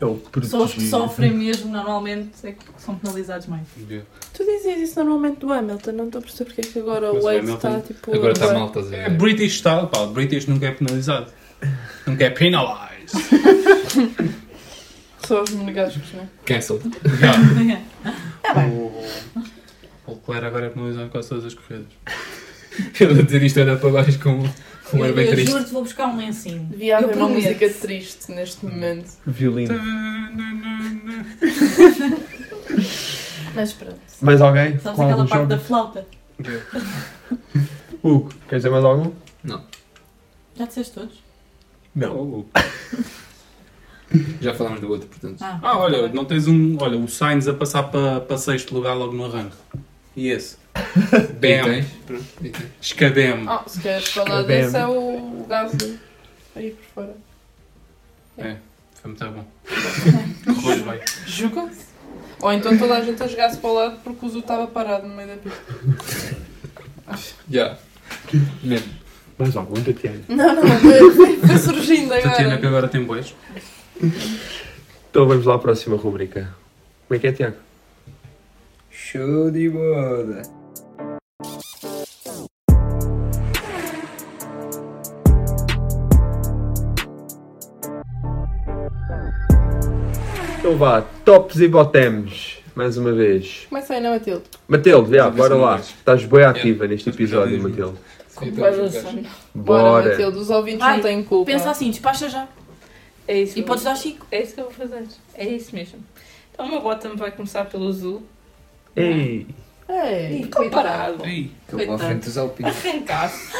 Speaker 9: Eu
Speaker 7: Pessoas que sofrem mesmo normalmente é que são penalizados mais.
Speaker 6: Um
Speaker 10: Tu dizias isso normalmente do Hamilton, não estou a perceber porque é que agora
Speaker 6: Mas
Speaker 10: o
Speaker 6: o
Speaker 10: Wave
Speaker 6: Hamilton
Speaker 10: está tipo.
Speaker 6: agora está
Speaker 10: bué.
Speaker 6: mal, estás a É British style, pá. British nunca é penalizado. Nunca é penalized.
Speaker 10: Só os monegascos, não é?
Speaker 5: Cancel.
Speaker 6: O Leclerc agora é penalizado quase todas as corridas.
Speaker 5: Ele a dizer isto a olhar para baixo com com um
Speaker 6: é
Speaker 5: ar bem triste.
Speaker 7: juro-te, vou buscar um lencinho.
Speaker 10: Devia
Speaker 7: Eu
Speaker 10: haver uma
Speaker 7: prometo.
Speaker 10: música triste neste momento.
Speaker 9: Violino.
Speaker 10: Mas pronto.
Speaker 9: Mais alguém?
Speaker 7: Sabes
Speaker 9: Com
Speaker 7: aquela
Speaker 9: algum
Speaker 7: parte
Speaker 9: jogo?
Speaker 7: da flauta?
Speaker 9: Hugo, queres dizer mais algum?
Speaker 7: Já disseste todos?
Speaker 9: Não.
Speaker 5: Já falámos do outro, portanto.
Speaker 7: Ah,
Speaker 6: Ah, olha, não tens um. Olha, o Sainz a passar para pa sexto lugar logo no arranque. E esse?
Speaker 8: é.
Speaker 6: Bem, escabemo.
Speaker 10: Ah, se queres falar
Speaker 6: Escrevendo.
Speaker 10: desse é o Gasly. Aí por fora.
Speaker 6: É, foi muito bom. Correu bem.
Speaker 10: Jogam-se. Ou então toda a gente a jogar-se para o lado porque o Zu estava parado no meio da pista.
Speaker 5: Já. Mesmo.
Speaker 9: Mais algum, Tatiana?
Speaker 10: Não, não, foi, foi surgindo
Speaker 6: Tatiana que
Speaker 10: agora.
Speaker 6: agora tem bois.
Speaker 9: Então vamos lá à próxima rubrica. Como é que é, Tiago?
Speaker 8: Show de bola.
Speaker 9: Então vá, tops e bottoms, mais uma vez.
Speaker 10: Começa aí, não, Matilde.
Speaker 9: Matilde, vá, bora lá. Estás bem ativa neste episódio, Matilde.
Speaker 10: Bora,
Speaker 9: Bora.
Speaker 10: Matilde, os ouvintes
Speaker 7: Ai,
Speaker 10: não têm culpa.
Speaker 7: Pensa assim, despacha já.
Speaker 13: É isso
Speaker 7: E
Speaker 13: mesmo.
Speaker 7: podes dar Chico.
Speaker 13: É isso que eu vou fazer. É isso mesmo. Então o meu bottom vai começar pelo azul.
Speaker 9: Ei!
Speaker 10: Ei,
Speaker 13: comparado.
Speaker 8: Estou à frente dos alpinos.
Speaker 13: Arrancaço.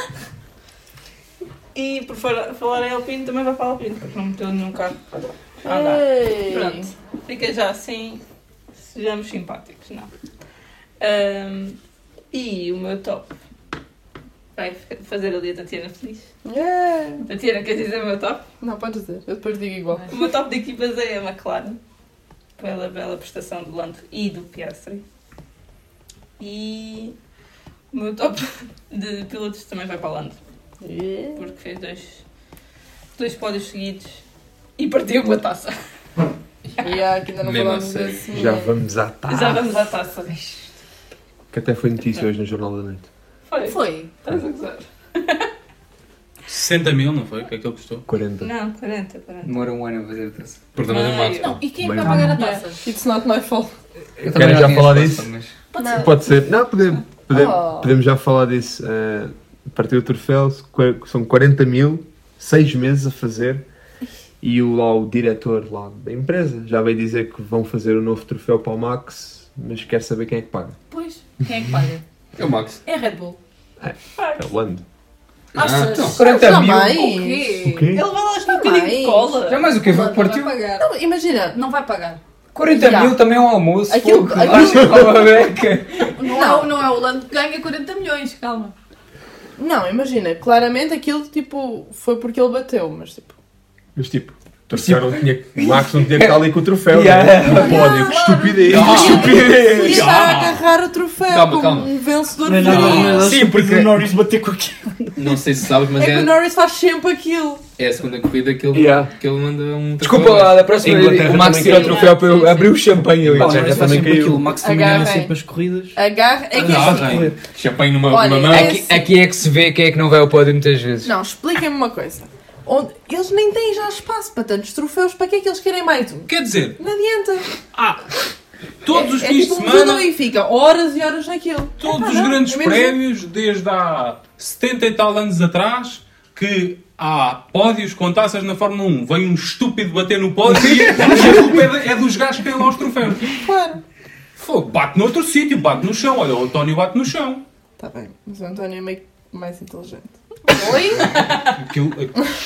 Speaker 13: E por fora- falar em Alpine também vai para Alpine, porque não meteu nenhum carro. a andar.
Speaker 10: Ei.
Speaker 13: Pronto, fica já assim, sejamos simpáticos, não. Ahm, e o meu top vai f- fazer ali a Tatiana feliz.
Speaker 10: Yeah.
Speaker 13: Tatiana, quer dizer o meu top?
Speaker 10: Não, pode dizer, eu depois digo igual.
Speaker 13: O meu top de equipas é a McLaren, pela bela prestação do Lando e do Piastri. E o meu top de pilotos também vai para o Lando. Porque fez dois, dois pódios seguidos e partiu uma taça.
Speaker 10: E há que ainda não
Speaker 13: Mesmo
Speaker 10: falámos
Speaker 13: a sério.
Speaker 6: assim.
Speaker 10: desse.
Speaker 9: Já vamos à tarde.
Speaker 10: Ah.
Speaker 13: Já vamos à taça.
Speaker 9: Que até foi notícia hoje no Jornal da Noite.
Speaker 13: Foi.
Speaker 7: Foi.
Speaker 13: Estás a gozar?
Speaker 6: 60 mil, não foi? O que é que ele custou?
Speaker 9: 40.
Speaker 13: Não, 40, 40.
Speaker 8: Demora um ano a fazer a tração.
Speaker 6: Perdão, mas é Max.
Speaker 7: Não, e quem é que vai
Speaker 9: Bem,
Speaker 7: pagar a
Speaker 10: Yeah.
Speaker 7: taça?
Speaker 10: It's not my fault.
Speaker 8: Eu também
Speaker 9: Querem
Speaker 8: não
Speaker 9: já
Speaker 8: tinha
Speaker 9: falar
Speaker 8: resposta,
Speaker 9: disso?
Speaker 8: mas-
Speaker 7: Pode ser.
Speaker 9: Pode ser. Não, podemos. Podemos,
Speaker 10: Oh.
Speaker 9: podemos já falar disso. Eh, partiu o troféu, qu- são 40 mil, 6 meses a fazer. E o, lá, o diretor lá da empresa já veio dizer que vão fazer o novo troféu para o Max, mas quer saber quem é que paga.
Speaker 7: Pois, quem é que paga?
Speaker 5: É o Max.
Speaker 7: É a Red Bull.
Speaker 9: É o Lando.
Speaker 8: Ah,
Speaker 7: Achas?
Speaker 5: então.
Speaker 9: 40
Speaker 10: Não,
Speaker 9: mil?
Speaker 10: mais.
Speaker 9: O quê?
Speaker 13: Ele vai lá acho que um bocadinho de
Speaker 7: mais.
Speaker 13: cola.
Speaker 8: Já mais o que? Partiu?
Speaker 7: Não, imagina, não vai pagar.
Speaker 8: 40
Speaker 7: Já.
Speaker 8: mil também é um almoço.
Speaker 10: Aquilo-
Speaker 8: Aquilo, fogo.
Speaker 10: aquilo-
Speaker 8: Acho que é uma beca.
Speaker 7: Não, é o- não é o Lando que ganha 40 milhões, calma.
Speaker 10: Não, imagina, claramente aquilo tipo foi porque ele bateu, mas tipo.
Speaker 9: Mas tipo,
Speaker 14: O troféu não tinha, o Max não tinha que estar ali com o troféu.
Speaker 9: Yeah.
Speaker 14: Não, é? não pode, que estupidez!
Speaker 9: Claro.
Speaker 14: Que
Speaker 10: E
Speaker 14: estupidez!
Speaker 10: está a agarrar o troféu
Speaker 5: Calma,
Speaker 10: como
Speaker 5: calma.
Speaker 10: um vencedor
Speaker 5: Não, não, não,
Speaker 10: feliz.
Speaker 5: não, não. Sim, porque-
Speaker 12: O Norris bater com aquilo.
Speaker 5: Não sei se sabes, mas
Speaker 10: É que
Speaker 5: é,
Speaker 10: o Norris faz sempre aquilo.
Speaker 5: é a segunda corrida que ele, que ele manda um.
Speaker 8: Desculpa lá, da próxima o Max tira o troféu para eu abrir o champanhe ali.
Speaker 5: Pá, mas faz sempre aquilo,
Speaker 12: O Max também ganha sempre as corridas.
Speaker 10: Agarra. É que
Speaker 8: Agarrem.
Speaker 5: Champanhe
Speaker 10: numa- Olha, numa mão.
Speaker 8: Aqui, aqui é que se vê quem é que não vai ao pódio muitas vezes.
Speaker 10: Não, expliquem-me uma coisa. Onde- Eles nem têm já espaço para tantos troféus, para que é que eles querem mais um?
Speaker 6: Quer dizer,
Speaker 10: Não adianta.
Speaker 6: Ah, todos os
Speaker 10: é,
Speaker 6: fins
Speaker 10: é tipo
Speaker 6: de
Speaker 10: um
Speaker 6: semana-
Speaker 10: judô e fica horas e horas naquilo.
Speaker 6: todos
Speaker 10: Epá,
Speaker 6: os
Speaker 10: não,
Speaker 6: grandes
Speaker 10: é mesmo-
Speaker 6: prémios, desde há 70 e tal anos atrás, que há pódios com taças na Fórmula 1. Vem um estúpido bater no pódio e a culpa é, de- é dos gajos que têm lá os troféus.
Speaker 10: Claro.
Speaker 6: Fogo, bate noutro sítio, bate no chão. Olha, o António bate no chão.
Speaker 10: Tá bem, mas o António é meio mais inteligente.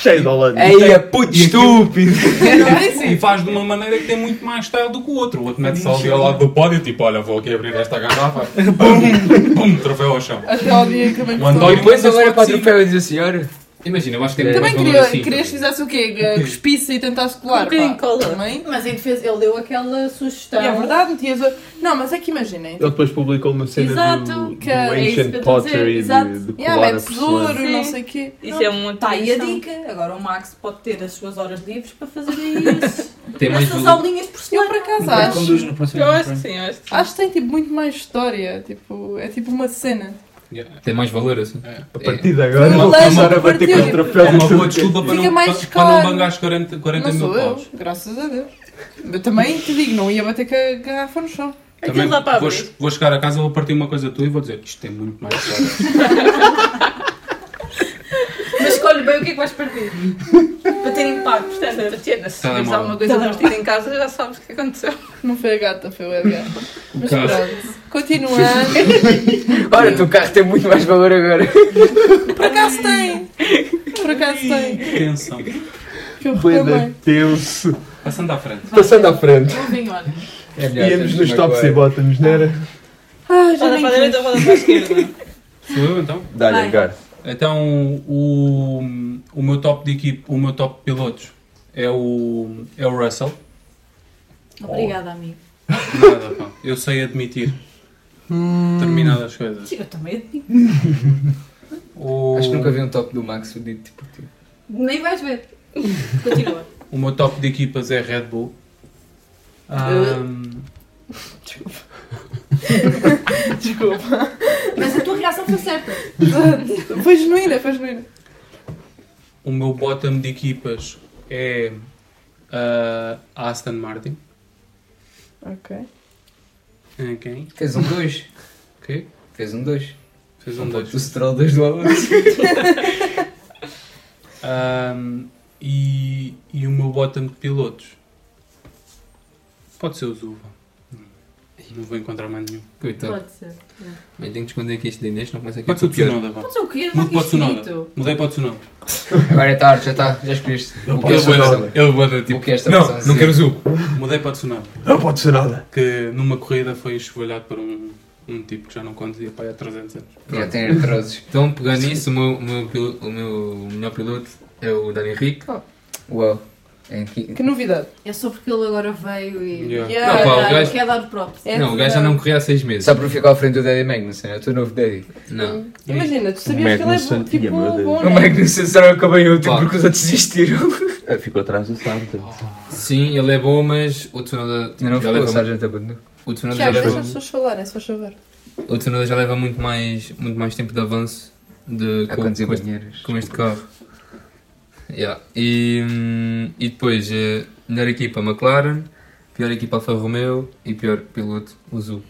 Speaker 6: Cheio de Holanda.
Speaker 8: Ei, é puto
Speaker 6: estúpido!
Speaker 10: É, Não, assim. sim.
Speaker 6: E faz de uma maneira que tem muito mais style do que o outro. O outro mete-se ali ao lado do pódio, tipo, olha, vou aqui abrir esta garrafa. Bum, bum, troféu ao chão.
Speaker 10: Até ao dia que também
Speaker 6: O António é
Speaker 8: depois
Speaker 6: manda-se
Speaker 8: ele olha
Speaker 6: logo
Speaker 8: para o
Speaker 6: sim.
Speaker 8: troféu e diz assim: olha.
Speaker 5: Imagina, eu acho que
Speaker 10: Também queria, querias que fizesse o quê? Que Cuspisse e tentasse colar.
Speaker 7: Um bocadinho
Speaker 10: pá. Também?
Speaker 7: Mas em defesa, ele deu aquela sugestão.
Speaker 10: E é verdade, metias a... Não, mas é que imaginem.
Speaker 14: Ele depois publicou uma cena
Speaker 10: Exato,
Speaker 14: do,
Speaker 10: que
Speaker 14: do
Speaker 10: é isso
Speaker 14: Ancient
Speaker 10: que eu estou a dizer,
Speaker 14: Pottery
Speaker 10: exato.
Speaker 14: de, de colar
Speaker 10: Yeah,
Speaker 14: a
Speaker 10: mete
Speaker 14: pessoa.
Speaker 10: tesouro, não sei o quê.
Speaker 13: Isso é uma
Speaker 11: Tá, e a
Speaker 13: tradição.
Speaker 11: dica? Agora o Max pode ter as suas horas livres para fazer isso.
Speaker 5: Tem mais
Speaker 11: Essas
Speaker 5: valor.
Speaker 11: aulinhas por semana.
Speaker 10: Eu, por acaso, acho-
Speaker 12: conduz no próximo Eu acho que
Speaker 11: sim, acho que
Speaker 10: Acho que tem tipo, muito mais história. Tipo, é tipo uma cena.
Speaker 5: Tem mais valor assim.
Speaker 14: A partir de agora,
Speaker 10: Uma-
Speaker 14: vou começar
Speaker 6: um
Speaker 14: a
Speaker 10: uma-
Speaker 14: bater com o troféu.
Speaker 6: É uma boa desculpa para
Speaker 10: Fica
Speaker 6: não,
Speaker 10: mais
Speaker 6: para para
Speaker 10: caro.
Speaker 6: não bangares 40, 40
Speaker 10: Não
Speaker 6: mil
Speaker 10: sou eu,
Speaker 6: paus.
Speaker 10: graças a Deus. Eu também te digo, não ia bater com a garrafa no chão.
Speaker 6: Também vou, vou chegar a casa, vou partir uma coisa tua e vou dizer isto tem muito mais história.
Speaker 13: Mas escolhe bem o que é que vais partir. para ter impacto, portanto, Tatiana, se tiveres
Speaker 6: Telemóvel.
Speaker 13: alguma coisa partida em casa, já sabes o que aconteceu.
Speaker 10: Não foi a gata, foi o Edgar. Mas
Speaker 8: carro.
Speaker 10: pronto, continuando.
Speaker 8: Olha, o teu carro tem muito mais valor agora.
Speaker 10: Por acaso tem! Por acaso tem!
Speaker 6: Tensão.
Speaker 10: Que horror,
Speaker 14: Boeda
Speaker 10: mãe.
Speaker 14: tenso.
Speaker 6: Passando à frente.
Speaker 14: Passando à frente.
Speaker 10: Não vim, olha.
Speaker 14: Íamos nos tops e bottoms,
Speaker 9: né?
Speaker 14: não era?
Speaker 10: Ah, já
Speaker 13: Roda
Speaker 10: nem
Speaker 13: para a direita ou roda
Speaker 10: quis.
Speaker 13: para a esquerda?
Speaker 6: Sou eu então?
Speaker 9: Dá-lhe, Vai. Edgar.
Speaker 6: Então o, o meu top de equipe, o meu top de pilotos é o, é o Russell.
Speaker 7: Obrigada, amigo.
Speaker 6: Nada, pá. Eu sei admitir
Speaker 10: Hum.
Speaker 6: determinadas coisas.
Speaker 7: Eu também admiro.
Speaker 8: Acho que nunca vi um top do Max dito tipo ti.
Speaker 7: Nem vais ver. Continua.
Speaker 6: O meu top de equipas é Red Bull. Ah. Um, Ahm,
Speaker 10: Desculpa.
Speaker 7: Mas a tua reação foi certa.
Speaker 10: Foi genuína, foi genuína.
Speaker 6: o meu bottom de equipas é ah, a Aston Martin.
Speaker 10: Ok.
Speaker 6: Ah, Ok.
Speaker 8: Fez um 2.
Speaker 6: Ok?
Speaker 8: Fez um 2.
Speaker 6: Fez um 2.
Speaker 8: O Stroll 2 do Alonso.
Speaker 6: Ahm, Ah, e, e o meu bottom de pilotos pode ser o Zuba. Não vou encontrar mais nenhum.
Speaker 8: Tá.
Speaker 5: Coitado.
Speaker 7: Pode ser.
Speaker 5: Bem, tenho que esconder aqui este de Inês, não começa aqui
Speaker 6: Pode ser o Tipo, Tsunoda. vá.
Speaker 7: Pode ser o quê?
Speaker 6: Mude para o
Speaker 7: Está aqui
Speaker 6: Tsunoda.
Speaker 7: escrito.
Speaker 6: Mudei para o Tsunoda.
Speaker 8: Agora é tarde, já está, já escolheste.
Speaker 6: Ele vai ele vai dar tipo.
Speaker 8: O que é esta
Speaker 6: não,
Speaker 8: pessoa a
Speaker 6: não
Speaker 8: dizer?
Speaker 6: quero Zuba. Mudei para o Tsunoda.
Speaker 14: Não pode ser nada.
Speaker 6: Que numa corrida foi esfolhado por um, um tipo que já não conduzia para aí há 300 anos.
Speaker 8: Já tem artroses.
Speaker 5: Então, pegando nisso, o meu, o meu pil- o meu melhor piloto é o Dani Henrique.
Speaker 8: Oh, Uau. É aqui.
Speaker 10: Que novidade.
Speaker 7: É só porque ele agora veio e.
Speaker 8: Yeah.
Speaker 5: Não, pá, o
Speaker 7: Quer
Speaker 5: gajo-
Speaker 7: é dar- Quer dar o props.
Speaker 5: Não, o gajo já não corria há 6 meses.
Speaker 8: Só para ficar à frente do Daddy Magnussen, é o teu novo Daddy.
Speaker 5: Não.
Speaker 10: Imagina, tu sabias que ele é
Speaker 9: Magnussen,
Speaker 10: bom, tipo,
Speaker 9: meu Deus.
Speaker 5: É.
Speaker 10: bom,
Speaker 8: O
Speaker 10: né?
Speaker 8: Magnussen será que bem útil porque os outros desistiram.
Speaker 9: Ah, Ficou então. atrás do Sartre.
Speaker 5: Sim, ele é bom, mas o Tsunoda
Speaker 8: Não, não
Speaker 5: já
Speaker 8: ficou,
Speaker 5: leva
Speaker 8: o Sargent
Speaker 5: muito... o Tsunoda já
Speaker 10: Tiago, deixa
Speaker 5: leva
Speaker 10: as pessoas falarem, é se faz favor.
Speaker 5: o Tsunoda já leva muito mais, muito mais tempo de avanço de,
Speaker 8: A
Speaker 5: com,
Speaker 8: conduzir
Speaker 5: com, este,
Speaker 8: banheiras.
Speaker 5: com este carro. Yeah. E, hum, e depois, eh, melhor equipa McLaren, pior equipa Alfa Romeo e pior piloto Uzu.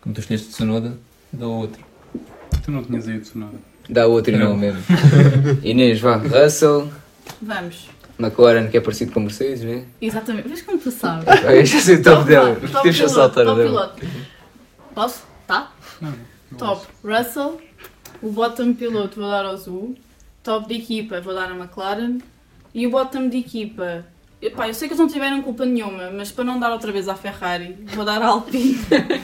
Speaker 5: Como tu escolheste Tsunoda, dá outro.
Speaker 6: Tu não tinhas aí o Tsunoda.
Speaker 8: Dá outro
Speaker 5: Não.
Speaker 8: não mesmo. Inês, vá. Russell,
Speaker 7: Vamos.
Speaker 8: McLaren, que é parecido com o Mercedes, né?
Speaker 7: Exatamente. Vês como tu sabes.
Speaker 8: Eu já sei o top dela.
Speaker 7: Top
Speaker 8: Deixa
Speaker 7: piloto,
Speaker 8: eu saltar a
Speaker 7: top
Speaker 8: dela.
Speaker 7: piloto. Posso? Tá?
Speaker 6: não
Speaker 7: Top. Russell. O bottom piloto vou dar ao Zul. Top de equipa vou dar a McLaren. E o bottom de equipa. Epá, eu sei que eles não tiveram culpa nenhuma, mas para não dar outra vez à Ferrari, vou dar à Alpine.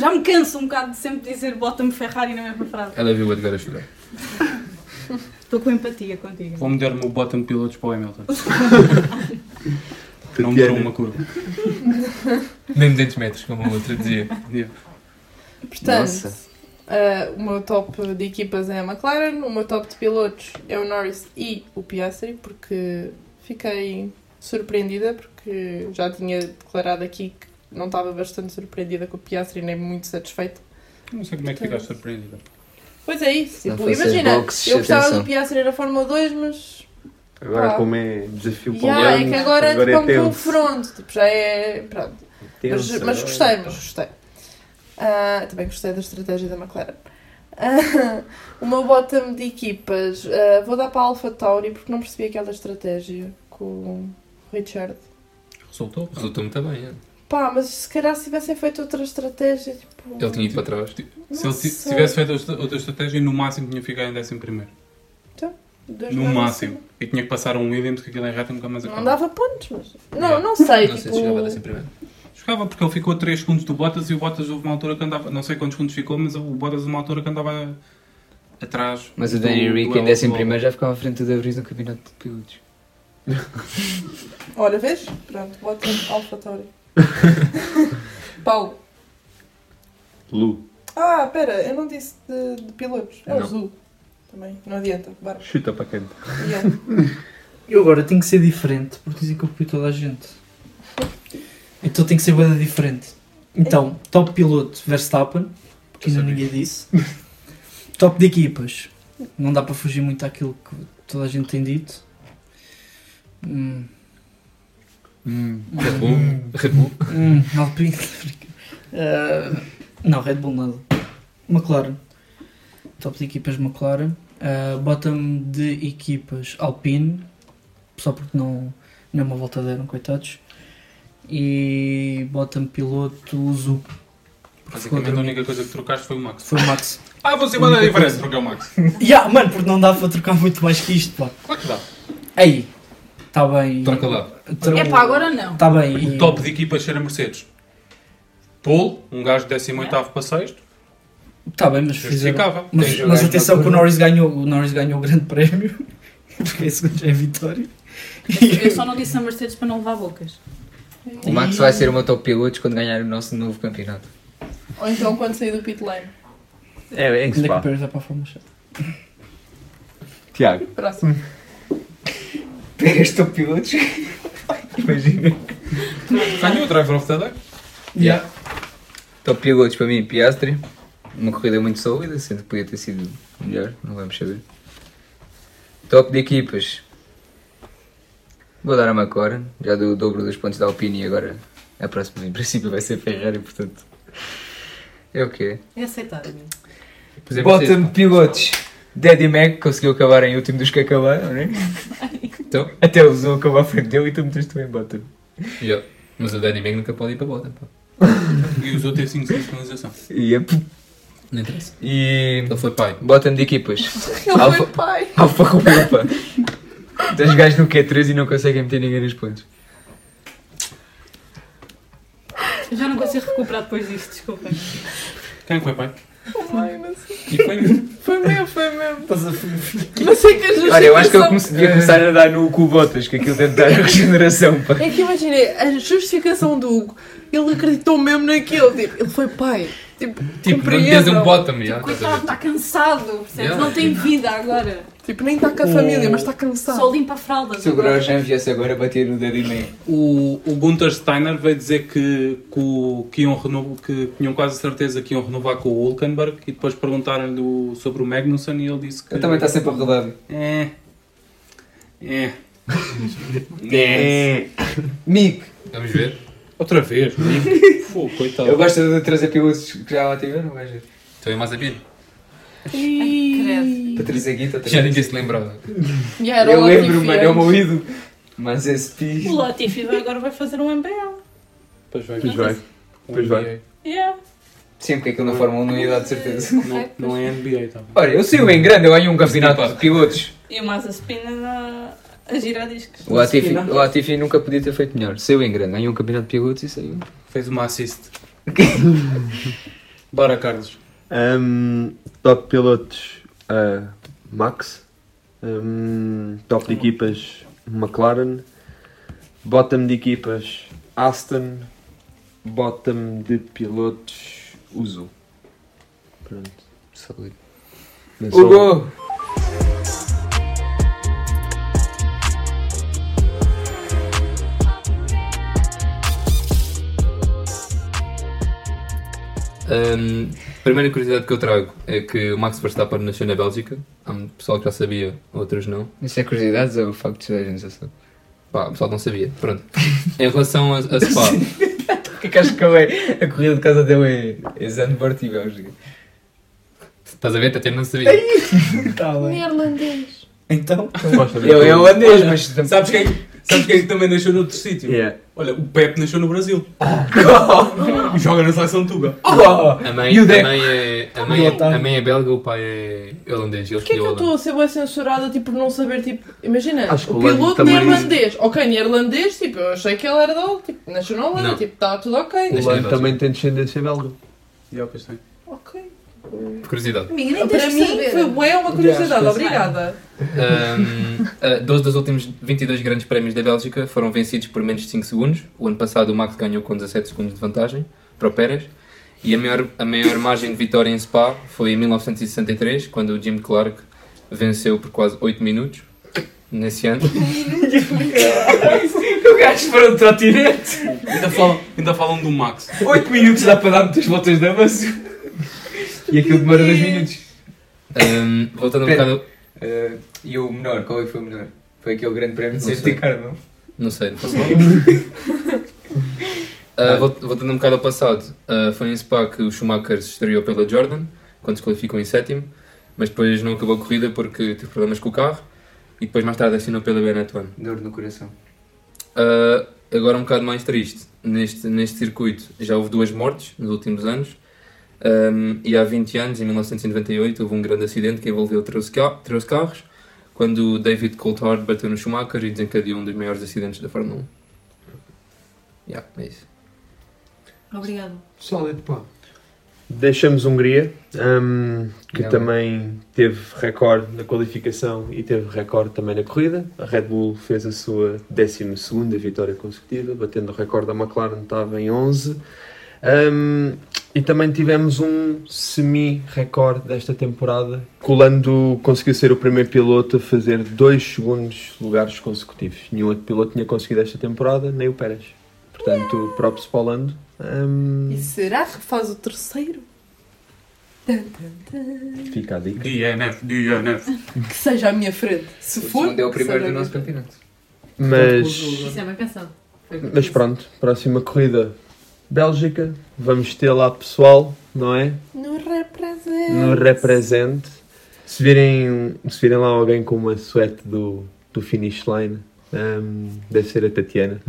Speaker 7: Já me canso um bocado de sempre dizer bottom Ferrari na mesma frase.
Speaker 5: Ela viu o Edgar a chorar.
Speaker 7: Estou com empatia contigo.
Speaker 6: Vou mudar o meu bottom pilotos para o Hamilton. Não
Speaker 5: Tatiana.
Speaker 6: durou uma curva.
Speaker 5: Nem 200 metros, como a outra dizia.
Speaker 10: Portanto,
Speaker 5: Nossa.
Speaker 10: ah, o meu top de equipas é a McLaren, o meu top de pilotos é o Norris e o Piastri, porque fiquei surpreendida, porque já tinha declarado aqui que não estava bastante surpreendida com o Piastri, nem muito satisfeita.
Speaker 6: Não sei como é que
Speaker 10: Portanto,
Speaker 6: ficaste surpreendida.
Speaker 10: Pois é isso,
Speaker 6: Não
Speaker 10: tipo,
Speaker 6: faças
Speaker 10: imagina,
Speaker 6: boxes,
Speaker 10: eu gostava
Speaker 6: atenção.
Speaker 10: do Piastri na Fórmula 2, mas...
Speaker 9: Agora,
Speaker 10: pá,
Speaker 9: como é desafio para o
Speaker 10: yeah, Ah. é
Speaker 9: ano,
Speaker 10: que agora, tipo, é um
Speaker 9: tenso.
Speaker 10: confronto, tipo, já é... pronto.
Speaker 9: Tenso,
Speaker 10: mas, mas
Speaker 9: é.
Speaker 10: gostei, mas gostei. Ah, também gostei da estratégia da McLaren. Ah, o meu bottom de equipas, ah, vou dar para a Alpha Tauri porque não percebi aquela estratégia com o Richard.
Speaker 6: Resultou?
Speaker 5: Resultou muito bem, é.
Speaker 10: Pá, mas se calhar se tivessem feito outra estratégia, tipo...
Speaker 5: Ele tinha ido para trás.
Speaker 6: Se ele ti-
Speaker 10: Nossa.
Speaker 6: tivesse feito outra outra estratégia, no máximo tinha ficado em décimo primeiro.
Speaker 10: dois
Speaker 6: No
Speaker 10: lugares
Speaker 6: máximo. E tinha que passar um Williams, que aquilo em reta nunca mais
Speaker 10: acima. Não
Speaker 6: acaba.
Speaker 10: dava pontos, mas... Não, não sei, tipo...
Speaker 5: primeiro.
Speaker 6: Jogava porque ele ficou 3 segundos do Bottas e o Bottas houve uma altura que andava, não sei quantos segundos ficou, mas o Bottas houve uma altura que andava atrás.
Speaker 8: Mas o
Speaker 6: do-
Speaker 8: Danny
Speaker 6: do
Speaker 8: Rick em
Speaker 6: Alonso.
Speaker 8: 11 primeiro já ficava à frente do De Vries no campeonato de pilotos.
Speaker 10: Olha, vês? Pronto, bota um Alpha Tauri. Paulo.
Speaker 9: Lu,
Speaker 10: Ah, pera, eu não disse de, de pilotos. É o
Speaker 9: Não.
Speaker 10: Zul. Também, não adianta. Bora.
Speaker 9: chuta para canto.
Speaker 10: Ian.
Speaker 12: Eu agora tenho que ser diferente porque dizem que eu copio toda a gente. Então tenho que ser banda diferente. Então, top piloto Verstappen, porque ainda ninguém disse. top de equipas. Não dá para fugir muito àquilo que toda a gente tem dito. Hum.
Speaker 5: Red Bull? Red Bull?
Speaker 12: Hum, Alpine. Ah, não, Red Bull nada. McLaren. Top de equipas McLaren. Ah, bottom de equipas Alpine. Só porque não, nem uma volta deram, coitados. E bottom piloto Uzu.
Speaker 6: Basicamente a única coisa que trocaste foi o Max.
Speaker 12: Foi o Max.
Speaker 6: Ah, vou ser
Speaker 12: A
Speaker 6: banda
Speaker 12: única coisa.
Speaker 6: diferente, troquei o Max.
Speaker 12: Yeah, mano, porque não dá para trocar muito mais que isto, pá.
Speaker 6: Claro que dá.
Speaker 12: Aí, está bem.
Speaker 6: Troca lá.
Speaker 12: Tro-
Speaker 7: É pá, agora não.
Speaker 12: Tá bem, e-
Speaker 6: O top de equipas ser a Mercedes. Paul, um gajo de 18 para 6.
Speaker 12: Está tá bem, mas
Speaker 6: Justificável.
Speaker 12: fizeram. Mas,
Speaker 6: Tem
Speaker 12: mas
Speaker 6: jogado
Speaker 12: atenção
Speaker 6: na
Speaker 12: que o
Speaker 6: curva.
Speaker 12: Norris ganhou, o Norris ganhou o grande prémio. Porque esse segundo já é vitória.
Speaker 7: Eu só não disse a é Mercedes para não levar bocas.
Speaker 8: O Max vai ser o meu top pilotos quando ganhar o nosso novo campeonato.
Speaker 10: Ou então quando sair do pit lane.
Speaker 8: É, é
Speaker 12: Ainda que Pérez vai para a Fórmula
Speaker 9: Tiago.
Speaker 10: Próximo.
Speaker 8: Pérez top pilotos? Imagina.
Speaker 6: Ganhou o Driver of the Day.
Speaker 8: Yeah. Top pilotos para mim, Piastri. Uma corrida muito sólida, sendo que podia ter sido melhor, não vamos saber. Top de equipas. Vou dar a McLaren, já dou o dobro dos pontos da Alpine e agora a próxima em princípio vai ser Ferrari, portanto. É o que é.
Speaker 7: É aceitável.
Speaker 5: Pois é,
Speaker 8: Bottom
Speaker 5: Mercedes.
Speaker 8: de pilotos. Daddy Mac conseguiu acabar em último dos que acabaram, né?
Speaker 5: Então?
Speaker 8: Até o Zou acabou à frente dele e tu meteste em bottom.
Speaker 5: Yeah. Mas o Danny Meg nunca pode ir para a bota. Pá.
Speaker 6: E usou T5 sem penalização.
Speaker 8: Yep.
Speaker 5: Não interessa.
Speaker 8: E.
Speaker 5: Ele foi pai.
Speaker 8: Bottom de equipas.
Speaker 10: Ele
Speaker 8: Alfa-
Speaker 10: foi pai.
Speaker 8: Alfa Romeo, pá. Dois gajos no Q3 e não conseguem meter ninguém nos pontos.
Speaker 7: Eu já não consigo recuperar depois disto, desculpem.
Speaker 6: Quem é foi pai?
Speaker 10: Ai, não sei.
Speaker 6: E foi
Speaker 10: Foi meu, foi meu.
Speaker 12: Estás a
Speaker 10: Não sei que a justificação...
Speaker 8: Olha, eu acho que eu comece- devia começar a dar no cu botas, que aquilo deve dar regeneração, pá.
Speaker 10: É que imaginei, a justificação do Hugo, ele acreditou mesmo naquilo, tipo, ele foi pai. Tipo,
Speaker 5: Tipo, não lhe dês
Speaker 10: compreendam.
Speaker 5: um bottom, já.
Speaker 8: Tipo,
Speaker 5: estás a
Speaker 7: Coitado,
Speaker 5: ver?
Speaker 7: está cansado, percebes?
Speaker 5: Yeah.
Speaker 7: Não tem vida agora.
Speaker 10: Tipo, nem está com a família, mas está cansado.
Speaker 7: Só limpa fraldas.
Speaker 8: Se o Grosjean viesse agora bater no dedo e meio.
Speaker 6: O, o Gunther Steiner veio dizer que, que, o- que, iam reno- que tinham quase certeza que iam renovar com o Hulkenberg e depois perguntaram-lhe o- sobre o Magnussen e ele disse que.
Speaker 8: Ele também está sempre a rodar.
Speaker 6: É. É.
Speaker 8: É. Mick.
Speaker 5: Vamos ver.
Speaker 6: Outra vez, Mick. Pô, coitado.
Speaker 8: Eu gosto de trazer pilotos que já lá tiveram, mas.
Speaker 5: Então é mais a pino.
Speaker 8: Para trazer guita.
Speaker 5: Já ninguém se lembrava.
Speaker 10: Yeah, era o
Speaker 8: Eu
Speaker 10: Latifi
Speaker 8: lembro, mano, é o meu
Speaker 10: antes.
Speaker 8: ídolo. Mas esse
Speaker 13: O
Speaker 8: pi.
Speaker 13: Latifi agora vai fazer um MBL.
Speaker 6: Pois vai.
Speaker 8: Pois vai. Pois vai.
Speaker 13: Yeah.
Speaker 8: Sempre é que aquilo na Fórmula 1 não ia dar de certeza.
Speaker 6: Não, não é NBA, tá?
Speaker 8: Olha, eu sei bem grande, eu ganho um campeonato de pilotos.
Speaker 13: E o Massa Spina a, a girar discos.
Speaker 8: O Latifi, o Latifi nunca podia ter feito melhor. Saiu em grande, ganhou um campeonato de pilotos e saiu.
Speaker 6: Fez uma assist. Bora, Carlos.
Speaker 9: Ahm, top pilotos ah, Max, Hum, top de equipas, McLaren. Bottom de equipas, Aston. Bottom de pilotos, Uso. Pronto. Saúde.
Speaker 8: Hugo!
Speaker 5: Hum, primeira curiosidade que eu trago é que o Max Verstappen nasceu na Bélgica. Há um pessoal que já sabia, outros não.
Speaker 8: Isso é curiosidades ou o facto de ser a sensação?
Speaker 5: Pá, o pessoal não sabia. Pronto. em relação a, a Spa,
Speaker 8: O que é que achas que eu é? A corrida de casa deu é, é Zandvoort e Bélgica.
Speaker 5: estás a ver? Até não sabia.
Speaker 10: Neerlandês.
Speaker 12: Então?
Speaker 8: Eu- eu holandês, mas-
Speaker 6: Sabes quem, sabes quem é também nasceu noutro sítio? Olha, o Pepe nasceu no Brasil. E joga na seleção Tuga.
Speaker 5: A mãe,
Speaker 6: E o
Speaker 5: a
Speaker 6: Deco?
Speaker 5: mãe é, a mãe, é, a mãe é belga, o pai é holandês. Ele
Speaker 10: Porquê que eu
Speaker 5: escolheu Holanda.
Speaker 10: estou a ser bem censurada, tipo, por não saber, tipo, imagina,
Speaker 5: Acho que
Speaker 10: o
Speaker 5: o Lando
Speaker 10: piloto
Speaker 5: também-
Speaker 10: neerlandês, ok, neerlandês, tipo, eu achei que ele era da, tipo, nacional, era,
Speaker 9: Não.
Speaker 10: tipo, está tudo ok.
Speaker 9: O Lando também tem descendência belga.
Speaker 10: Ok.
Speaker 5: Curiosidade.
Speaker 10: Amiga,
Speaker 11: nem
Speaker 10: Para
Speaker 11: tens que
Speaker 10: mim
Speaker 11: saber.
Speaker 10: foi bué uma curiosidade, obrigada.
Speaker 5: Um, uh, 12 dos últimos 22 grandes prémios da Bélgica foram vencidos por menos de 5 segundos. O ano passado o Max ganhou com 17 segundos de vantagem para o Pérez. E a maior, a maior margem de vitória em Spa foi em 1963, quando o Jim Clark venceu por quase 8 minutos nesse ano.
Speaker 6: o gajo para o trotinete. Ainda falam, ainda falam do Max. 8 minutos dá para dar muitas voltas de avanço.
Speaker 8: E aquilo demora 2 minutos.
Speaker 5: voltando um
Speaker 8: Espera.
Speaker 5: bocado-
Speaker 8: Eh, e o menor, qual é que foi o menor? Foi aquele grande prémio de
Speaker 5: Não
Speaker 8: Safety
Speaker 5: sei.
Speaker 8: Car, não?
Speaker 5: Não sei, não faço nada. Uh, volt- voltando um bocado ao passado, uh, foi em Spa que o Schumacher se estreou pela Jordan, quando se qualificou em sétimo, mas depois não acabou a corrida porque teve problemas com o carro e depois mais tarde assinou pela Benetton.
Speaker 8: Dor no coração.
Speaker 5: Uh, agora um bocado mais triste, neste, neste circuito já houve duas mortes nos últimos anos um, e há 20 anos, em 1998, houve um grande acidente que envolveu 13, ca- 13 carros, quando o David Coulthard bateu no Schumacher e desencadeou um dos maiores acidentes da Fórmula 1. Yeah, é isso.
Speaker 7: Obrigado.
Speaker 14: Sólido, pá.
Speaker 9: Deixamos Hungria, hum, que
Speaker 14: Não.
Speaker 9: também teve recorde na qualificação e teve recorde também na corrida. A Red Bull fez a sua 12ª vitória consecutiva, batendo o recorde da McLaren, estava em 11. Hum, e também tivemos um semi-recorde desta temporada. que o Lando conseguiu ser o primeiro piloto a fazer dois segundos lugares consecutivos. Nenhum outro piloto tinha conseguido esta temporada, nem o Pérez. Portanto, próprio para o Lando. Hum,
Speaker 10: E será que faz o terceiro? Tan, tan, tan.
Speaker 9: fica a dica.
Speaker 6: DNF, DNF.
Speaker 10: Que seja à minha frente. Se for.
Speaker 8: segundo é o
Speaker 10: que
Speaker 8: primeiro
Speaker 10: seja
Speaker 8: do
Speaker 10: à
Speaker 8: nosso
Speaker 10: minha
Speaker 8: campeonato.
Speaker 9: Mas,
Speaker 15: Isso é bem pensado. Foi bem
Speaker 9: mas
Speaker 15: pensado.
Speaker 9: pronto, próxima corrida Bélgica. Vamos ter lá pessoal, não é?
Speaker 10: No representa.
Speaker 9: No represente. Se virem, se virem lá alguém com uma suéte do, do finish line, hum, deve ser a Tatiana.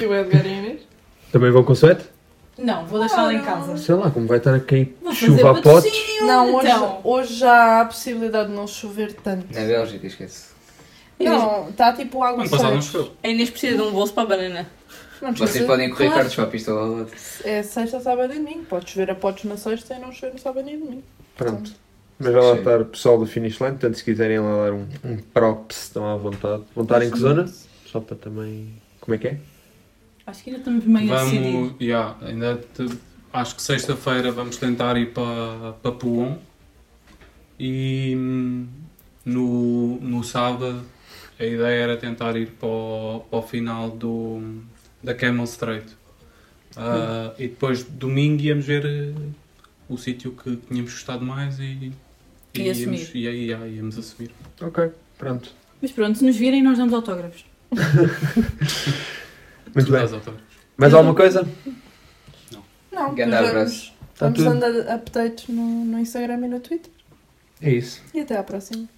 Speaker 10: E o Edgar e a é Inês?
Speaker 9: Também vão com suéte?
Speaker 15: Não, vou deixá-la em casa.
Speaker 9: Sei lá, como vai estar a cair
Speaker 15: Vou fazer
Speaker 9: chuva a potes.
Speaker 10: Não, hoje,
Speaker 15: então.
Speaker 10: hoje já há a possibilidade de não chover tanto.
Speaker 8: Na Bélgica, esquece.
Speaker 10: Não, está tipo água
Speaker 8: Ano passado
Speaker 10: só.
Speaker 8: não choveu.
Speaker 13: A Inês precisa de um bolso para a banana.
Speaker 8: Vocês podem correr
Speaker 10: Claro.
Speaker 8: cartas para a pista lá ao lado.
Speaker 10: É sexta, sábado e domingo. Pode chover a potes na sexta e não chover no sábado e domingo.
Speaker 9: Pronto. Mas vai lá estar o pessoal do finish line, portanto se quiserem lá dar um, um props, estão à vontade. Vão estar em que zona? Só para também. Como é que é?
Speaker 15: Acho que ainda estamos meio a decidir.
Speaker 6: Vamos, yeah, ainda te- acho que sexta-feira vamos tentar ir para, para Puon e hum, no, no sábado a ideia era tentar ir para o, para o final do, da Camel Strait. Ah, E depois domingo íamos ver eh, o sítio que tínhamos gostado mais e,
Speaker 7: E
Speaker 6: íamos,
Speaker 7: assumir.
Speaker 6: e aí, yeah, íamos assumir.
Speaker 9: Ok, pronto.
Speaker 7: Mas pronto, se nos virem, nós damos autógrafos.
Speaker 9: Muito bem.
Speaker 6: autógrafos.
Speaker 9: Mais alguma coisa?
Speaker 10: Não,
Speaker 9: Grande
Speaker 10: mas
Speaker 9: abraço.
Speaker 10: vamos-
Speaker 9: Tá
Speaker 10: Vamos
Speaker 9: tudo.
Speaker 10: andar updates no, no Instagram e no Twitter.
Speaker 9: É isso.
Speaker 10: E até à próxima.